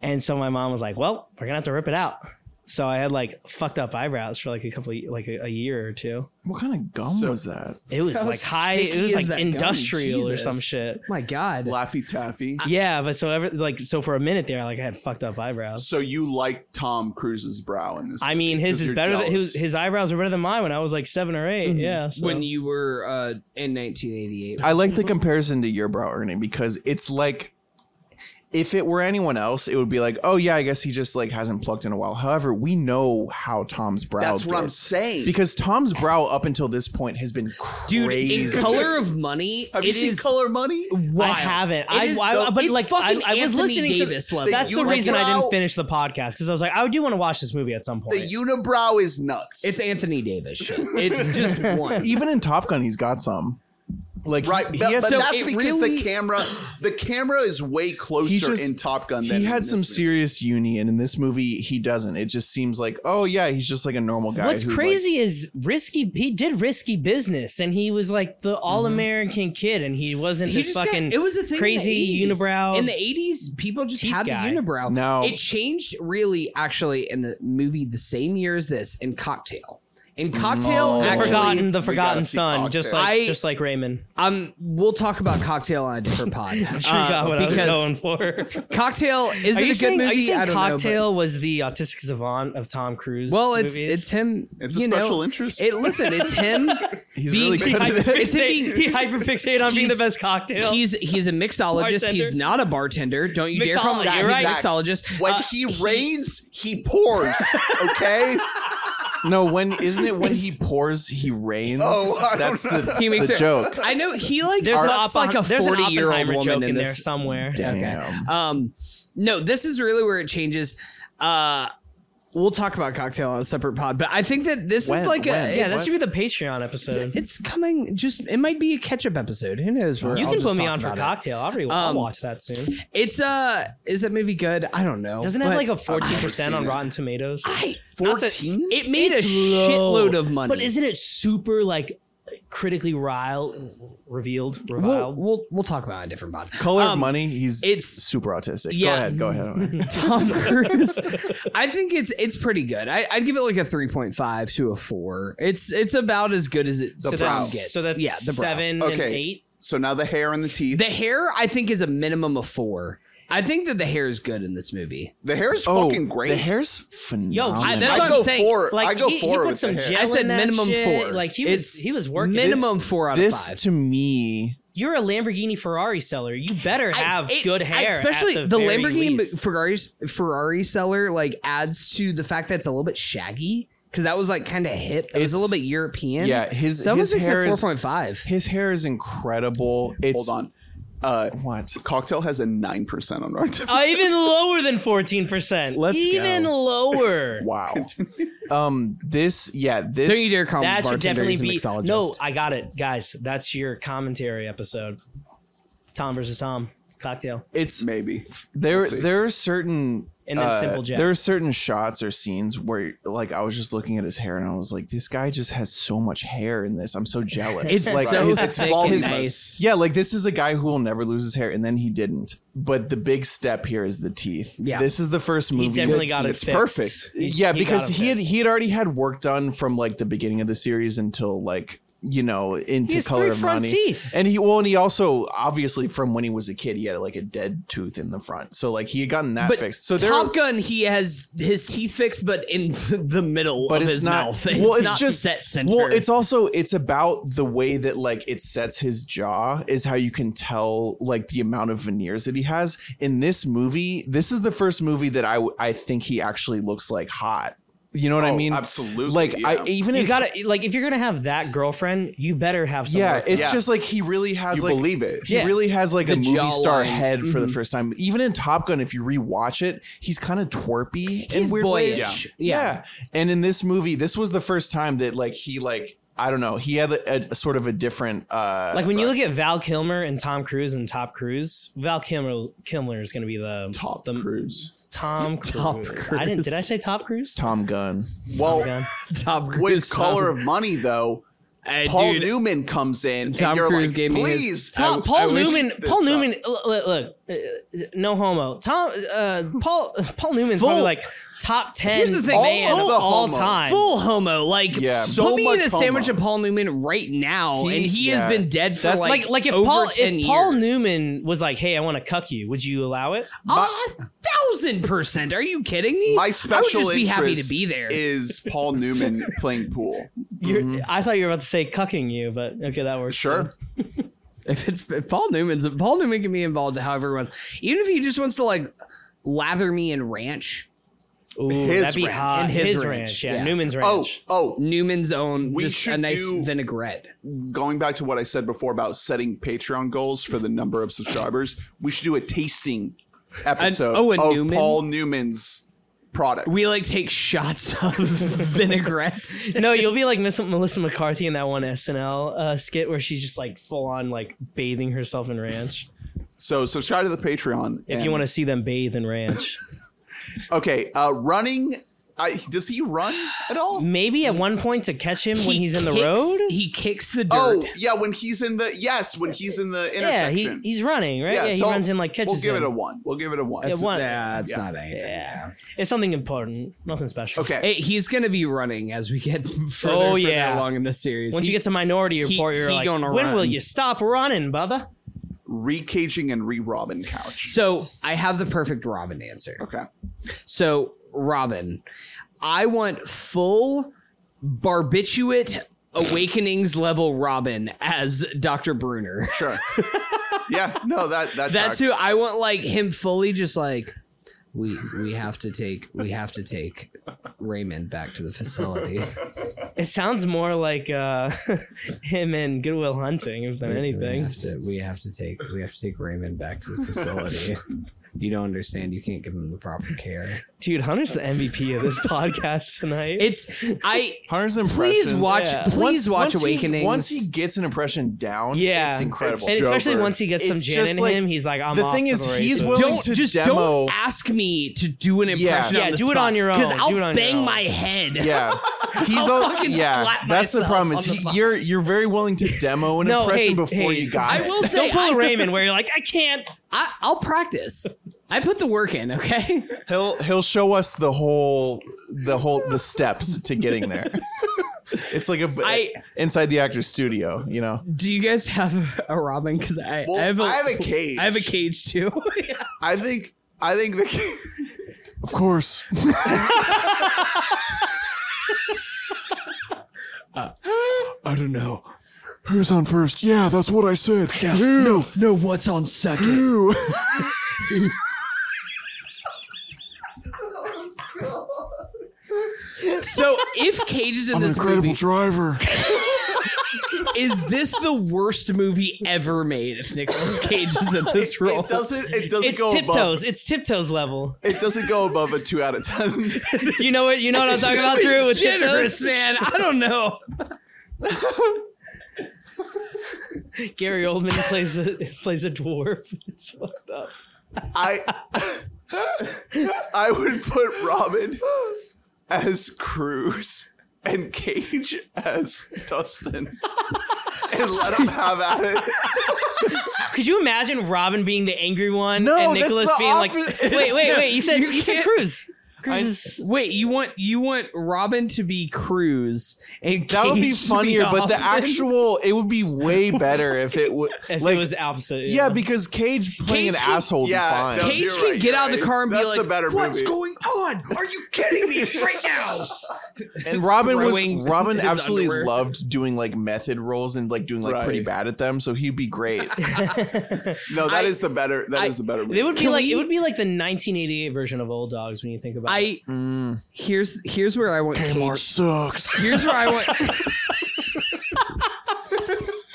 Speaker 7: and so my mom was like, "Well, we're gonna have to rip it out." So I had like fucked up eyebrows for like a couple of, like a, a year or two.
Speaker 6: What kind of gum
Speaker 3: So-
Speaker 6: was that?
Speaker 7: It was
Speaker 5: How
Speaker 7: like high. It
Speaker 5: sticky
Speaker 7: was
Speaker 5: is
Speaker 7: like
Speaker 5: that gum?
Speaker 7: industrial or
Speaker 5: Jesus.
Speaker 7: some shit.
Speaker 5: my God,
Speaker 3: laffy taffy
Speaker 7: Yeah, but so ever like so for a minute there, like I had fucked up eyebrows.
Speaker 3: so you like tom cruise's brow in this
Speaker 7: I mean, his
Speaker 3: 'Cause
Speaker 7: is
Speaker 3: you're
Speaker 7: better. Than,
Speaker 3: jealous.
Speaker 7: his his eyebrows are better than mine when I was like seven or 8 Yeah, so.
Speaker 5: Mm-hmm. when you were uh, in 1988,
Speaker 6: I like the comparison to your brow, Ernie, because it's like if it were anyone else, it would be like, oh yeah, I guess he just like hasn't plucked in a while. However, we know how Tom's brow.
Speaker 3: that's what i'm
Speaker 6: gets.
Speaker 3: saying
Speaker 6: Because Tom's brow up until this point has been
Speaker 5: dude,
Speaker 6: crazy.
Speaker 5: in Color of Money,
Speaker 3: have you
Speaker 5: it
Speaker 3: seen
Speaker 5: is
Speaker 3: color money
Speaker 7: I haven't.
Speaker 5: It
Speaker 7: I,
Speaker 5: is
Speaker 7: I,
Speaker 3: the-
Speaker 7: but
Speaker 5: it's
Speaker 7: like I,
Speaker 5: fucking
Speaker 7: I was
Speaker 5: Anthony
Speaker 7: listening
Speaker 5: Davis
Speaker 7: to.
Speaker 5: level.
Speaker 7: That's
Speaker 3: The
Speaker 7: the reason I
Speaker 3: unibrow-
Speaker 7: didn't finish the podcast because I was like, I do want to watch this movie at some point.
Speaker 3: the unibrow is nuts
Speaker 5: It's Anthony Davis. shit. It's just one.
Speaker 6: Even in Top Gun, he's got some. Like he-
Speaker 3: Right,
Speaker 6: he,
Speaker 3: but,
Speaker 6: has
Speaker 3: but
Speaker 5: so
Speaker 3: that's
Speaker 5: it
Speaker 3: because
Speaker 5: really-
Speaker 3: the camera, the camera is way closer
Speaker 6: just-
Speaker 3: in Top Gun. Than
Speaker 6: he
Speaker 3: in
Speaker 6: had
Speaker 3: this
Speaker 6: some
Speaker 3: movie.
Speaker 6: serious uni, and in this movie, he doesn't. It just seems like, oh yeah, he's just like a normal guy.
Speaker 7: What's
Speaker 6: who, like-
Speaker 7: crazy is risky. He did risky business, and he was like the all American kid, and he wasn't
Speaker 5: Mm-hmm. He
Speaker 7: this
Speaker 5: just got-
Speaker 7: fucking.
Speaker 5: it was a thing in the
Speaker 7: crazy
Speaker 5: 80s.
Speaker 7: unibrow.
Speaker 5: in the 80s people just
Speaker 7: teeth
Speaker 5: had
Speaker 7: guy.
Speaker 5: the unibrow
Speaker 6: No.
Speaker 5: it changed really actually in the movie the same year as this in cocktail And Cocktail
Speaker 3: No.
Speaker 7: The
Speaker 5: actually
Speaker 7: forgotten, the
Speaker 3: we
Speaker 7: forgotten
Speaker 3: gotta see
Speaker 7: son, just
Speaker 3: Cocktail.
Speaker 7: like
Speaker 5: I-
Speaker 7: just like Raymond.
Speaker 5: um we'll talk about Cocktail on a different pod.
Speaker 7: I forgot
Speaker 5: Uh,
Speaker 7: what I was
Speaker 5: because
Speaker 7: going for.
Speaker 5: Cocktail is
Speaker 7: Are
Speaker 5: it
Speaker 7: you
Speaker 5: a
Speaker 7: saying,
Speaker 5: good
Speaker 7: are you
Speaker 5: movie?
Speaker 7: saying
Speaker 5: I don't know, but-
Speaker 7: Cocktail was the autistic savant of Tom Cruise?
Speaker 5: well, it's
Speaker 7: movies?
Speaker 5: it's him.
Speaker 3: It's a
Speaker 5: you know,
Speaker 3: special interest.
Speaker 5: It listen, it's him.
Speaker 6: He's
Speaker 5: being-
Speaker 6: really
Speaker 5: being
Speaker 6: good
Speaker 7: He
Speaker 6: at it.
Speaker 5: hyper- It's him being-
Speaker 7: hyperfixate- he hyperfixated on being the
Speaker 5: he's-
Speaker 7: best cocktail.
Speaker 5: He's he's a mixologist. He's
Speaker 7: Bartender.
Speaker 5: not a bartender. Don't you dare call him
Speaker 7: Mixologist,
Speaker 5: that.
Speaker 7: you're
Speaker 5: He's a
Speaker 7: right.
Speaker 5: mixologist.
Speaker 3: When
Speaker 5: Uh,
Speaker 3: he rains, he pours. Okay.
Speaker 6: No, when isn't it when he pours, he rains?
Speaker 3: Oh, I don't
Speaker 6: that's the,
Speaker 3: know.
Speaker 5: he makes
Speaker 6: the
Speaker 5: it-
Speaker 6: joke.
Speaker 5: I know he like
Speaker 7: there's, an
Speaker 5: fucks
Speaker 7: Oppen-
Speaker 5: like a
Speaker 7: there's an
Speaker 5: forty year old
Speaker 7: Oppenheimer
Speaker 5: woman
Speaker 7: joke
Speaker 5: in
Speaker 7: in there
Speaker 5: this.
Speaker 7: somewhere.
Speaker 6: Damn.
Speaker 5: Um, no, this is really where it changes. Uh, we'll talk about cocktail on a separate pod, but I think that this is
Speaker 6: When-
Speaker 5: like a
Speaker 6: when?
Speaker 7: Yeah,
Speaker 5: it's-
Speaker 7: that
Speaker 6: What?
Speaker 7: should be the Patreon episode.
Speaker 5: It's coming. Just it might be a catch-up episode. Who knows? Where
Speaker 7: you
Speaker 5: I'll
Speaker 7: can
Speaker 5: just
Speaker 7: put me
Speaker 5: talk
Speaker 7: on for
Speaker 5: about it.
Speaker 7: cocktail. I'll, re- I'll
Speaker 5: Um,
Speaker 7: watch that soon.
Speaker 5: It's uh, is that movie good? I don't know.
Speaker 7: Doesn't it
Speaker 5: but
Speaker 7: have like a 14% on
Speaker 3: seen it.
Speaker 7: Rotten Tomatoes?
Speaker 5: I-
Speaker 7: Not to-
Speaker 3: 14?
Speaker 5: it made a
Speaker 7: It's low,
Speaker 5: shitload of money.
Speaker 7: But isn't it super like critically rile, revealed,
Speaker 5: We'll,
Speaker 7: reviled?
Speaker 5: we'll we'll talk about it on a different pod.
Speaker 6: Color of
Speaker 5: Um,
Speaker 6: money. He's
Speaker 5: it's-
Speaker 6: it's super autistic.
Speaker 5: yeah.
Speaker 6: Go ahead. Go ahead.
Speaker 5: Tom Cruise. I think it's it's pretty good. I, I'd give it like a three point five to a four. It's it's about as good as it
Speaker 3: The
Speaker 5: sometimes
Speaker 3: brow.
Speaker 5: gets.
Speaker 7: so that's
Speaker 5: yeah, the brow.
Speaker 7: seven and
Speaker 3: Okay.
Speaker 7: eight.
Speaker 3: So now the hair and the teeth.
Speaker 5: The hair, I think, is a minimum of four. I think that the hair is good in this movie.
Speaker 3: The hair is
Speaker 6: Oh,
Speaker 3: fucking great.
Speaker 6: The hair's phenomenal.
Speaker 7: I-
Speaker 5: that's
Speaker 3: I
Speaker 5: what I'm
Speaker 3: go
Speaker 5: saying.
Speaker 3: for.
Speaker 7: Like
Speaker 3: I go
Speaker 7: he, he
Speaker 3: for
Speaker 7: put
Speaker 3: with
Speaker 7: some
Speaker 3: the hair.
Speaker 7: gel
Speaker 5: I said
Speaker 7: in that
Speaker 5: minimum
Speaker 7: shit.
Speaker 5: four.
Speaker 7: Like he was,
Speaker 5: It's
Speaker 7: he was working.
Speaker 5: Minimum four out of
Speaker 6: this
Speaker 5: five.
Speaker 6: to me
Speaker 7: You're a Lamborghini Ferrari seller. You better
Speaker 5: I-
Speaker 7: have
Speaker 5: it-
Speaker 7: good
Speaker 5: I-
Speaker 7: hair. at
Speaker 5: especially
Speaker 7: the,
Speaker 5: the
Speaker 7: very
Speaker 5: Lamborghini
Speaker 7: least.
Speaker 5: Ferrari Ferrari seller like adds to the fact that it's a little bit shaggy because that was like kind of hip. It was a
Speaker 6: It's-
Speaker 5: little bit European.
Speaker 6: yeah his
Speaker 5: so
Speaker 6: his
Speaker 5: his
Speaker 6: hair
Speaker 5: four
Speaker 6: is
Speaker 5: point five.
Speaker 6: his hair is incredible it's
Speaker 3: Hold on. Uh,
Speaker 6: what
Speaker 3: Cocktail has a nine percent on Rotten Tomatoes.
Speaker 7: Uh, even lower than 14%.
Speaker 5: Let's
Speaker 7: even lower.
Speaker 6: wow um this yeah this
Speaker 5: Don't you dare call him
Speaker 7: That should
Speaker 5: bartender.
Speaker 7: definitely
Speaker 5: He's a
Speaker 7: be.
Speaker 5: mixologist.
Speaker 7: No, I got it, guys. That's your commentary episode. Tom versus Tom cocktail.
Speaker 6: it's
Speaker 3: Maybe.
Speaker 6: there
Speaker 3: We'll see.
Speaker 6: there are certain uh,
Speaker 7: And then Simple Jack.
Speaker 6: there are certain shots or scenes where like I was just looking at his hair and I was like this guy just has so much hair in this I'm so jealous
Speaker 5: it's
Speaker 6: like
Speaker 5: so
Speaker 6: his-
Speaker 5: thick and
Speaker 3: voluminous.
Speaker 5: nice.
Speaker 6: yeah like this is a guy who will never lose his hair and then he didn't but the big step here is the teeth
Speaker 5: Yeah.
Speaker 6: this is the first
Speaker 7: He
Speaker 6: movie
Speaker 7: definitely got it.
Speaker 3: It's
Speaker 7: fixed.
Speaker 3: perfect.
Speaker 7: He-
Speaker 6: yeah
Speaker 7: he got
Speaker 6: because
Speaker 7: it
Speaker 6: he had
Speaker 7: fixed.
Speaker 6: he had already had work done from like the beginning of the series until like you know into
Speaker 7: He has
Speaker 6: color
Speaker 7: three
Speaker 6: of
Speaker 7: front
Speaker 6: money
Speaker 7: teeth.
Speaker 6: and he well and he also obviously from when he was a kid he had like a dead tooth in the front so like he had gotten that
Speaker 5: But
Speaker 6: fixed so there
Speaker 5: Top Gun, he has his teeth fixed, but in the middle
Speaker 6: but
Speaker 5: of
Speaker 6: it's
Speaker 5: his
Speaker 6: not
Speaker 5: mouth. It's
Speaker 6: well it's
Speaker 5: not
Speaker 6: just
Speaker 5: set center.
Speaker 6: well it's also it's about the way that like it sets his jaw is how you can tell like the amount of veneers that he has in this movie this is the first movie that i w- i think he actually looks like hot you know what i
Speaker 3: Oh,
Speaker 6: mean
Speaker 3: absolutely,
Speaker 6: like
Speaker 3: yeah.
Speaker 6: i even
Speaker 7: You
Speaker 6: in
Speaker 7: gotta like if you're gonna have that girlfriend, you better have some.
Speaker 6: yeah
Speaker 7: work.
Speaker 6: it's
Speaker 3: Yeah.
Speaker 6: just like he really has
Speaker 3: You
Speaker 6: like
Speaker 3: believe it.
Speaker 6: he
Speaker 7: Yeah.
Speaker 6: really has like
Speaker 5: The
Speaker 6: a movie star
Speaker 5: jawline. Mm-hmm.
Speaker 6: head for the first time even in top gun if you rewatch it he's kind of twerpy
Speaker 5: He's
Speaker 6: in weird ways.
Speaker 5: boyish. Yeah.
Speaker 6: Yeah. and in this movie this was the first time that like he like i don't know he had a, a sort of a different uh
Speaker 7: like when you look at Val Kilmer and Tom Cruise and Top Cruise, Val Kilmer Kilmer is gonna be the
Speaker 3: Top
Speaker 7: the
Speaker 3: Cruise.
Speaker 7: Tom Cruise.
Speaker 5: Tom
Speaker 7: I didn't. Did I
Speaker 5: Cruise.
Speaker 7: say Top Cruise?
Speaker 6: tom gunn
Speaker 3: Well,
Speaker 7: Gun.
Speaker 5: Tom Cruise.
Speaker 3: with Color
Speaker 5: Tom-
Speaker 3: of Money though,
Speaker 5: Hey,
Speaker 3: Paul
Speaker 5: dude,
Speaker 3: Newman comes in
Speaker 5: Tom
Speaker 3: and you're
Speaker 5: Cruise
Speaker 3: like,
Speaker 5: gave me his-
Speaker 3: please.
Speaker 7: Tom,
Speaker 3: I-
Speaker 7: Paul
Speaker 3: I wish
Speaker 7: Newman.
Speaker 3: this
Speaker 7: Paul
Speaker 3: up.
Speaker 7: Newman. Look, look, look, uh, uh, no homo. Tom. Uh, Paul. Paul Newman's probably
Speaker 6: Full-
Speaker 7: like top
Speaker 5: Here's
Speaker 7: ten
Speaker 5: the thing,
Speaker 7: man
Speaker 3: full
Speaker 7: of
Speaker 3: of
Speaker 7: all
Speaker 3: homo.
Speaker 7: time.
Speaker 5: Full homo, like
Speaker 6: Yeah.
Speaker 5: put
Speaker 3: So
Speaker 5: me in
Speaker 3: much
Speaker 5: a sandwich
Speaker 3: homo.
Speaker 5: of Paul Newman right now,
Speaker 6: He-
Speaker 5: and he
Speaker 6: yeah.
Speaker 5: has been dead for
Speaker 6: That's
Speaker 5: like,
Speaker 7: like, like if
Speaker 5: over
Speaker 7: Paul
Speaker 5: 10
Speaker 7: if Paul
Speaker 5: years.
Speaker 7: Newman was like, "Hey, I want to cuck you," would you allow it?
Speaker 5: a thousand percent. Are you kidding me?
Speaker 3: My special
Speaker 5: I would just be happy to
Speaker 3: interest
Speaker 5: be there.
Speaker 3: is Paul Newman playing pool.
Speaker 7: You're, I thought you were about to say cucking you, but okay, that works.
Speaker 3: Sure.
Speaker 5: If it's if Paul Newman's if Paul Newman can be involved however he wants. Even if he just wants to like lather me in ranch,
Speaker 7: Ooh,
Speaker 3: His
Speaker 7: that'd be
Speaker 3: ranch.
Speaker 7: hot.
Speaker 5: In his
Speaker 7: His,
Speaker 5: ranch,
Speaker 7: ranch. yeah.
Speaker 5: yeah.
Speaker 7: Newman's
Speaker 3: Oh,
Speaker 7: ranch.
Speaker 3: oh,
Speaker 5: Newman's own
Speaker 3: We
Speaker 5: just a
Speaker 3: should
Speaker 5: nice
Speaker 3: do-
Speaker 5: vinaigrette.
Speaker 3: going back to what I said before about setting Patreon goals for the number of subscribers, we should do a tasting episode
Speaker 5: oh, a
Speaker 3: of
Speaker 5: Newman?
Speaker 3: Paul Newman's product.
Speaker 5: We like take shots of vinaigrettes.
Speaker 7: no, you'll be like Miss Melissa McCarthy in that one SNL uh, skit where she's just like full on like bathing herself in ranch.
Speaker 3: so subscribe to the Patreon
Speaker 7: If you want to see them bathe in ranch,
Speaker 3: to. Okay, uh, running I, does he run at all?
Speaker 7: Maybe at one point to catch him when
Speaker 5: He
Speaker 7: he's in the
Speaker 5: kicks-
Speaker 7: road.
Speaker 5: He kicks the dirt.
Speaker 3: Oh, yeah, when he's in the yes, when he's in the
Speaker 7: yeah,
Speaker 3: intersection.
Speaker 7: he, he's running, right?
Speaker 3: Yeah,
Speaker 7: Yeah, he
Speaker 3: so
Speaker 7: runs in like catches
Speaker 3: We'll give
Speaker 7: him.
Speaker 3: it a one. We'll give it a one.
Speaker 7: Yeah,
Speaker 5: That's-
Speaker 7: one-
Speaker 5: yeah, it's
Speaker 3: yeah.
Speaker 5: not anything.
Speaker 7: Yeah. It's something important, nothing special.
Speaker 3: Okay.
Speaker 5: Hey, he's gonna be running as we get further,
Speaker 7: Oh,
Speaker 5: further
Speaker 7: yeah.
Speaker 5: along in the series.
Speaker 7: Once
Speaker 5: He-
Speaker 7: you get to Minority
Speaker 5: he-
Speaker 7: Report, you're
Speaker 5: he
Speaker 7: like, when
Speaker 5: gonna run."
Speaker 7: will you stop running, brother?
Speaker 3: Recaging and re-robbing couch.
Speaker 5: so I have the perfect Robin answer.
Speaker 3: Okay.
Speaker 5: So Robin, I want full barbiturate awakenings level Robin as Dr. Bruner.
Speaker 3: Sure. yeah. No, that that
Speaker 5: That's
Speaker 3: tracks.
Speaker 5: who I want like him fully just like we we have to take we have to take Raymond back to the facility.
Speaker 7: It sounds more like uh, him and Goodwill Hunting, if than
Speaker 5: We
Speaker 7: anything.
Speaker 5: have to we have to take we have to take Raymond back to the facility. you don't understand, you can't give him the proper care.
Speaker 7: Dude, Hunter's the MVP of this podcast tonight.
Speaker 5: It's I
Speaker 6: Hunter's impressions.
Speaker 5: please watch
Speaker 7: Yeah.
Speaker 5: please watch
Speaker 6: once
Speaker 5: Awakenings.
Speaker 6: He, once he gets an impression down,
Speaker 7: Yeah.
Speaker 6: it's incredible.
Speaker 7: and especially once he gets some
Speaker 6: It's
Speaker 7: gin
Speaker 6: just
Speaker 7: in
Speaker 6: like-
Speaker 7: him, he's like, I'm
Speaker 6: the
Speaker 7: off
Speaker 6: thing
Speaker 7: to
Speaker 6: is,
Speaker 7: the races.
Speaker 6: he's willing
Speaker 5: don't
Speaker 6: to
Speaker 5: just
Speaker 6: demo-
Speaker 5: don't ask me to do an impression.
Speaker 7: Yeah,
Speaker 5: on the
Speaker 7: do it on your own.
Speaker 5: Because
Speaker 7: Do
Speaker 5: I'll
Speaker 7: it on your
Speaker 5: bang
Speaker 7: own.
Speaker 5: my head.
Speaker 6: yeah, he's all
Speaker 5: fucking
Speaker 6: yeah.
Speaker 5: slap
Speaker 6: that's the
Speaker 5: myself
Speaker 6: problem.
Speaker 5: on
Speaker 6: Is
Speaker 5: the
Speaker 6: he,
Speaker 5: butt.
Speaker 6: you're you're very willing to demo an
Speaker 7: No,
Speaker 6: impression
Speaker 7: hey,
Speaker 6: before
Speaker 7: hey.
Speaker 6: you got
Speaker 5: I
Speaker 6: it.
Speaker 5: will say,
Speaker 7: Don't pull
Speaker 5: I,
Speaker 7: a Raymond where you're like, I can't.
Speaker 5: I, I'll practice. I put the work in. Okay.
Speaker 6: He'll he'll show us the whole the whole the steps to getting there. It's like a
Speaker 5: I-
Speaker 6: inside the actor's studio, you know.
Speaker 5: Do you guys have a- a Robin? Because I,
Speaker 3: Well,
Speaker 5: I have a
Speaker 3: cage.
Speaker 5: I have a cage too.
Speaker 3: I think I think the cage.
Speaker 6: Of course.
Speaker 5: Uh, I don't know.
Speaker 6: Who's on first? Yeah, that's what I said. Yeah.
Speaker 5: No, what's on second? So if Cage is in this movie,
Speaker 6: driver.
Speaker 5: is this the worst movie ever made? If Nicolas Cage is in this role,
Speaker 3: It doesn't. It doesn't
Speaker 7: It's
Speaker 3: go
Speaker 6: Oh.
Speaker 3: above.
Speaker 7: tiptoes. It's tiptoes level.
Speaker 3: It doesn't go above a two out of ten.
Speaker 7: You know what? You know what I'm talking about, Drew? With
Speaker 5: generous
Speaker 7: tiptoes,
Speaker 5: man. I don't know.
Speaker 7: Gary Oldman plays a plays a dwarf. It's fucked up.
Speaker 3: I I would put Robin as Cruz and Cage as Dustin, and let him have at it.
Speaker 7: Could you imagine Robin being the angry one
Speaker 6: No,
Speaker 7: and
Speaker 6: that's
Speaker 7: Nicholas
Speaker 6: the
Speaker 7: being like,
Speaker 6: opposite.
Speaker 7: "Wait, wait, wait! You said you, said
Speaker 5: can't-
Speaker 7: Cruz. Cruz
Speaker 6: I-
Speaker 7: is
Speaker 5: Wait, you want you want Robin to be Cruz and
Speaker 6: That would be
Speaker 5: Cage to
Speaker 6: funnier, but the
Speaker 5: Robin?
Speaker 6: actual it would be way better if it would
Speaker 7: if
Speaker 6: like
Speaker 7: it was opposite.
Speaker 6: yeah, because Cage playing
Speaker 5: Cage
Speaker 6: an
Speaker 5: can-
Speaker 6: asshole would be
Speaker 3: Yeah,
Speaker 6: fine.
Speaker 3: no,
Speaker 5: Cage
Speaker 3: you're
Speaker 5: can
Speaker 3: right,
Speaker 5: get
Speaker 3: you're
Speaker 5: out of the
Speaker 3: right.
Speaker 5: car and be
Speaker 3: That's
Speaker 5: like,
Speaker 3: the better
Speaker 5: "What's
Speaker 3: movie."
Speaker 5: going on? Are you kidding me right now?"
Speaker 6: and Robin
Speaker 5: throwing
Speaker 6: was Robin
Speaker 5: his
Speaker 6: absolutely
Speaker 5: underwear.
Speaker 6: loved doing like method roles and like doing like
Speaker 3: Right.
Speaker 6: pretty bad at them, so he'd be great.
Speaker 3: No, that
Speaker 5: I-
Speaker 3: is the better. That
Speaker 5: I-
Speaker 3: is the better movie.
Speaker 7: it would be
Speaker 5: Can
Speaker 7: like
Speaker 5: we-
Speaker 7: it would be like the 1988 version of Old Dogs when you think about it.
Speaker 5: I
Speaker 6: Mm.
Speaker 5: here's here's where I want Cage.
Speaker 6: sucks.
Speaker 5: Here's where I want.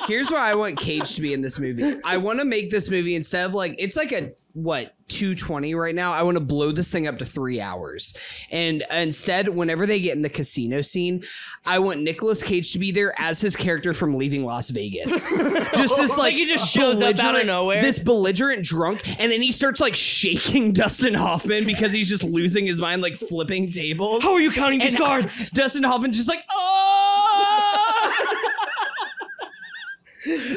Speaker 5: Here's where I want Cage to be in this movie. I want to make this movie instead of like it's like a what 220 right now. I want to blow this thing up to 3 hours. And instead whenever they get in the casino scene, I want Nicolas Cage to be there as his character from Leaving Las Vegas. just this like,
Speaker 7: Like, he just shows up out of
Speaker 5: belligerent-
Speaker 7: nowhere.
Speaker 5: This belligerent drunk and then he starts like shaking Dustin Hoffman because he's just losing his mind like flipping tables.
Speaker 7: How are you counting these
Speaker 5: And
Speaker 7: cards?
Speaker 5: Dustin Hoffman just like, oh.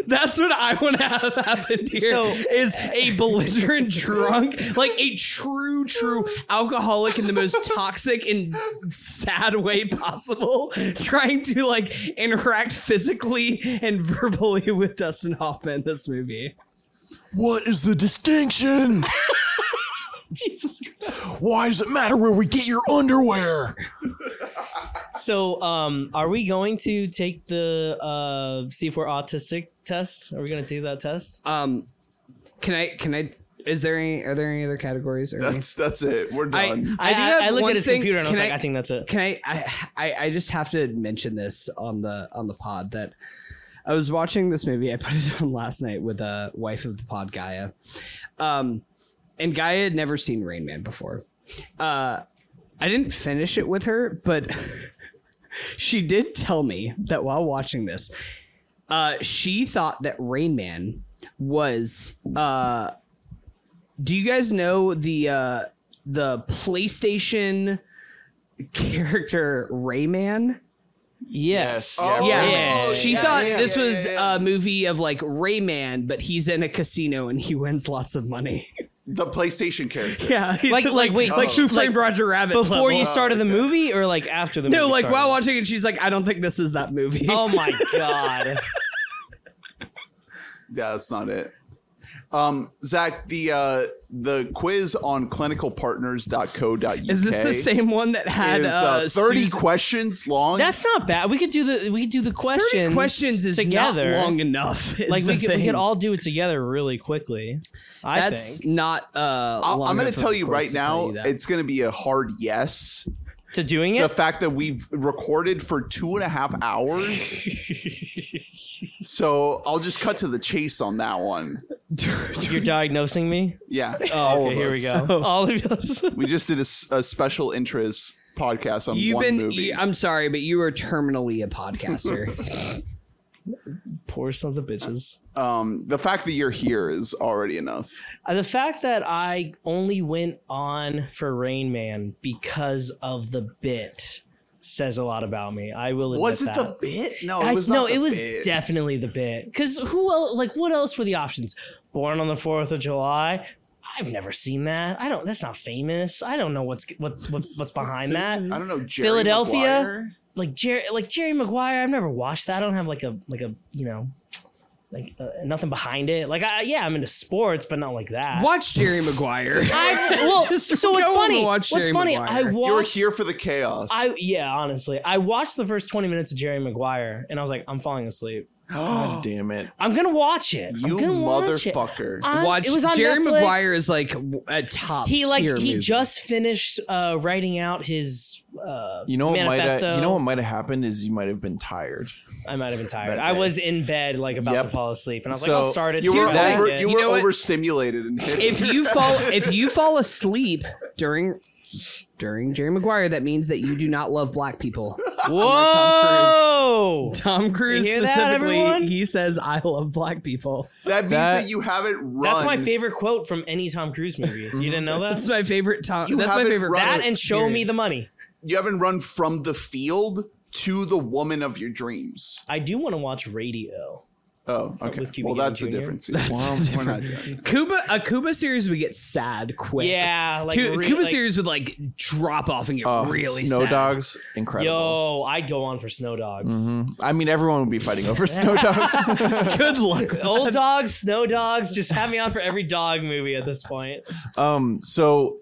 Speaker 5: That's what I want to have happen here.
Speaker 7: So-
Speaker 5: is a belligerent drunk, like a true, true alcoholic in the most toxic and sad way possible, trying to like interact physically and verbally with Dustin Hoffman in this movie.
Speaker 6: What is the distinction?
Speaker 7: Jesus
Speaker 6: Why does it matter where we get your underwear?
Speaker 7: So, um, are we going to take the uh, C4 autistic test? Are we going to do that test?
Speaker 5: Um, can I? Can I? Is there any? Are there any other categories? Or
Speaker 3: That's that's it. We're done.
Speaker 7: I,
Speaker 5: do
Speaker 7: I,
Speaker 5: have
Speaker 7: I looked
Speaker 5: one
Speaker 7: at his
Speaker 5: thing-
Speaker 7: computer and I was
Speaker 5: can
Speaker 7: like, I, think that's it.
Speaker 5: can I, I I I just have to mention this on the on the pod that I was watching this movie. I put it on last night with a wife of the pod, Gaia, um, and Gaia had never seen Rain Man before. Uh, I didn't finish it with her, but she did tell me that while watching this, uh, she thought that Rain Man was. Uh, do you guys know the uh, the PlayStation? character Rayman.
Speaker 7: Yes.
Speaker 6: Oh,
Speaker 5: Yeah.
Speaker 7: yeah.
Speaker 5: She
Speaker 6: yeah,
Speaker 5: thought
Speaker 6: yeah,
Speaker 5: this
Speaker 6: yeah,
Speaker 5: was
Speaker 6: yeah, yeah.
Speaker 5: a movie of like Rayman, but he's in a casino and he wins lots of money.
Speaker 3: The PlayStation character.
Speaker 5: yeah.
Speaker 7: Like- like, wait,
Speaker 5: like
Speaker 7: oh.
Speaker 5: Who Framed
Speaker 7: like,
Speaker 5: Roger Rabbit.
Speaker 7: Before
Speaker 5: level.
Speaker 7: you started the movie or like after the movie?
Speaker 5: No, like
Speaker 7: started?
Speaker 5: while watching it, she's like, I don't think this is that movie.
Speaker 7: Oh my god.
Speaker 3: Yeah, that's not it. Um, Zach, the uh, the quiz on clinicalpartners.co.uk
Speaker 5: is this the same one that had
Speaker 3: is,
Speaker 5: uh,
Speaker 3: uh, thirty
Speaker 5: Susan-
Speaker 3: questions long.
Speaker 7: That's not bad. We could do the we could do the questions.
Speaker 5: 30 questions is
Speaker 7: together.
Speaker 5: not long enough. is
Speaker 7: like we
Speaker 5: the
Speaker 7: could, we
Speaker 5: thing.
Speaker 7: could all do it together really quickly. I
Speaker 5: That's
Speaker 7: think
Speaker 5: not. Uh,
Speaker 3: I'll,
Speaker 5: long
Speaker 3: I'm going
Speaker 5: enough
Speaker 3: to
Speaker 5: of
Speaker 3: tell
Speaker 5: a
Speaker 3: you
Speaker 5: course
Speaker 3: right
Speaker 5: to tell
Speaker 3: now,
Speaker 5: you that.
Speaker 3: it's going to be a hard yes.
Speaker 7: to doing
Speaker 3: The
Speaker 7: it.
Speaker 3: fact that we've recorded for two and a half hours, so I'll just cut to the chase on that one.
Speaker 7: You're diagnosing me.
Speaker 3: Yeah,
Speaker 7: Oh,
Speaker 3: all
Speaker 7: okay,
Speaker 3: of
Speaker 7: here we
Speaker 3: us.
Speaker 7: go. All of us.
Speaker 3: We just did a, s- a special interest podcast on
Speaker 5: You've
Speaker 3: um, one
Speaker 5: been.
Speaker 3: movie.
Speaker 5: you- I'm sorry, but you are terminally a podcaster.
Speaker 7: Poor sons of bitches.
Speaker 3: um, the fact that you're here is already enough.
Speaker 7: Uh, The fact that I only went on for Rain Man because of the bit says a lot about me. I will admit
Speaker 3: Was it
Speaker 7: that.
Speaker 3: the bit? No,
Speaker 7: I-
Speaker 3: it was
Speaker 7: no,
Speaker 3: not the
Speaker 7: it was
Speaker 3: bit.
Speaker 7: definitely the bit. Because who else? Like, what else were the options? Born on the Fourth of July. I've never seen that. I don't. That's not famous. I don't know what's what what's what's behind that.
Speaker 3: I don't know. Jerry
Speaker 7: Philadelphia.
Speaker 3: Maguire?
Speaker 7: Like Jerry, like Jerry Maguire. I've never watched that. I don't have like a like a you know, like uh, nothing behind it. Like I yeah, I'm into sports, but not like that.
Speaker 5: Watch Jerry Maguire.
Speaker 7: I well, so
Speaker 5: go
Speaker 7: what's
Speaker 5: and
Speaker 7: funny?
Speaker 5: watch
Speaker 7: What's
Speaker 5: Jerry
Speaker 7: funny?
Speaker 5: Maguire.
Speaker 7: I
Speaker 5: You
Speaker 3: You were
Speaker 7: watched.
Speaker 3: here for the chaos.
Speaker 7: I yeah, honestly, I watched the first 20 minutes of Jerry Maguire, and I was like, I'm falling asleep.
Speaker 6: God damn it.
Speaker 7: I'm gonna watch it.
Speaker 3: you
Speaker 7: I'm gonna watch it.
Speaker 3: motherfucker.
Speaker 7: I-
Speaker 5: Watch
Speaker 7: it was on
Speaker 5: Jerry
Speaker 7: Netflix.
Speaker 5: Maguire is like w- a top.
Speaker 7: He like
Speaker 5: tier
Speaker 7: he
Speaker 5: movie.
Speaker 7: just finished uh, writing out his. Uh,
Speaker 6: You know what might have,
Speaker 7: manifesto.
Speaker 6: you know what might have happened is you might have been tired.
Speaker 7: I might have been tired.
Speaker 6: That
Speaker 7: I
Speaker 6: day.
Speaker 7: was in bed like about
Speaker 6: Yep.
Speaker 7: to fall asleep, and I was
Speaker 6: So,
Speaker 7: like, I'll start it.
Speaker 3: You were
Speaker 7: Here's the thing,
Speaker 3: over,
Speaker 7: Dan.
Speaker 3: you
Speaker 5: You
Speaker 3: were
Speaker 5: know what?
Speaker 3: overstimulated and hit
Speaker 5: if you fall if you fall asleep during during Jerry Maguire, that means that you do not love black people.
Speaker 7: Whoa!
Speaker 5: Tom Cruise
Speaker 7: You hear that,
Speaker 5: specifically,
Speaker 7: everyone?
Speaker 5: he says, "I love black people."
Speaker 3: that means
Speaker 6: That-
Speaker 3: that you haven't run.
Speaker 7: That's my favorite quote from any Tom Cruise movie. You didn't know that?
Speaker 5: That's my favorite. Tom.
Speaker 3: You
Speaker 5: that's my
Speaker 3: haven't
Speaker 5: favorite.
Speaker 3: run
Speaker 7: that
Speaker 3: it.
Speaker 7: and show me the money.
Speaker 3: You haven't run from the field to the woman of your dreams.
Speaker 7: I do want to watch Radio.
Speaker 3: Oh, okay.
Speaker 7: with Cuba
Speaker 3: Well,
Speaker 7: Gooding
Speaker 3: that's the
Speaker 7: Jr.?
Speaker 3: difference. Well, we're not doing it.
Speaker 5: Cuba. A Cuba series would get sad quick.
Speaker 7: Yeah, like
Speaker 5: Cu-
Speaker 7: re-
Speaker 5: Cuba
Speaker 7: like-
Speaker 5: series would like drop off and get
Speaker 6: Oh,
Speaker 5: really
Speaker 6: Snow
Speaker 5: sad.
Speaker 6: Dogs, incredible.
Speaker 7: Yo, I'd go on for Snow Dogs.
Speaker 5: Mm-hmm.
Speaker 6: Mhm. I mean, everyone would be fighting over Snow Dogs.
Speaker 5: Good luck.
Speaker 7: Old dogs, snow dogs, just have me on for every dog movie at this point.
Speaker 6: Um, so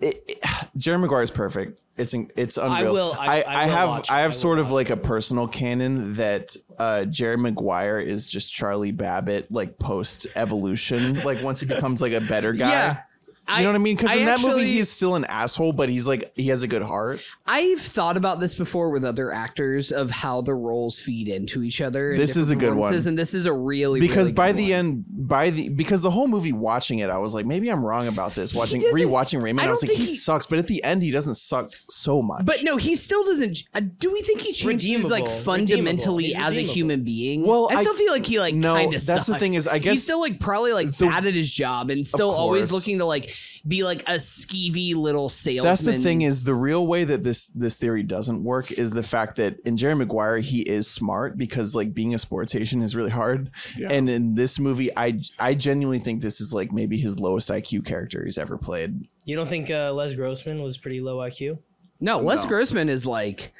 Speaker 6: it, it, Jerry Maguire is perfect. It's in- it's unreal.
Speaker 7: will- I-
Speaker 6: I,
Speaker 7: I will
Speaker 6: have
Speaker 7: watch it.
Speaker 6: I
Speaker 7: I
Speaker 6: have
Speaker 7: will
Speaker 6: sort of like a personal canon that uh, Jerry Maguire is just Charlie Babbitt like post evolution. like once he becomes like a better guy.
Speaker 5: Yeah.
Speaker 6: You know what I mean? Because in that movie,
Speaker 5: actually-
Speaker 6: he's still an asshole, but he's like he has a good heart.
Speaker 5: I've thought about this before with other actors of how the roles feed into each other. in
Speaker 6: This is
Speaker 5: different
Speaker 6: a good one.
Speaker 5: performances, and this is a really
Speaker 6: Because
Speaker 5: really
Speaker 6: by
Speaker 5: good
Speaker 6: the
Speaker 5: one.
Speaker 6: end, by the because the whole movie watching it, I was like, maybe I'm wrong about this. Watching
Speaker 5: doesn't-
Speaker 6: rewatching Raymond,
Speaker 5: I
Speaker 6: I, was
Speaker 5: don't
Speaker 6: like, he,
Speaker 5: think he-
Speaker 6: sucks. But at the end, he doesn't suck so much.
Speaker 5: But no, he still doesn't. Uh, do we think he changes like
Speaker 7: Redeemable.
Speaker 5: fundamentally
Speaker 7: Redeemable.
Speaker 5: as a
Speaker 7: He's
Speaker 5: human being?
Speaker 6: Well,
Speaker 5: I still
Speaker 6: I-
Speaker 5: feel like he like
Speaker 6: no,
Speaker 5: kind of.
Speaker 6: that's the thing is, I guess-
Speaker 5: he's still like probably like
Speaker 6: the-
Speaker 5: bad at his job and still always
Speaker 6: course.
Speaker 5: looking to like be like a skeevy little salesman.
Speaker 6: That's the thing is the real way that this this theory doesn't work is the fact that in Jerry Maguire he is smart because like being a sports Haitian is really hard, and in this movie I I genuinely think this is like maybe his lowest IQ character he's ever played.
Speaker 7: You don't think uh, Les Grossman was pretty low IQ? Oh,
Speaker 5: No, Les
Speaker 3: No.
Speaker 5: Grossman is like.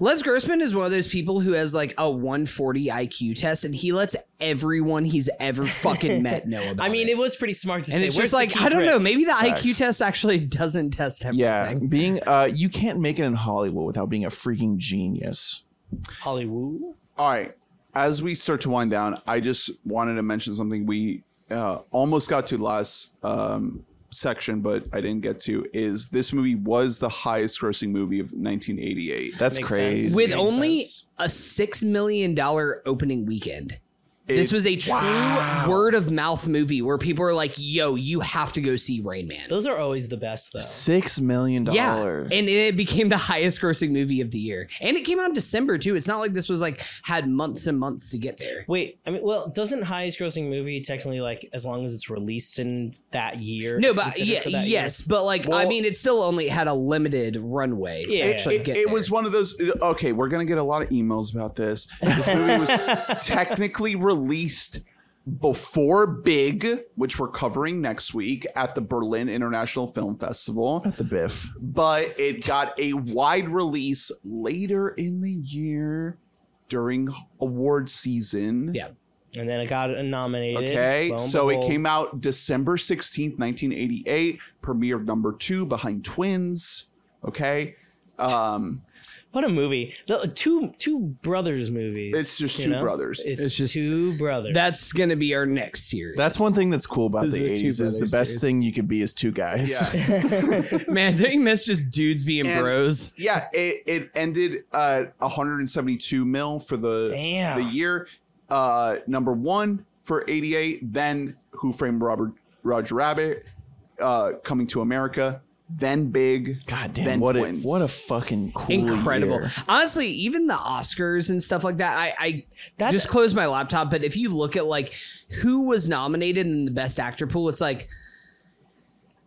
Speaker 5: Les Grossman is one of those people who has like a 140 IQ test, and he lets everyone he's ever fucking met know about.
Speaker 7: I mean,
Speaker 5: it.
Speaker 7: it was pretty smart to
Speaker 5: and
Speaker 7: say.
Speaker 5: it's
Speaker 7: "Where's
Speaker 5: just
Speaker 7: the
Speaker 5: like
Speaker 7: key
Speaker 5: I don't
Speaker 7: grip?"
Speaker 5: know. Maybe the IQ
Speaker 6: Facts.
Speaker 5: test actually doesn't test everything.
Speaker 6: Yeah, being uh you can't make it in Hollywood without being a freaking genius.
Speaker 7: Hollywood.
Speaker 3: All right. As we start to wind down, I just wanted to mention something we uh, almost got to last um, section, but I didn't get to. Is this movie was the highest grossing movie of 1988?
Speaker 6: That's
Speaker 7: Makes
Speaker 6: crazy.
Speaker 7: sense.
Speaker 5: with
Speaker 7: Makes
Speaker 5: only
Speaker 7: sense.
Speaker 5: a six million dollar opening weekend. this was a true word of mouth movie where people are like, "Yo, you have to go see Rain Man."
Speaker 7: Those are always the best though.
Speaker 6: Six million
Speaker 5: Yeah,
Speaker 6: dollars.
Speaker 5: and it became the highest grossing movie of the year, and it came out in December too. It's not like this was like had months and months to get there.
Speaker 7: Wait, I mean, well, doesn't highest grossing movie technically like as long as it's released in that year?
Speaker 5: No,
Speaker 7: it's
Speaker 5: but
Speaker 7: considered
Speaker 5: yeah,
Speaker 7: for that year?
Speaker 5: yes, but like I
Speaker 3: Well-
Speaker 5: mean, it still only had a limited runway. to
Speaker 7: Yeah. It-
Speaker 5: actually
Speaker 3: it,
Speaker 5: get
Speaker 3: it
Speaker 5: there.
Speaker 3: was one of those uh, okay we're gonna get a lot of emails about this this movie was technically released before big which we're covering next week at the berlin international film festival
Speaker 6: the Biff.
Speaker 3: but it got a wide release later in the year during award season
Speaker 5: Yeah.
Speaker 7: And then it got nominated.
Speaker 3: Okay,
Speaker 7: lo and
Speaker 3: so it
Speaker 7: behold.
Speaker 3: came out December 16th, 1988, premiere of number two behind Twins. Okay. Um,
Speaker 7: What a movie! The, two two brothers movies.
Speaker 3: It's just
Speaker 7: you
Speaker 3: two brothers.
Speaker 7: It's,
Speaker 5: It's just-
Speaker 7: just two brothers.
Speaker 5: That's gonna be our next series.
Speaker 6: That's one thing that's cool about
Speaker 5: This is
Speaker 6: the
Speaker 5: a
Speaker 6: eighties is the
Speaker 5: two-brother
Speaker 6: best
Speaker 5: series.
Speaker 6: thing you could be is two guys.
Speaker 3: yeah.
Speaker 5: man. Don't you miss just dudes being
Speaker 3: And-
Speaker 5: bros?
Speaker 3: yeah, it, it ended uh 172 mil for the
Speaker 7: Damn.
Speaker 3: the year. Uh number one for 88, then Who Framed Robert Roger Rabbit, uh Coming to America, then Big.
Speaker 6: God damn,
Speaker 3: Then
Speaker 6: what a
Speaker 3: twins.
Speaker 6: what a fucking cool
Speaker 5: Incredible.
Speaker 6: year.
Speaker 5: Honestly, even the Oscars and stuff like that. I, I just closed my laptop, but if you look at like who was nominated in the best actor pool, it's like.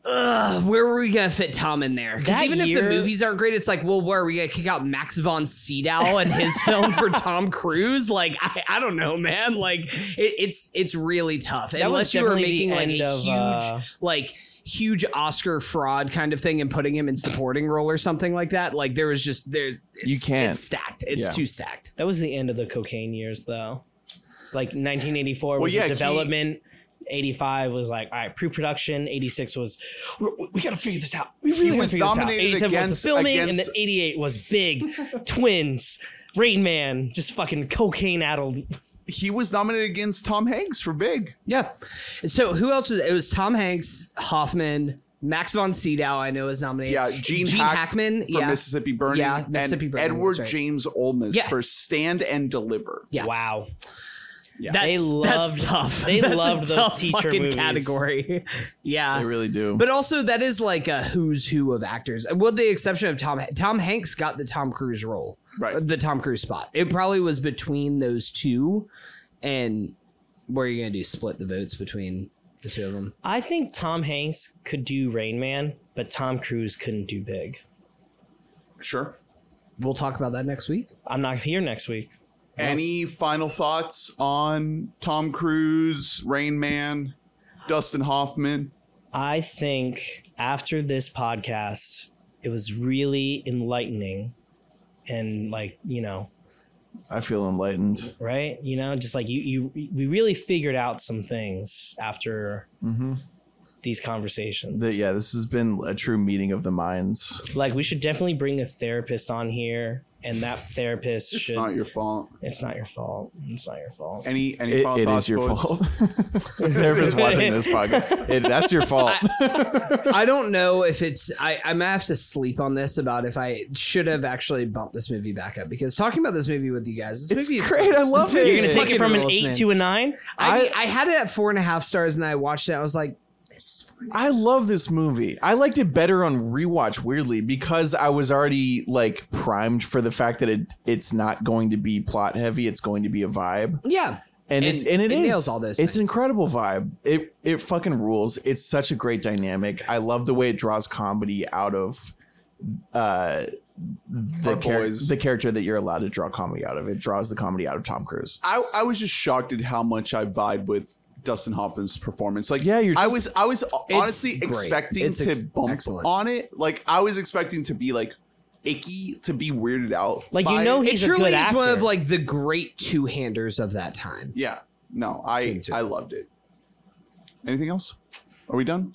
Speaker 5: Ugh, where were we gonna fit Tom in there? Because
Speaker 7: That
Speaker 5: even if the
Speaker 7: year-
Speaker 5: movies aren't great, it's like, well, where are we gonna kick out Max von Sydow and his film for Tom Cruise? Like, I, I don't know, man. Like, it, it's it's really tough
Speaker 7: That was
Speaker 5: unless you were
Speaker 7: definitely the
Speaker 5: making like a
Speaker 7: end of,
Speaker 5: huge
Speaker 7: uh,
Speaker 5: like huge Oscar fraud kind of thing and putting him in supporting role or something like that. Like there was just there's it's,
Speaker 6: You can't.
Speaker 5: it's stacked. It's
Speaker 6: Yeah.
Speaker 5: too stacked.
Speaker 7: That was the end of the cocaine years, though. Like 1984 was
Speaker 3: Well, yeah,
Speaker 7: the
Speaker 3: he-
Speaker 7: development. 85 was like all right pre-production 86 was we, we gotta figure this out we really
Speaker 3: He
Speaker 7: gotta
Speaker 3: was
Speaker 7: figure this out
Speaker 3: nominated
Speaker 7: 87 was
Speaker 3: against-
Speaker 7: the filming and
Speaker 3: against-
Speaker 7: then 88 was big twins rain man just fucking cocaine addled
Speaker 3: He was nominated against Tom Hanks for Big.
Speaker 5: Yeah. So who else was it was Tom Hanks, Hoffman, Max von Sydow. I know is nominated.
Speaker 3: Yeah, Gene, Hack-
Speaker 5: Hackman.
Speaker 3: for
Speaker 5: Yeah.
Speaker 3: Mississippi Burning.
Speaker 5: Yeah,
Speaker 3: and
Speaker 5: Mississippi Burning,
Speaker 3: Edward
Speaker 5: that's right.
Speaker 3: James Olmos
Speaker 5: Yeah.
Speaker 3: for Stand and Deliver.
Speaker 5: Yeah.
Speaker 7: wow
Speaker 5: That's,
Speaker 7: They
Speaker 5: that's
Speaker 7: loved-
Speaker 5: tough.
Speaker 7: they
Speaker 5: That's a
Speaker 7: loved those
Speaker 5: tough
Speaker 7: teacher
Speaker 5: fucking
Speaker 7: movies.
Speaker 5: category. yeah.
Speaker 6: They really do.
Speaker 5: But also, that is like a who's who of actors. With the exception of Tom, Tom Hanks got the Tom Cruise role,
Speaker 3: Right.
Speaker 5: The Tom Cruise spot. It probably was between those two, and where you are going to do? Split the votes between the two of them?
Speaker 7: i think tom hanks could do rain man but tom cruise couldn't do big
Speaker 3: Sure.
Speaker 5: We'll talk about that next week.
Speaker 7: i'm not here next week
Speaker 3: Any final thoughts on Tom Cruise, Rain Man, Dustin Hoffman?
Speaker 7: I think after this podcast, it was really enlightening and like, you know,
Speaker 6: I feel enlightened.
Speaker 7: right? You know, just like you you we really figured out some things after
Speaker 6: Mm-hmm.
Speaker 7: these conversations.
Speaker 6: That yeah, this has been a true meeting of the minds.
Speaker 7: Like we should definitely bring a therapist on here and that therapist
Speaker 3: It's
Speaker 7: should
Speaker 3: not your fault.
Speaker 7: It's not your fault. It's not your fault.
Speaker 3: Any any
Speaker 6: It,
Speaker 3: final
Speaker 6: it
Speaker 3: thoughts?
Speaker 6: is your
Speaker 3: boys?
Speaker 6: fault. Whoever's watching this podcast, it, that's your fault.
Speaker 5: I don't know if it's. I, I'm gonna have to sleep on this about if I should have actually bumped this movie back up because talking about this movie with you guys, this
Speaker 6: it's
Speaker 5: movie is
Speaker 6: great. I love
Speaker 5: This
Speaker 6: it.
Speaker 5: movie
Speaker 7: You're
Speaker 5: is
Speaker 7: gonna take
Speaker 5: fucking
Speaker 7: it from an
Speaker 5: rules,
Speaker 7: eight
Speaker 5: man.
Speaker 7: to a nine?
Speaker 5: I, I had it at four and a half stars, and I watched it. I was like,
Speaker 6: I love this movie. I liked it better on rewatch, weirdly, because I was already like primed for the fact that it it's not going to be plot heavy. It's going to be a vibe,
Speaker 5: yeah, And
Speaker 6: and, it's and
Speaker 5: it
Speaker 6: is.
Speaker 5: nails all those
Speaker 6: It's an
Speaker 5: things.
Speaker 6: incredible vibe. It it fucking rules. It's such a great dynamic. I love the way it draws comedy out of uh the
Speaker 3: Our
Speaker 6: char-
Speaker 3: boys.
Speaker 6: the character that you're allowed to draw comedy out of. It draws the comedy out of Tom Cruise.
Speaker 3: I, I was just shocked at how much I vibe with Dustin Hoffman's performance. Like,
Speaker 6: Yeah, you're
Speaker 3: I
Speaker 6: just-
Speaker 3: was I was honestly
Speaker 5: great.
Speaker 3: expecting
Speaker 5: It's
Speaker 3: to
Speaker 5: ex-
Speaker 3: bump
Speaker 5: excellent.
Speaker 3: on it. Like, I was expecting to be like icky, to be weirded out.
Speaker 7: Like, you
Speaker 3: by
Speaker 7: know
Speaker 3: it.
Speaker 7: he-
Speaker 5: it
Speaker 7: Oh, He's a
Speaker 5: truly
Speaker 7: good
Speaker 5: is one
Speaker 7: actor.
Speaker 5: of like the great two handers of that time.
Speaker 3: yeah. No, I
Speaker 5: Me too.
Speaker 3: I loved it. Anything else? Are we done?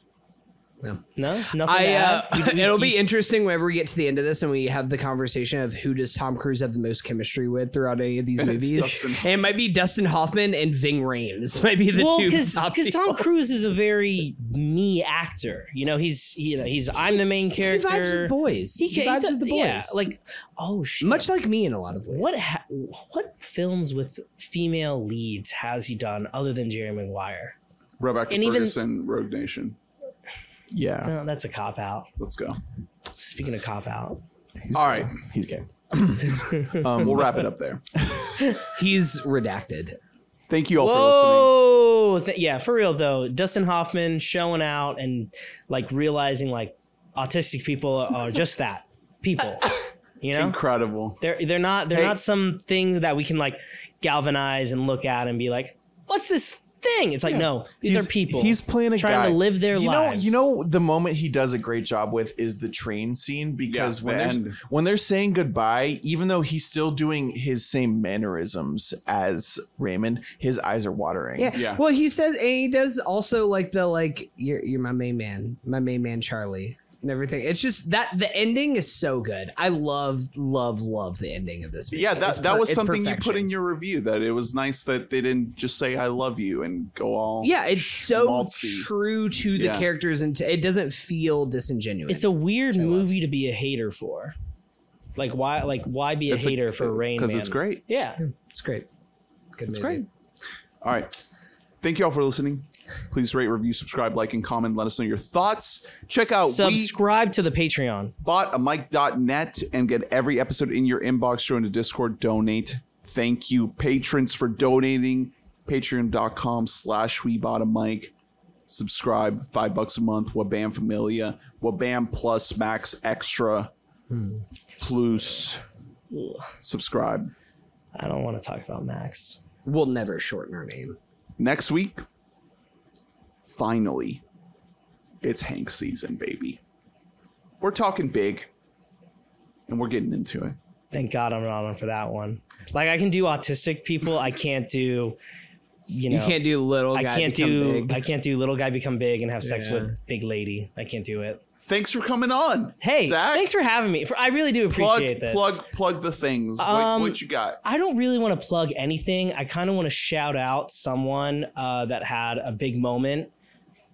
Speaker 7: No, nothing.
Speaker 5: I
Speaker 7: to
Speaker 5: uh,
Speaker 7: add? You- you-
Speaker 5: it'll be
Speaker 7: you-
Speaker 5: interesting whenever we get to the end of this and we have the conversation of who does Tom Cruise have the most chemistry with throughout any of these movies.
Speaker 3: Dustin.
Speaker 5: And it might be Dustin Hoffman and Ving Rhames. Might be the
Speaker 7: well,
Speaker 5: two
Speaker 7: because
Speaker 5: top
Speaker 7: because Tom
Speaker 5: people.
Speaker 7: Cruise is a very me actor. You know, he's you know he's I'm the main
Speaker 5: He vibes
Speaker 7: character.
Speaker 5: with boys. He,
Speaker 7: ca-
Speaker 5: vibes
Speaker 7: does-
Speaker 5: with the boys.
Speaker 7: Yeah, like oh shit.
Speaker 5: much like me in a lot of ways.
Speaker 7: what ha- what films with female leads has he done other than Jerry Maguire?
Speaker 3: Rebecca
Speaker 7: And even-
Speaker 3: Ferguson, Rogue Nation.
Speaker 6: Yeah.
Speaker 7: No, that's a cop out.
Speaker 3: Let's go.
Speaker 7: Speaking of cop out,
Speaker 6: He's
Speaker 3: All
Speaker 6: gay.
Speaker 3: right.
Speaker 6: He's gay.
Speaker 3: Um, we'll wrap it up there.
Speaker 5: He's redacted.
Speaker 3: Thank you all
Speaker 5: Oh!
Speaker 7: Whoa! Th- yeah, for real though. Dustin Hoffman showing out and like realizing like autistic people are just that people. You
Speaker 3: for listening.
Speaker 7: know,
Speaker 3: Incredible.
Speaker 7: they're they're not they're
Speaker 3: Hey.
Speaker 7: not some thing that we can like galvanize and look at and be like, what's this thing? It's like no, these
Speaker 6: He's-
Speaker 7: are people.
Speaker 6: He's playing a
Speaker 7: trying
Speaker 6: guy.
Speaker 7: to live their
Speaker 6: you
Speaker 7: lives.
Speaker 6: Know, you know the moment he does a great job with is the train scene because
Speaker 3: Yeah,
Speaker 6: when
Speaker 3: the
Speaker 6: they're
Speaker 3: end.
Speaker 6: when they're saying goodbye, even though he's still doing his same mannerisms as Raymond, his eyes are watering.
Speaker 5: Yeah.
Speaker 3: Yeah.
Speaker 5: Well, he says, and he does also like the like you're you're my main man, my main man Charlie, and everything. It's just that the ending is so good. I love, love, love the ending of this. Movie.
Speaker 3: Yeah,
Speaker 5: It's
Speaker 3: that, that
Speaker 5: per-
Speaker 3: was
Speaker 5: it's
Speaker 3: something you put
Speaker 5: perfection.
Speaker 3: in your review that it was nice that they didn't just say I love you and go all
Speaker 5: Yeah, it's so
Speaker 3: schmaltzy.
Speaker 5: true to the
Speaker 3: Yeah.
Speaker 5: characters, and t- it doesn't feel disingenuous.
Speaker 7: it's a weird
Speaker 5: I love.
Speaker 7: movie to be a hater for. Like why? Like why be a
Speaker 3: It's
Speaker 7: hater for Rain Man?
Speaker 3: Because it's great.
Speaker 7: Yeah.
Speaker 5: it's great. Good
Speaker 7: It's
Speaker 5: movie.
Speaker 7: great.
Speaker 3: All right. Thank you all for listening. Please rate, review, subscribe, like, and comment. Let us know your thoughts. Check out we
Speaker 7: Subscribe to the Patreon.
Speaker 3: bought a mic.net and get every episode in your inbox. Join the Discord, donate. Thank you, patrons, for donating. Patreon.com slash we bought a mic. Subscribe, five bucks a month. Wabam Familia, Wabam Plus, Max Extra, Plus. Subscribe.
Speaker 7: I don't want to talk about Max.
Speaker 5: We'll never shorten our name.
Speaker 3: Next week, finally, it's Hank season, baby. We're talking big and we're getting into it.
Speaker 7: Thank God I'm not on for that one. Like I can do autistic people. I can't do. You know.
Speaker 5: You can't do little.
Speaker 7: I
Speaker 5: guy
Speaker 7: can't
Speaker 5: become
Speaker 7: do.
Speaker 5: big.
Speaker 7: I can't do little guy become big and have sex
Speaker 5: Yeah.
Speaker 7: with big lady. I can't do it.
Speaker 3: Thanks for coming on.
Speaker 7: Hey,
Speaker 3: Zach,
Speaker 7: thanks for having me. For, I really do
Speaker 3: plug,
Speaker 7: appreciate this.
Speaker 3: plug, plug the things. What-
Speaker 7: Um,
Speaker 3: what, you got?
Speaker 7: I don't really want to plug anything. I kind of want to shout out someone uh, that had a big moment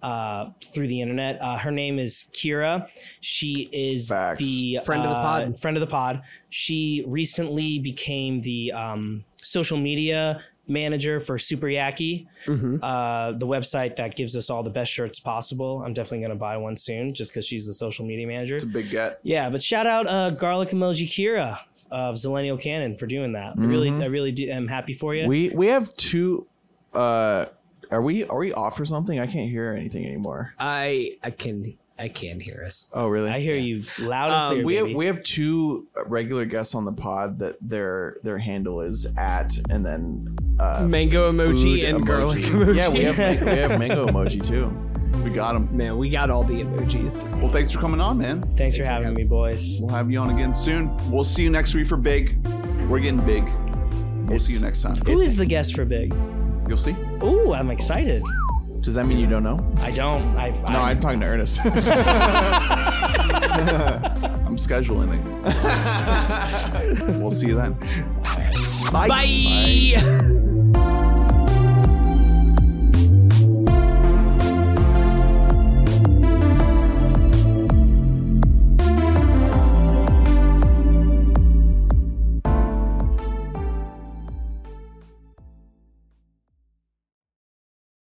Speaker 7: uh, through the internet. Uh, her name is Kira. She is
Speaker 6: Facts.
Speaker 7: the
Speaker 5: Friend of the
Speaker 7: uh,
Speaker 5: pod.
Speaker 7: Friend of the pod. She recently became the um, social media manager for Super Yaki,
Speaker 5: Mhm.
Speaker 7: uh, the website that gives us all the best shirts possible. I'm definitely going to buy one soon, just because she's the social media manager.
Speaker 3: It's a big get.
Speaker 7: Yeah, but shout out uh, Garlic Emoji Kira of Zelennial Cannon for doing that. I really, I really do, am happy for you.
Speaker 6: We we have two uh are we are we off or something? I can't hear anything anymore.
Speaker 5: I I can I can hear us.
Speaker 6: Oh really?
Speaker 7: Uh, I hear you loud and
Speaker 5: Um,
Speaker 7: clear.
Speaker 6: we have,
Speaker 7: baby.
Speaker 6: we have two regular guests on the pod that their their handle is at and then uh
Speaker 5: Mango emoji
Speaker 6: food
Speaker 5: and
Speaker 6: emoji.
Speaker 5: garlic emoji.
Speaker 6: Yeah, we have we have mango emoji too.
Speaker 3: We got him.
Speaker 5: Man, we got all the emojis.
Speaker 3: Well, thanks for coming on, man.
Speaker 7: Thanks for having me, boys.
Speaker 3: We'll have you on again soon. We'll see you next week for big. We're getting big. We'll see you next time.
Speaker 7: Who is the guest for Big?
Speaker 3: You'll see.
Speaker 7: Ooh, I'm excited.
Speaker 6: Does that mean you don't know?
Speaker 7: I don't. I,
Speaker 6: No, I'm talking to Ernest.
Speaker 3: I'm scheduling it. we'll see you then.
Speaker 5: Bye.